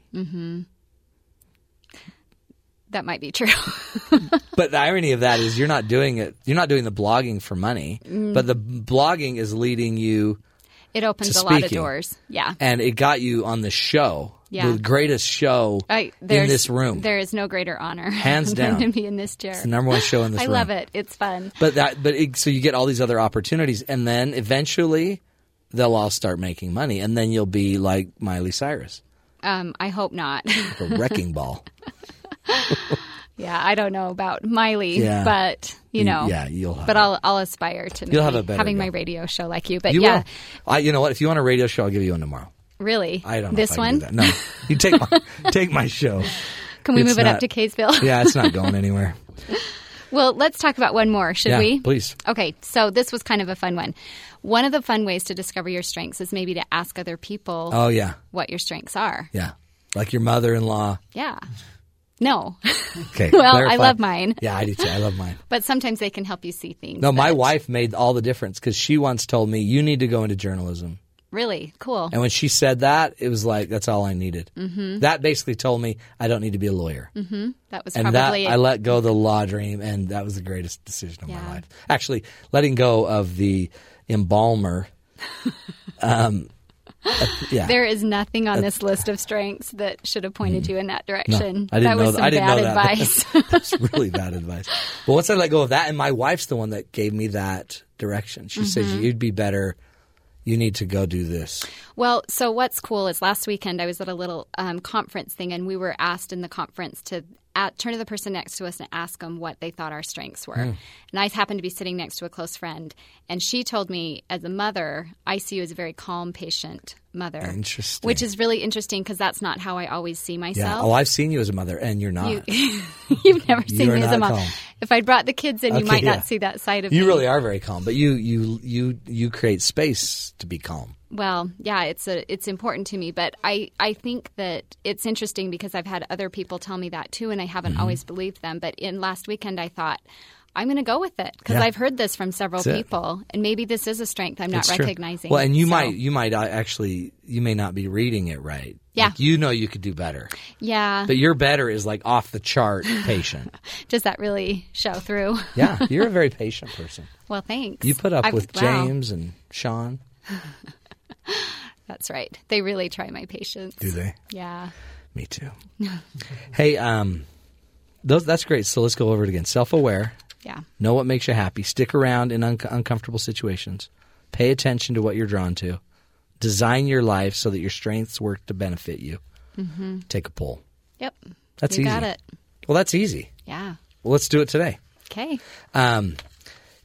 Speaker 7: that might be true.
Speaker 1: But the irony of that is you're not doing it. You're not doing the blogging for money,
Speaker 7: Mm.
Speaker 1: but the blogging is leading you
Speaker 7: it opens
Speaker 1: To
Speaker 7: a lot of
Speaker 1: speaking.
Speaker 7: doors. Yeah.
Speaker 1: and it got you on the show,
Speaker 7: Yeah.
Speaker 1: the greatest show
Speaker 7: I,
Speaker 1: in
Speaker 7: there's-
Speaker 1: this room,
Speaker 7: There is no greater honor
Speaker 1: Hands
Speaker 7: than
Speaker 1: down.
Speaker 7: to be in this chair.
Speaker 1: the number one show in this
Speaker 7: I
Speaker 1: room.
Speaker 7: love it. It's fun.
Speaker 1: But that, but it, so you get all these other opportunities, and then eventually they'll all start making money, and then you'll be like Miley Cyrus,
Speaker 7: Um, I hope not.
Speaker 1: a wrecking ball.
Speaker 7: yeah, I don't know about Miley,
Speaker 1: Yeah.
Speaker 7: but you
Speaker 1: Y-
Speaker 7: know,
Speaker 1: yeah, you'll have
Speaker 7: but
Speaker 1: it.
Speaker 7: I'll I'll aspire to maybe
Speaker 1: have a better
Speaker 7: having my
Speaker 1: go.
Speaker 7: radio show like you. But
Speaker 1: You
Speaker 7: yeah,
Speaker 1: will. I, you know what? If you want a radio show, I'll give you one tomorrow.
Speaker 7: Really?
Speaker 1: I don't know
Speaker 7: This
Speaker 1: if I
Speaker 7: one?
Speaker 1: Can, do that. No, you take my, take my show.
Speaker 7: Can we
Speaker 1: It's
Speaker 7: move it up
Speaker 1: not-
Speaker 7: to Kaysville?
Speaker 1: Yeah, it's not going anywhere.
Speaker 7: Well, let's talk about one more, should
Speaker 1: Yeah,
Speaker 7: we?
Speaker 1: please.
Speaker 7: Okay, so this was kind of a fun one. One of the fun ways to discover your strengths is maybe to ask other people
Speaker 1: Oh yeah,
Speaker 7: what your strengths are.
Speaker 1: yeah. Like your mother-in-law.
Speaker 7: Yeah. No.
Speaker 1: Okay.
Speaker 7: Well, I
Speaker 1: clarify.
Speaker 7: love mine.
Speaker 1: Yeah, I do too. I love mine.
Speaker 7: but sometimes they can help you see things.
Speaker 1: No, my
Speaker 7: that-
Speaker 1: wife made all the difference because she once told me, "You need to go into journalism."
Speaker 7: Really? Cool.
Speaker 1: And when she said that, it was like that's all I needed. Mm-hmm. That basically told me I don't need to be a lawyer.
Speaker 7: That was
Speaker 1: and that
Speaker 7: Mm-hmm. probably
Speaker 1: I let go of the law dream, and that was the greatest decision of
Speaker 7: Yeah.
Speaker 1: my life. Actually, letting go of the embalmer. um, yeah,
Speaker 7: There is nothing on this list of strengths that should have pointed you in that direction.
Speaker 1: Mm. I didn't
Speaker 7: that was
Speaker 1: know that.
Speaker 7: some
Speaker 1: I didn't
Speaker 7: bad
Speaker 1: know that.
Speaker 7: advice.
Speaker 1: That's really bad advice. But once I let go of that, and my wife's the one that gave me that direction. She says
Speaker 7: Mm-hmm.
Speaker 1: you'd be better. You need to go do this.
Speaker 7: Well, so what's cool is last weekend I was at a little um, conference thing, and we were asked in the conference to at, turn to the person next to us and ask them what they thought our strengths were.
Speaker 1: Hmm.
Speaker 7: And I happened to be sitting next to a close friend, and she told me, as a mother, I see you as a very calm, patient mother.
Speaker 1: Interesting.
Speaker 7: Which is really interesting because that's not how I always see myself.
Speaker 1: Yeah. Oh, I've seen you as a mother, and you're not. You,
Speaker 7: You've never seen
Speaker 1: are
Speaker 7: me as a
Speaker 1: not
Speaker 7: mom.
Speaker 1: calm.
Speaker 7: If I brought the kids in, you
Speaker 1: Okay,
Speaker 7: might
Speaker 1: yeah.
Speaker 7: not see that side of me.
Speaker 1: really are very calm, but you you you you create space to be calm.
Speaker 7: Well, yeah, it's a it's important to me, but I I think that it's interesting because I've had other people tell me that too, and I haven't
Speaker 1: Mm-hmm.
Speaker 7: always believed them. But in last weekend, I thought. I'm going to go with it because
Speaker 1: Yeah.
Speaker 7: I've heard this from several
Speaker 1: That's it.
Speaker 7: people, and maybe this is a strength I'm not
Speaker 1: It's true.
Speaker 7: recognizing.
Speaker 1: Well, and you
Speaker 7: So,
Speaker 1: might you might uh, actually you may not be reading it right.
Speaker 7: Yeah.
Speaker 1: Like, you know you could do better,
Speaker 7: yeah.
Speaker 1: but your better is like off the chart patient.
Speaker 7: Does that really show through?
Speaker 1: yeah, you're a very patient person.
Speaker 7: well, thanks.
Speaker 1: You put up
Speaker 7: I've-
Speaker 1: with
Speaker 7: wow,
Speaker 1: James and Sean.
Speaker 7: That's right. They really try my patience.
Speaker 1: they?
Speaker 7: Yeah.
Speaker 1: Me too. hey, um, those that's great. So let's go over it again. Self aware.
Speaker 7: Yeah.
Speaker 1: Know what makes you happy. Stick around in un- uncomfortable situations. Pay attention to what you're drawn to. Design your life so that your strengths work to benefit you.
Speaker 7: Mm-hmm.
Speaker 1: Take a poll.
Speaker 7: Yep.
Speaker 1: That's
Speaker 7: you
Speaker 1: easy.
Speaker 7: got it.
Speaker 1: Well, that's easy.
Speaker 7: Yeah.
Speaker 1: Well, let's do it today.
Speaker 7: Okay.
Speaker 1: Um,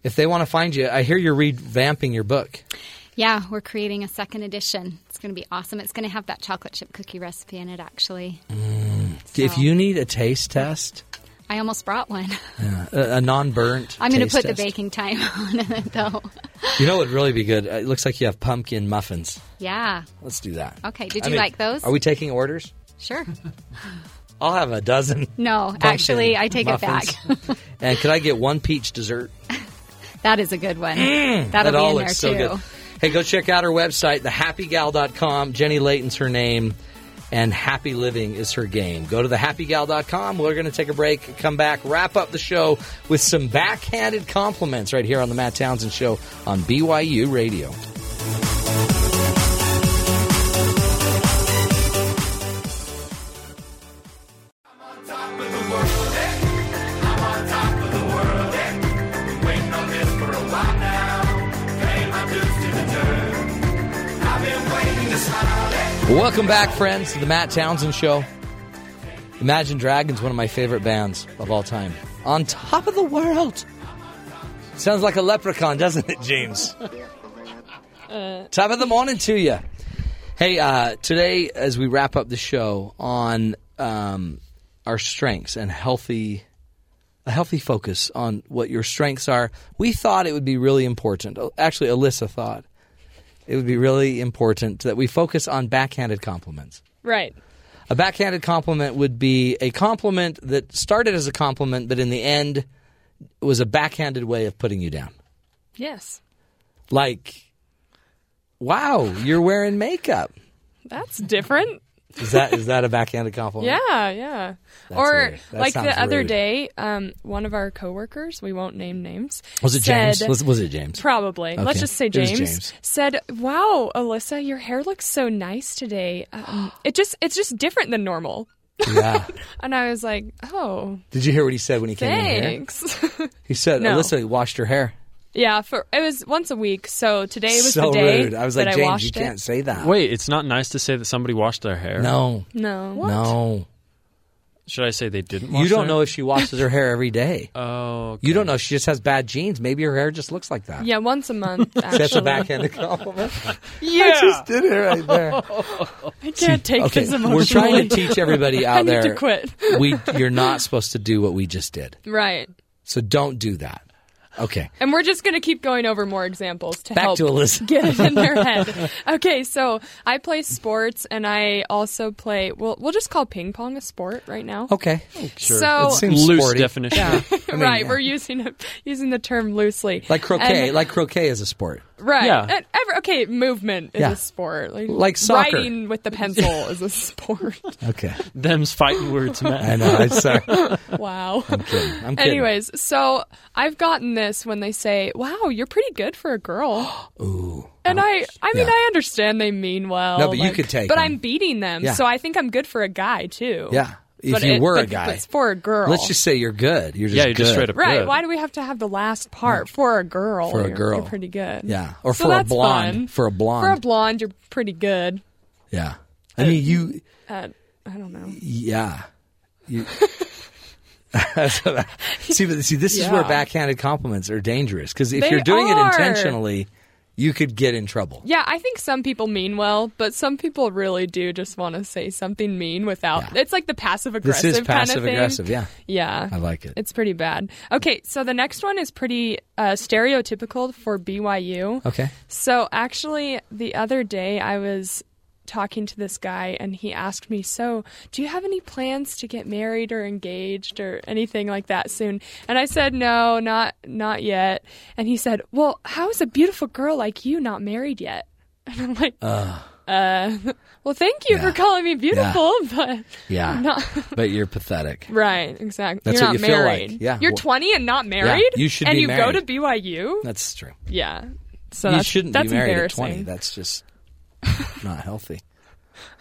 Speaker 1: if they want to find you, I hear you're revamping your book.
Speaker 7: Yeah, we're creating a second edition. It's going to be awesome. It's going to have that chocolate chip cookie recipe in it, actually.
Speaker 1: If
Speaker 7: So-
Speaker 1: you need a taste test,
Speaker 7: I almost brought one.
Speaker 1: a, a non-burnt,
Speaker 7: I'm going to
Speaker 1: taste
Speaker 7: put the
Speaker 1: test,
Speaker 7: baking time on it, though.
Speaker 1: You know, it would really be good. Uh, It looks like you have pumpkin muffins.
Speaker 7: Yeah,
Speaker 1: Let's do that.
Speaker 7: Okay, did you like those?
Speaker 1: Are we taking orders?
Speaker 7: sure.
Speaker 1: I'll have a dozen.
Speaker 7: No, actually, I take it
Speaker 1: it back. and could I get one peach dessert? Mm,
Speaker 7: back. That is a good one. That'll
Speaker 1: that
Speaker 7: be
Speaker 1: all
Speaker 7: in there,
Speaker 1: looks
Speaker 7: too.
Speaker 1: so good. Hey, go check out her website, thehappygal.com. Jenny Layton's her name, and happy living is her game. Go to thehappygal.com. We're going to take a break, come back, wrap up the show with some backhanded compliments right here on the Matt Townsend Show on BYU Radio. Welcome back, friends, to the Matt Townsend Show. Imagine Dragons, one of my favorite bands of all time. On top of the world. Sounds like a leprechaun, doesn't it, James? top of the morning to you. Hey, uh, today, as we wrap up the show on um, our strengths and healthy a healthy focus on what your strengths are. We thought it would be really important. Actually, Alyssa thought it would be really important that we focus on backhanded compliments.
Speaker 8: Right.
Speaker 1: A backhanded compliment would be a compliment that started as a compliment, but in the end was a backhanded way of putting you down.
Speaker 8: Yes.
Speaker 1: Like, wow, you're wearing makeup.
Speaker 8: That's different.
Speaker 1: Is that is that a backhanded compliment?
Speaker 8: Yeah, yeah. or
Speaker 1: weird. That
Speaker 8: like
Speaker 1: sounds
Speaker 8: the other
Speaker 1: rude.
Speaker 8: day, um, one of our coworkers, we won't name names,
Speaker 1: Was it
Speaker 8: said-
Speaker 1: James? Was, was it James?
Speaker 8: Probably.
Speaker 1: Okay.
Speaker 8: Let's just say
Speaker 1: It was
Speaker 8: James,
Speaker 1: James.
Speaker 8: said, "Wow, Alyssa, your hair looks so nice today. Um, it just it's just different than normal."
Speaker 1: yeah.
Speaker 8: And I was like, "Oh,
Speaker 1: Did you hear what he said when he came in here?
Speaker 8: thanks."
Speaker 1: He said,
Speaker 8: No.
Speaker 1: Alyssa washed her hair.
Speaker 8: yeah, for it was once a week, so today was
Speaker 1: so
Speaker 8: the day
Speaker 1: rude. I was
Speaker 8: that
Speaker 1: like,
Speaker 8: I
Speaker 1: James,
Speaker 8: washed
Speaker 1: you can't
Speaker 8: it.
Speaker 1: say that.
Speaker 3: Wait, it's not nice to say that somebody washed their hair.
Speaker 1: No.
Speaker 8: No.
Speaker 1: No.
Speaker 3: Should I say they didn't wash
Speaker 1: You don't
Speaker 3: their-
Speaker 1: know if she washes her hair every day.
Speaker 3: Oh, okay.
Speaker 1: You don't know if she just has bad genes. Maybe her hair just looks like that.
Speaker 8: Yeah, once a month. Actually.
Speaker 1: That's a backhanded compliment.
Speaker 8: Yeah,
Speaker 1: Did it right there.
Speaker 8: I can't take
Speaker 1: Okay,
Speaker 8: this emotionally.
Speaker 1: we're trying to teach everybody out
Speaker 8: I need
Speaker 1: there.
Speaker 8: to quit.
Speaker 1: we, you're not supposed to do what we just did.
Speaker 8: right.
Speaker 1: So don't do that. Okay.
Speaker 8: And we're just going to keep going over more examples to
Speaker 1: Back
Speaker 8: help
Speaker 1: to Alyssa.
Speaker 8: get it in their head. Okay, so I play sports and I also play, well, we'll just call ping pong a sport right now.
Speaker 1: Okay.
Speaker 8: So,
Speaker 1: It seems
Speaker 3: Loose
Speaker 1: sporty.
Speaker 3: definition.
Speaker 1: I mean,
Speaker 8: right,
Speaker 1: yeah.
Speaker 8: we're using it- using the term loosely.
Speaker 1: like croquet.
Speaker 8: And-
Speaker 1: like croquet is a sport.
Speaker 8: right.
Speaker 3: Yeah.
Speaker 8: And every- okay, movement is
Speaker 1: Yeah.
Speaker 8: a sport. Like,
Speaker 1: Like soccer.
Speaker 8: Writing with the pencil is a sport.
Speaker 1: Okay.
Speaker 3: Them's fighting words, man.
Speaker 1: I know. uh, I'm sorry.
Speaker 8: Wow.
Speaker 1: I'm kidding.
Speaker 8: Anyways, so I've gotten this when they say, "Wow, you're pretty good for a girl." Ooh. And I, I mean,
Speaker 1: Yeah.
Speaker 8: I understand they mean well.
Speaker 1: No, but you
Speaker 8: like-
Speaker 1: could take
Speaker 8: But
Speaker 1: them.
Speaker 8: I'm beating them,
Speaker 1: Yeah.
Speaker 8: so I think I'm good for a guy too.
Speaker 1: Yeah. If
Speaker 8: But
Speaker 1: you
Speaker 8: it-
Speaker 1: were a
Speaker 8: but-
Speaker 1: guy.
Speaker 8: but it's for a girl.
Speaker 1: Let's just say you're good. You're just
Speaker 3: Yeah, you're just
Speaker 1: good.
Speaker 3: straight up
Speaker 8: right.
Speaker 3: good.
Speaker 8: Why do we have to have the last part for a girl?
Speaker 1: For a
Speaker 8: You're-
Speaker 1: girl.
Speaker 8: you're pretty good.
Speaker 1: Yeah. Or
Speaker 8: So
Speaker 1: for a
Speaker 8: that's
Speaker 1: blonde.
Speaker 8: fun.
Speaker 1: For a blonde.
Speaker 8: For a blonde, you're pretty good.
Speaker 1: Yeah. I mean, you.
Speaker 8: At, I don't know.
Speaker 1: Yeah. You, see, but see, this is where
Speaker 8: Yeah.
Speaker 1: backhanded compliments are dangerous because if
Speaker 8: They
Speaker 1: you're doing
Speaker 8: are.
Speaker 1: it intentionally, you could get in trouble.
Speaker 8: Yeah, I think some people mean well, but some people really do just want to say something mean without.
Speaker 1: Yeah.
Speaker 8: It's like the passive
Speaker 1: This
Speaker 8: aggressive
Speaker 1: is
Speaker 8: kind of
Speaker 1: passive
Speaker 8: thing.
Speaker 1: aggressive. Yeah.
Speaker 8: Yeah.
Speaker 1: I like it.
Speaker 8: It's pretty bad. Okay, so the next one is pretty uh, stereotypical for BYU.
Speaker 1: Okay.
Speaker 8: So actually, the other day I was talking to this guy and he asked me, So, do you have any plans to get married or engaged or anything like that soon? And I said, No, not not yet. And he said, Well, how is a beautiful girl like you not married yet? And I'm like, Uh, well, thank you
Speaker 1: Yeah.
Speaker 8: for calling me beautiful, but
Speaker 1: Yeah.
Speaker 8: No.
Speaker 1: But you're pathetic.
Speaker 8: Right, exactly.
Speaker 1: That's
Speaker 8: You're
Speaker 1: what
Speaker 8: not
Speaker 1: you feel like.
Speaker 8: married.
Speaker 1: Yeah.
Speaker 8: You're
Speaker 1: Wh-
Speaker 8: 20 and not married.
Speaker 1: you should
Speaker 8: and
Speaker 1: be
Speaker 8: you go to
Speaker 1: married.
Speaker 8: BYU.
Speaker 1: That's true.
Speaker 8: yeah. So
Speaker 1: you
Speaker 8: that's,
Speaker 1: shouldn't
Speaker 8: that's
Speaker 1: be married at
Speaker 8: embarrassing.
Speaker 1: 20. That's just not healthy.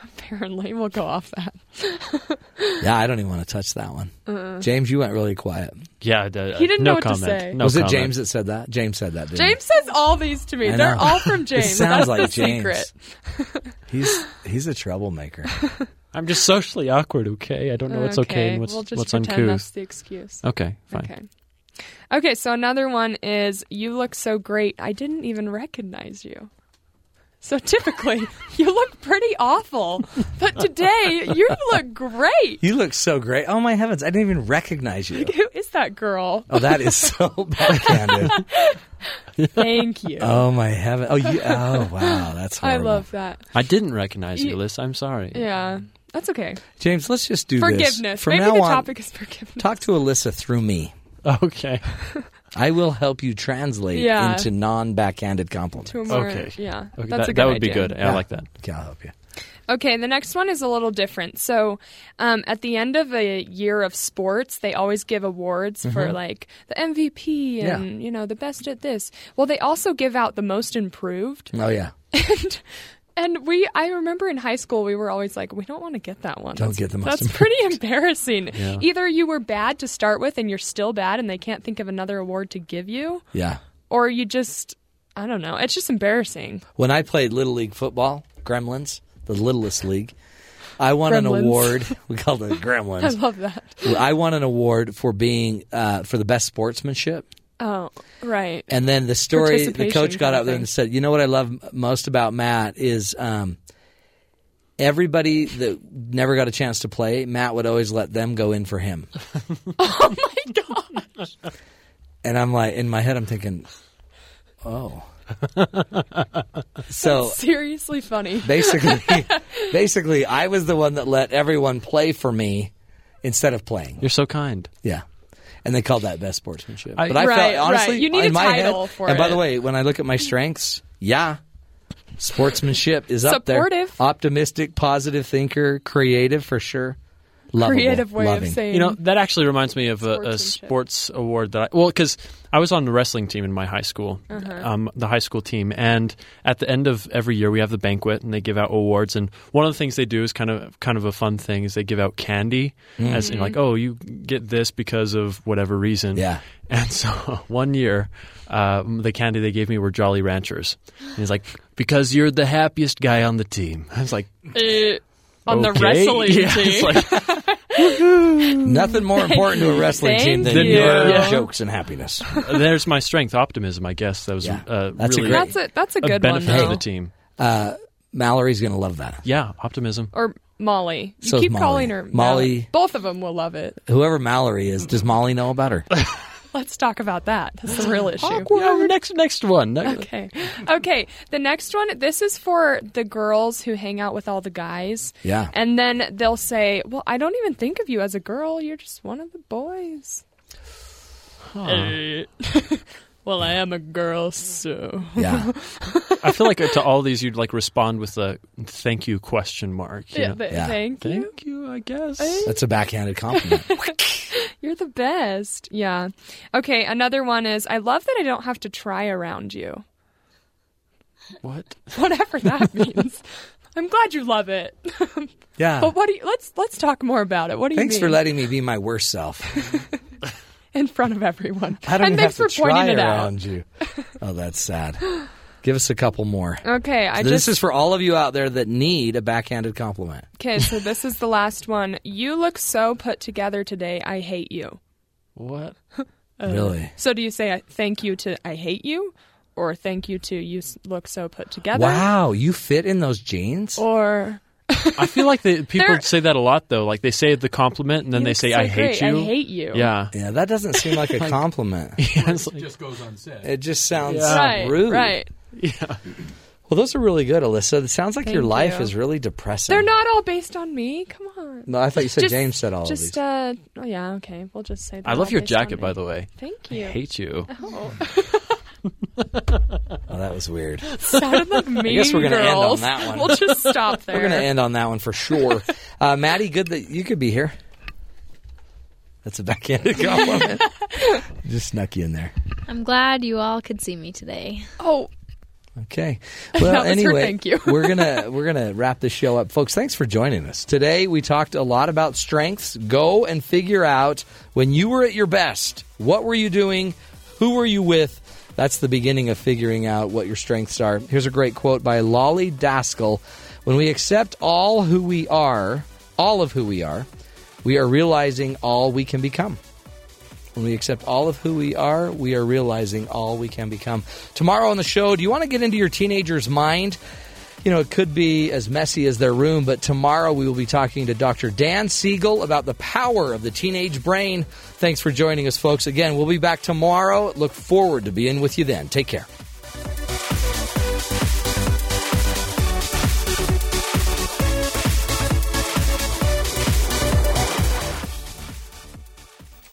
Speaker 8: Apparently, we'll go off that.
Speaker 1: Mm. Yeah, I don't even want to touch that one.
Speaker 8: Uh-uh.
Speaker 1: James, you went really quiet.
Speaker 3: Yeah, d-
Speaker 8: He didn't
Speaker 3: no
Speaker 8: know what to
Speaker 3: comment.
Speaker 8: say.
Speaker 3: No
Speaker 1: was it
Speaker 3: comment.
Speaker 1: James that said that? James said that, didn't he?
Speaker 8: James says all these to me.
Speaker 1: I
Speaker 8: They're
Speaker 1: know.
Speaker 8: all from
Speaker 1: It
Speaker 8: James.
Speaker 1: sounds
Speaker 8: that's
Speaker 1: like
Speaker 8: the
Speaker 1: James.
Speaker 8: secret.
Speaker 1: He's he's a troublemaker.
Speaker 3: I'm just socially awkward. Okay, I don't know what's okay, and what's
Speaker 8: we'll just
Speaker 3: what's
Speaker 8: pretend
Speaker 3: uncouth.
Speaker 8: that's the excuse.
Speaker 1: Oh,
Speaker 3: Okay, fine.
Speaker 8: Okay. Okay, so another one is you look so great, I didn't even recognize you. So typically, you look pretty awful, but today you look great.
Speaker 1: you look so great. Oh my heavens, I didn't even recognize you.
Speaker 8: Who is that girl?
Speaker 1: Oh, that is so backhanded.
Speaker 8: Thank you.
Speaker 1: Oh my heaven. Oh, you, oh wow, that's
Speaker 8: I
Speaker 1: horrible.
Speaker 8: love that.
Speaker 3: I didn't recognize
Speaker 8: You-
Speaker 3: you, Liz. I'm sorry.
Speaker 8: Yeah, that's okay.
Speaker 1: James, let's just do
Speaker 8: Forgiveness.
Speaker 1: This. From
Speaker 8: Maybe
Speaker 1: now
Speaker 8: the
Speaker 1: on,
Speaker 8: topic is forgiveness.
Speaker 1: talk to Alyssa through me.
Speaker 3: Okay.
Speaker 1: I will help you translate
Speaker 8: Yeah.
Speaker 1: into non-backhanded compliments.
Speaker 8: To a more-
Speaker 3: Okay.
Speaker 8: Yeah,
Speaker 3: Okay,
Speaker 8: that's
Speaker 3: that,
Speaker 8: a good
Speaker 3: that would be
Speaker 8: idea.
Speaker 3: good. I like that.
Speaker 1: Okay, I'll help you.
Speaker 8: Okay, the next one is a little different. So, um, at the end of a year of sports, they always give awards for like the MVP
Speaker 1: Mm-hmm. Yeah.
Speaker 8: and you know the best at this. Well, they also give out the most improved.
Speaker 1: Oh yeah,
Speaker 8: And, and we, I remember in high school, we were always like, we don't want to get that one.
Speaker 1: Don't
Speaker 8: That's-
Speaker 1: get the most
Speaker 8: That's
Speaker 1: improved.
Speaker 8: pretty embarrassing.
Speaker 3: Yeah.
Speaker 8: Either you were bad to start with, and you're still bad, and they can't think of another award to give you,
Speaker 1: yeah.
Speaker 8: or you just, I don't know, it's just embarrassing.
Speaker 1: When I played little league football, Gremlins, the littlest league, I won
Speaker 8: Gremlins.
Speaker 1: an award. We called it
Speaker 8: I
Speaker 1: Gremlins.
Speaker 8: love that.
Speaker 1: I won an award for being uh, for the best sportsmanship.
Speaker 8: Oh, right.
Speaker 1: And then the story, the
Speaker 8: Participation
Speaker 1: coach got
Speaker 8: kind of
Speaker 1: out there
Speaker 8: thing.
Speaker 1: and said, "You know what I love m- most about Matt is um, everybody that never got a chance to play. Matt would always let them go in for him."
Speaker 8: Oh My God.
Speaker 1: And I'm like, in my head, I'm thinking, "Oh." so
Speaker 8: seriously funny.
Speaker 1: basically, basically, I was the one that let everyone play for me instead of playing.
Speaker 3: You're so kind.
Speaker 1: Yeah. And they called that best sportsmanship.
Speaker 3: I-
Speaker 1: but I
Speaker 8: Right,
Speaker 1: felt honestly
Speaker 8: right. You need
Speaker 1: in
Speaker 8: a
Speaker 1: my
Speaker 8: title
Speaker 1: head,
Speaker 8: for
Speaker 1: And by
Speaker 8: it.
Speaker 1: the way, when I look at my strengths, yeah. Sportsmanship is up
Speaker 8: Supportive.
Speaker 1: there. Optimistic, positive thinker, creative for sure. Lovable,
Speaker 8: Creative way
Speaker 1: loving.
Speaker 8: of saying.
Speaker 3: You know, that actually reminds me of a, a
Speaker 8: Sportsmanship.
Speaker 3: sports award that I, well, because I was on the wrestling team in my high school,
Speaker 8: Uh-huh.
Speaker 3: um, the high school team. And at the end of every year, we have the banquet and they give out awards. And one of the things they do is kind of kind of a fun thing is they give out candy as you know, like, oh, you get this because of whatever reason.
Speaker 1: Yeah.
Speaker 3: And so one year, uh, the candy they gave me were Jolly Ranchers. And he's like, because you're the happiest guy on the team. I was like,
Speaker 8: uh, on the
Speaker 3: okay.
Speaker 8: wrestling
Speaker 3: Yeah,
Speaker 8: team.
Speaker 3: it's like-
Speaker 1: Nothing more important to a wrestling team
Speaker 8: Thank
Speaker 1: than
Speaker 3: you.
Speaker 1: your
Speaker 3: Yeah.
Speaker 1: jokes and happiness.
Speaker 3: there's my strength, optimism. I guess that was
Speaker 1: Yeah.
Speaker 3: uh,
Speaker 1: That's a
Speaker 3: really
Speaker 1: great-
Speaker 8: that's a that's a
Speaker 3: a
Speaker 8: good one
Speaker 3: benefit
Speaker 8: though.
Speaker 3: to the team.
Speaker 1: Mallory's going to love that.
Speaker 3: Yeah, optimism.
Speaker 8: Or Molly. You
Speaker 1: So is
Speaker 8: keep
Speaker 1: Molly.
Speaker 8: calling her
Speaker 1: Molly.
Speaker 8: Both of them will love it.
Speaker 1: Whoever Mallory is, does Molly know about her?
Speaker 8: Let's talk about that. That's the real issue.
Speaker 3: Yeah, next next one. Okay.
Speaker 8: Okay. Okay. The next one, this is for the girls who hang out with all the guys.
Speaker 1: Yeah.
Speaker 8: And then they'll say, Well, I don't even think of you as a girl. You're just one of the boys. well, I am a girl, so.
Speaker 1: Yeah.
Speaker 3: I feel like to all these you'd like respond with a thank you question mark. you
Speaker 8: Yeah,
Speaker 3: know?
Speaker 8: but
Speaker 1: Yeah.
Speaker 8: Thank you. Eh?
Speaker 3: Thank you, I guess.
Speaker 1: That's a backhanded compliment.
Speaker 8: You're the best. Yeah. Okay. Another one is I love that I don't have to try around you.
Speaker 3: What?
Speaker 8: Whatever that means. I'm glad you love it.
Speaker 1: Yeah.
Speaker 8: but what do you, let's let's talk more about it. What do you
Speaker 1: Ah. Thanks
Speaker 8: mean?
Speaker 1: for letting me be my worst self.
Speaker 8: in front of everyone.
Speaker 1: I don't even
Speaker 8: and thanks
Speaker 1: have
Speaker 8: for
Speaker 1: to try
Speaker 8: pointing it
Speaker 1: around you. Oh, that's sad. Give us a couple more.
Speaker 8: out. Okay, I
Speaker 1: this
Speaker 8: just
Speaker 1: is for all of you out there that need a backhanded compliment.
Speaker 8: okay. So this is the last one. You look so put together today. I hate you.
Speaker 3: What?
Speaker 8: Oh.
Speaker 1: really?
Speaker 8: So do you say uh, thank you to I hate you, or thank you to you s- look so put together?
Speaker 1: Wow, you fit in those jeans?
Speaker 8: Oh. Or
Speaker 3: I feel like the, people
Speaker 8: They're-
Speaker 3: say that a lot though. Like they say the compliment and then
Speaker 8: You
Speaker 3: they
Speaker 8: look
Speaker 3: say
Speaker 8: so
Speaker 3: I hate
Speaker 8: great.
Speaker 3: you.
Speaker 8: I hate you.
Speaker 3: Yeah.
Speaker 1: Yeah, that doesn't seem like a compliment.
Speaker 3: Yeah, it's like-
Speaker 2: just goes unsaid.
Speaker 1: It just sounds
Speaker 8: right,
Speaker 1: rude.
Speaker 8: right.
Speaker 1: Well, those are really good, Alyssa. It sounds like your
Speaker 8: Thank
Speaker 1: life
Speaker 8: you.
Speaker 1: is really depressing.
Speaker 8: They're not all based on me. Come on.
Speaker 1: No, I thought you said
Speaker 8: Just-
Speaker 1: James said all of these.
Speaker 8: Just uh, oh yeah, okay. We'll just say.
Speaker 3: I love your jacket by the way.
Speaker 8: Thank
Speaker 3: I
Speaker 8: you.
Speaker 3: hate you.
Speaker 1: oh, that was weird.
Speaker 8: Sounded like mean
Speaker 1: guess we're gonna end on
Speaker 8: girls.
Speaker 1: that one.
Speaker 8: We'll just stop there.
Speaker 1: We're going to end on that one for sure. Uh, Maddie, good that you could be here. That's a backhanded compliment. just snuck you in there.
Speaker 9: I'm glad you all could see me today.
Speaker 8: Oh,
Speaker 1: Okay. Well,
Speaker 8: That was her
Speaker 1: anyway,
Speaker 8: thank you.
Speaker 1: we're gonna we're gonna wrap this show up, folks. Thanks for joining us today. We talked a lot about strengths. Go and figure out when you were at your best. What were you doing? Who were you with? That's the beginning of figuring out what your strengths are. Here's a great quote by Lolly Daskal: "When we accept all who we are, all of who we are, we are realizing all we can become." When we accept all of who we are, we are realizing all we can become. Tomorrow on the show, do you want to get into your teenager's mind? You know, it could be as messy as their room, but tomorrow we will be talking to Dr. Dan Siegel about the power of the teenage brain. Thanks for joining us, folks. Again, we'll be back tomorrow. Look forward to being with you then. Take care.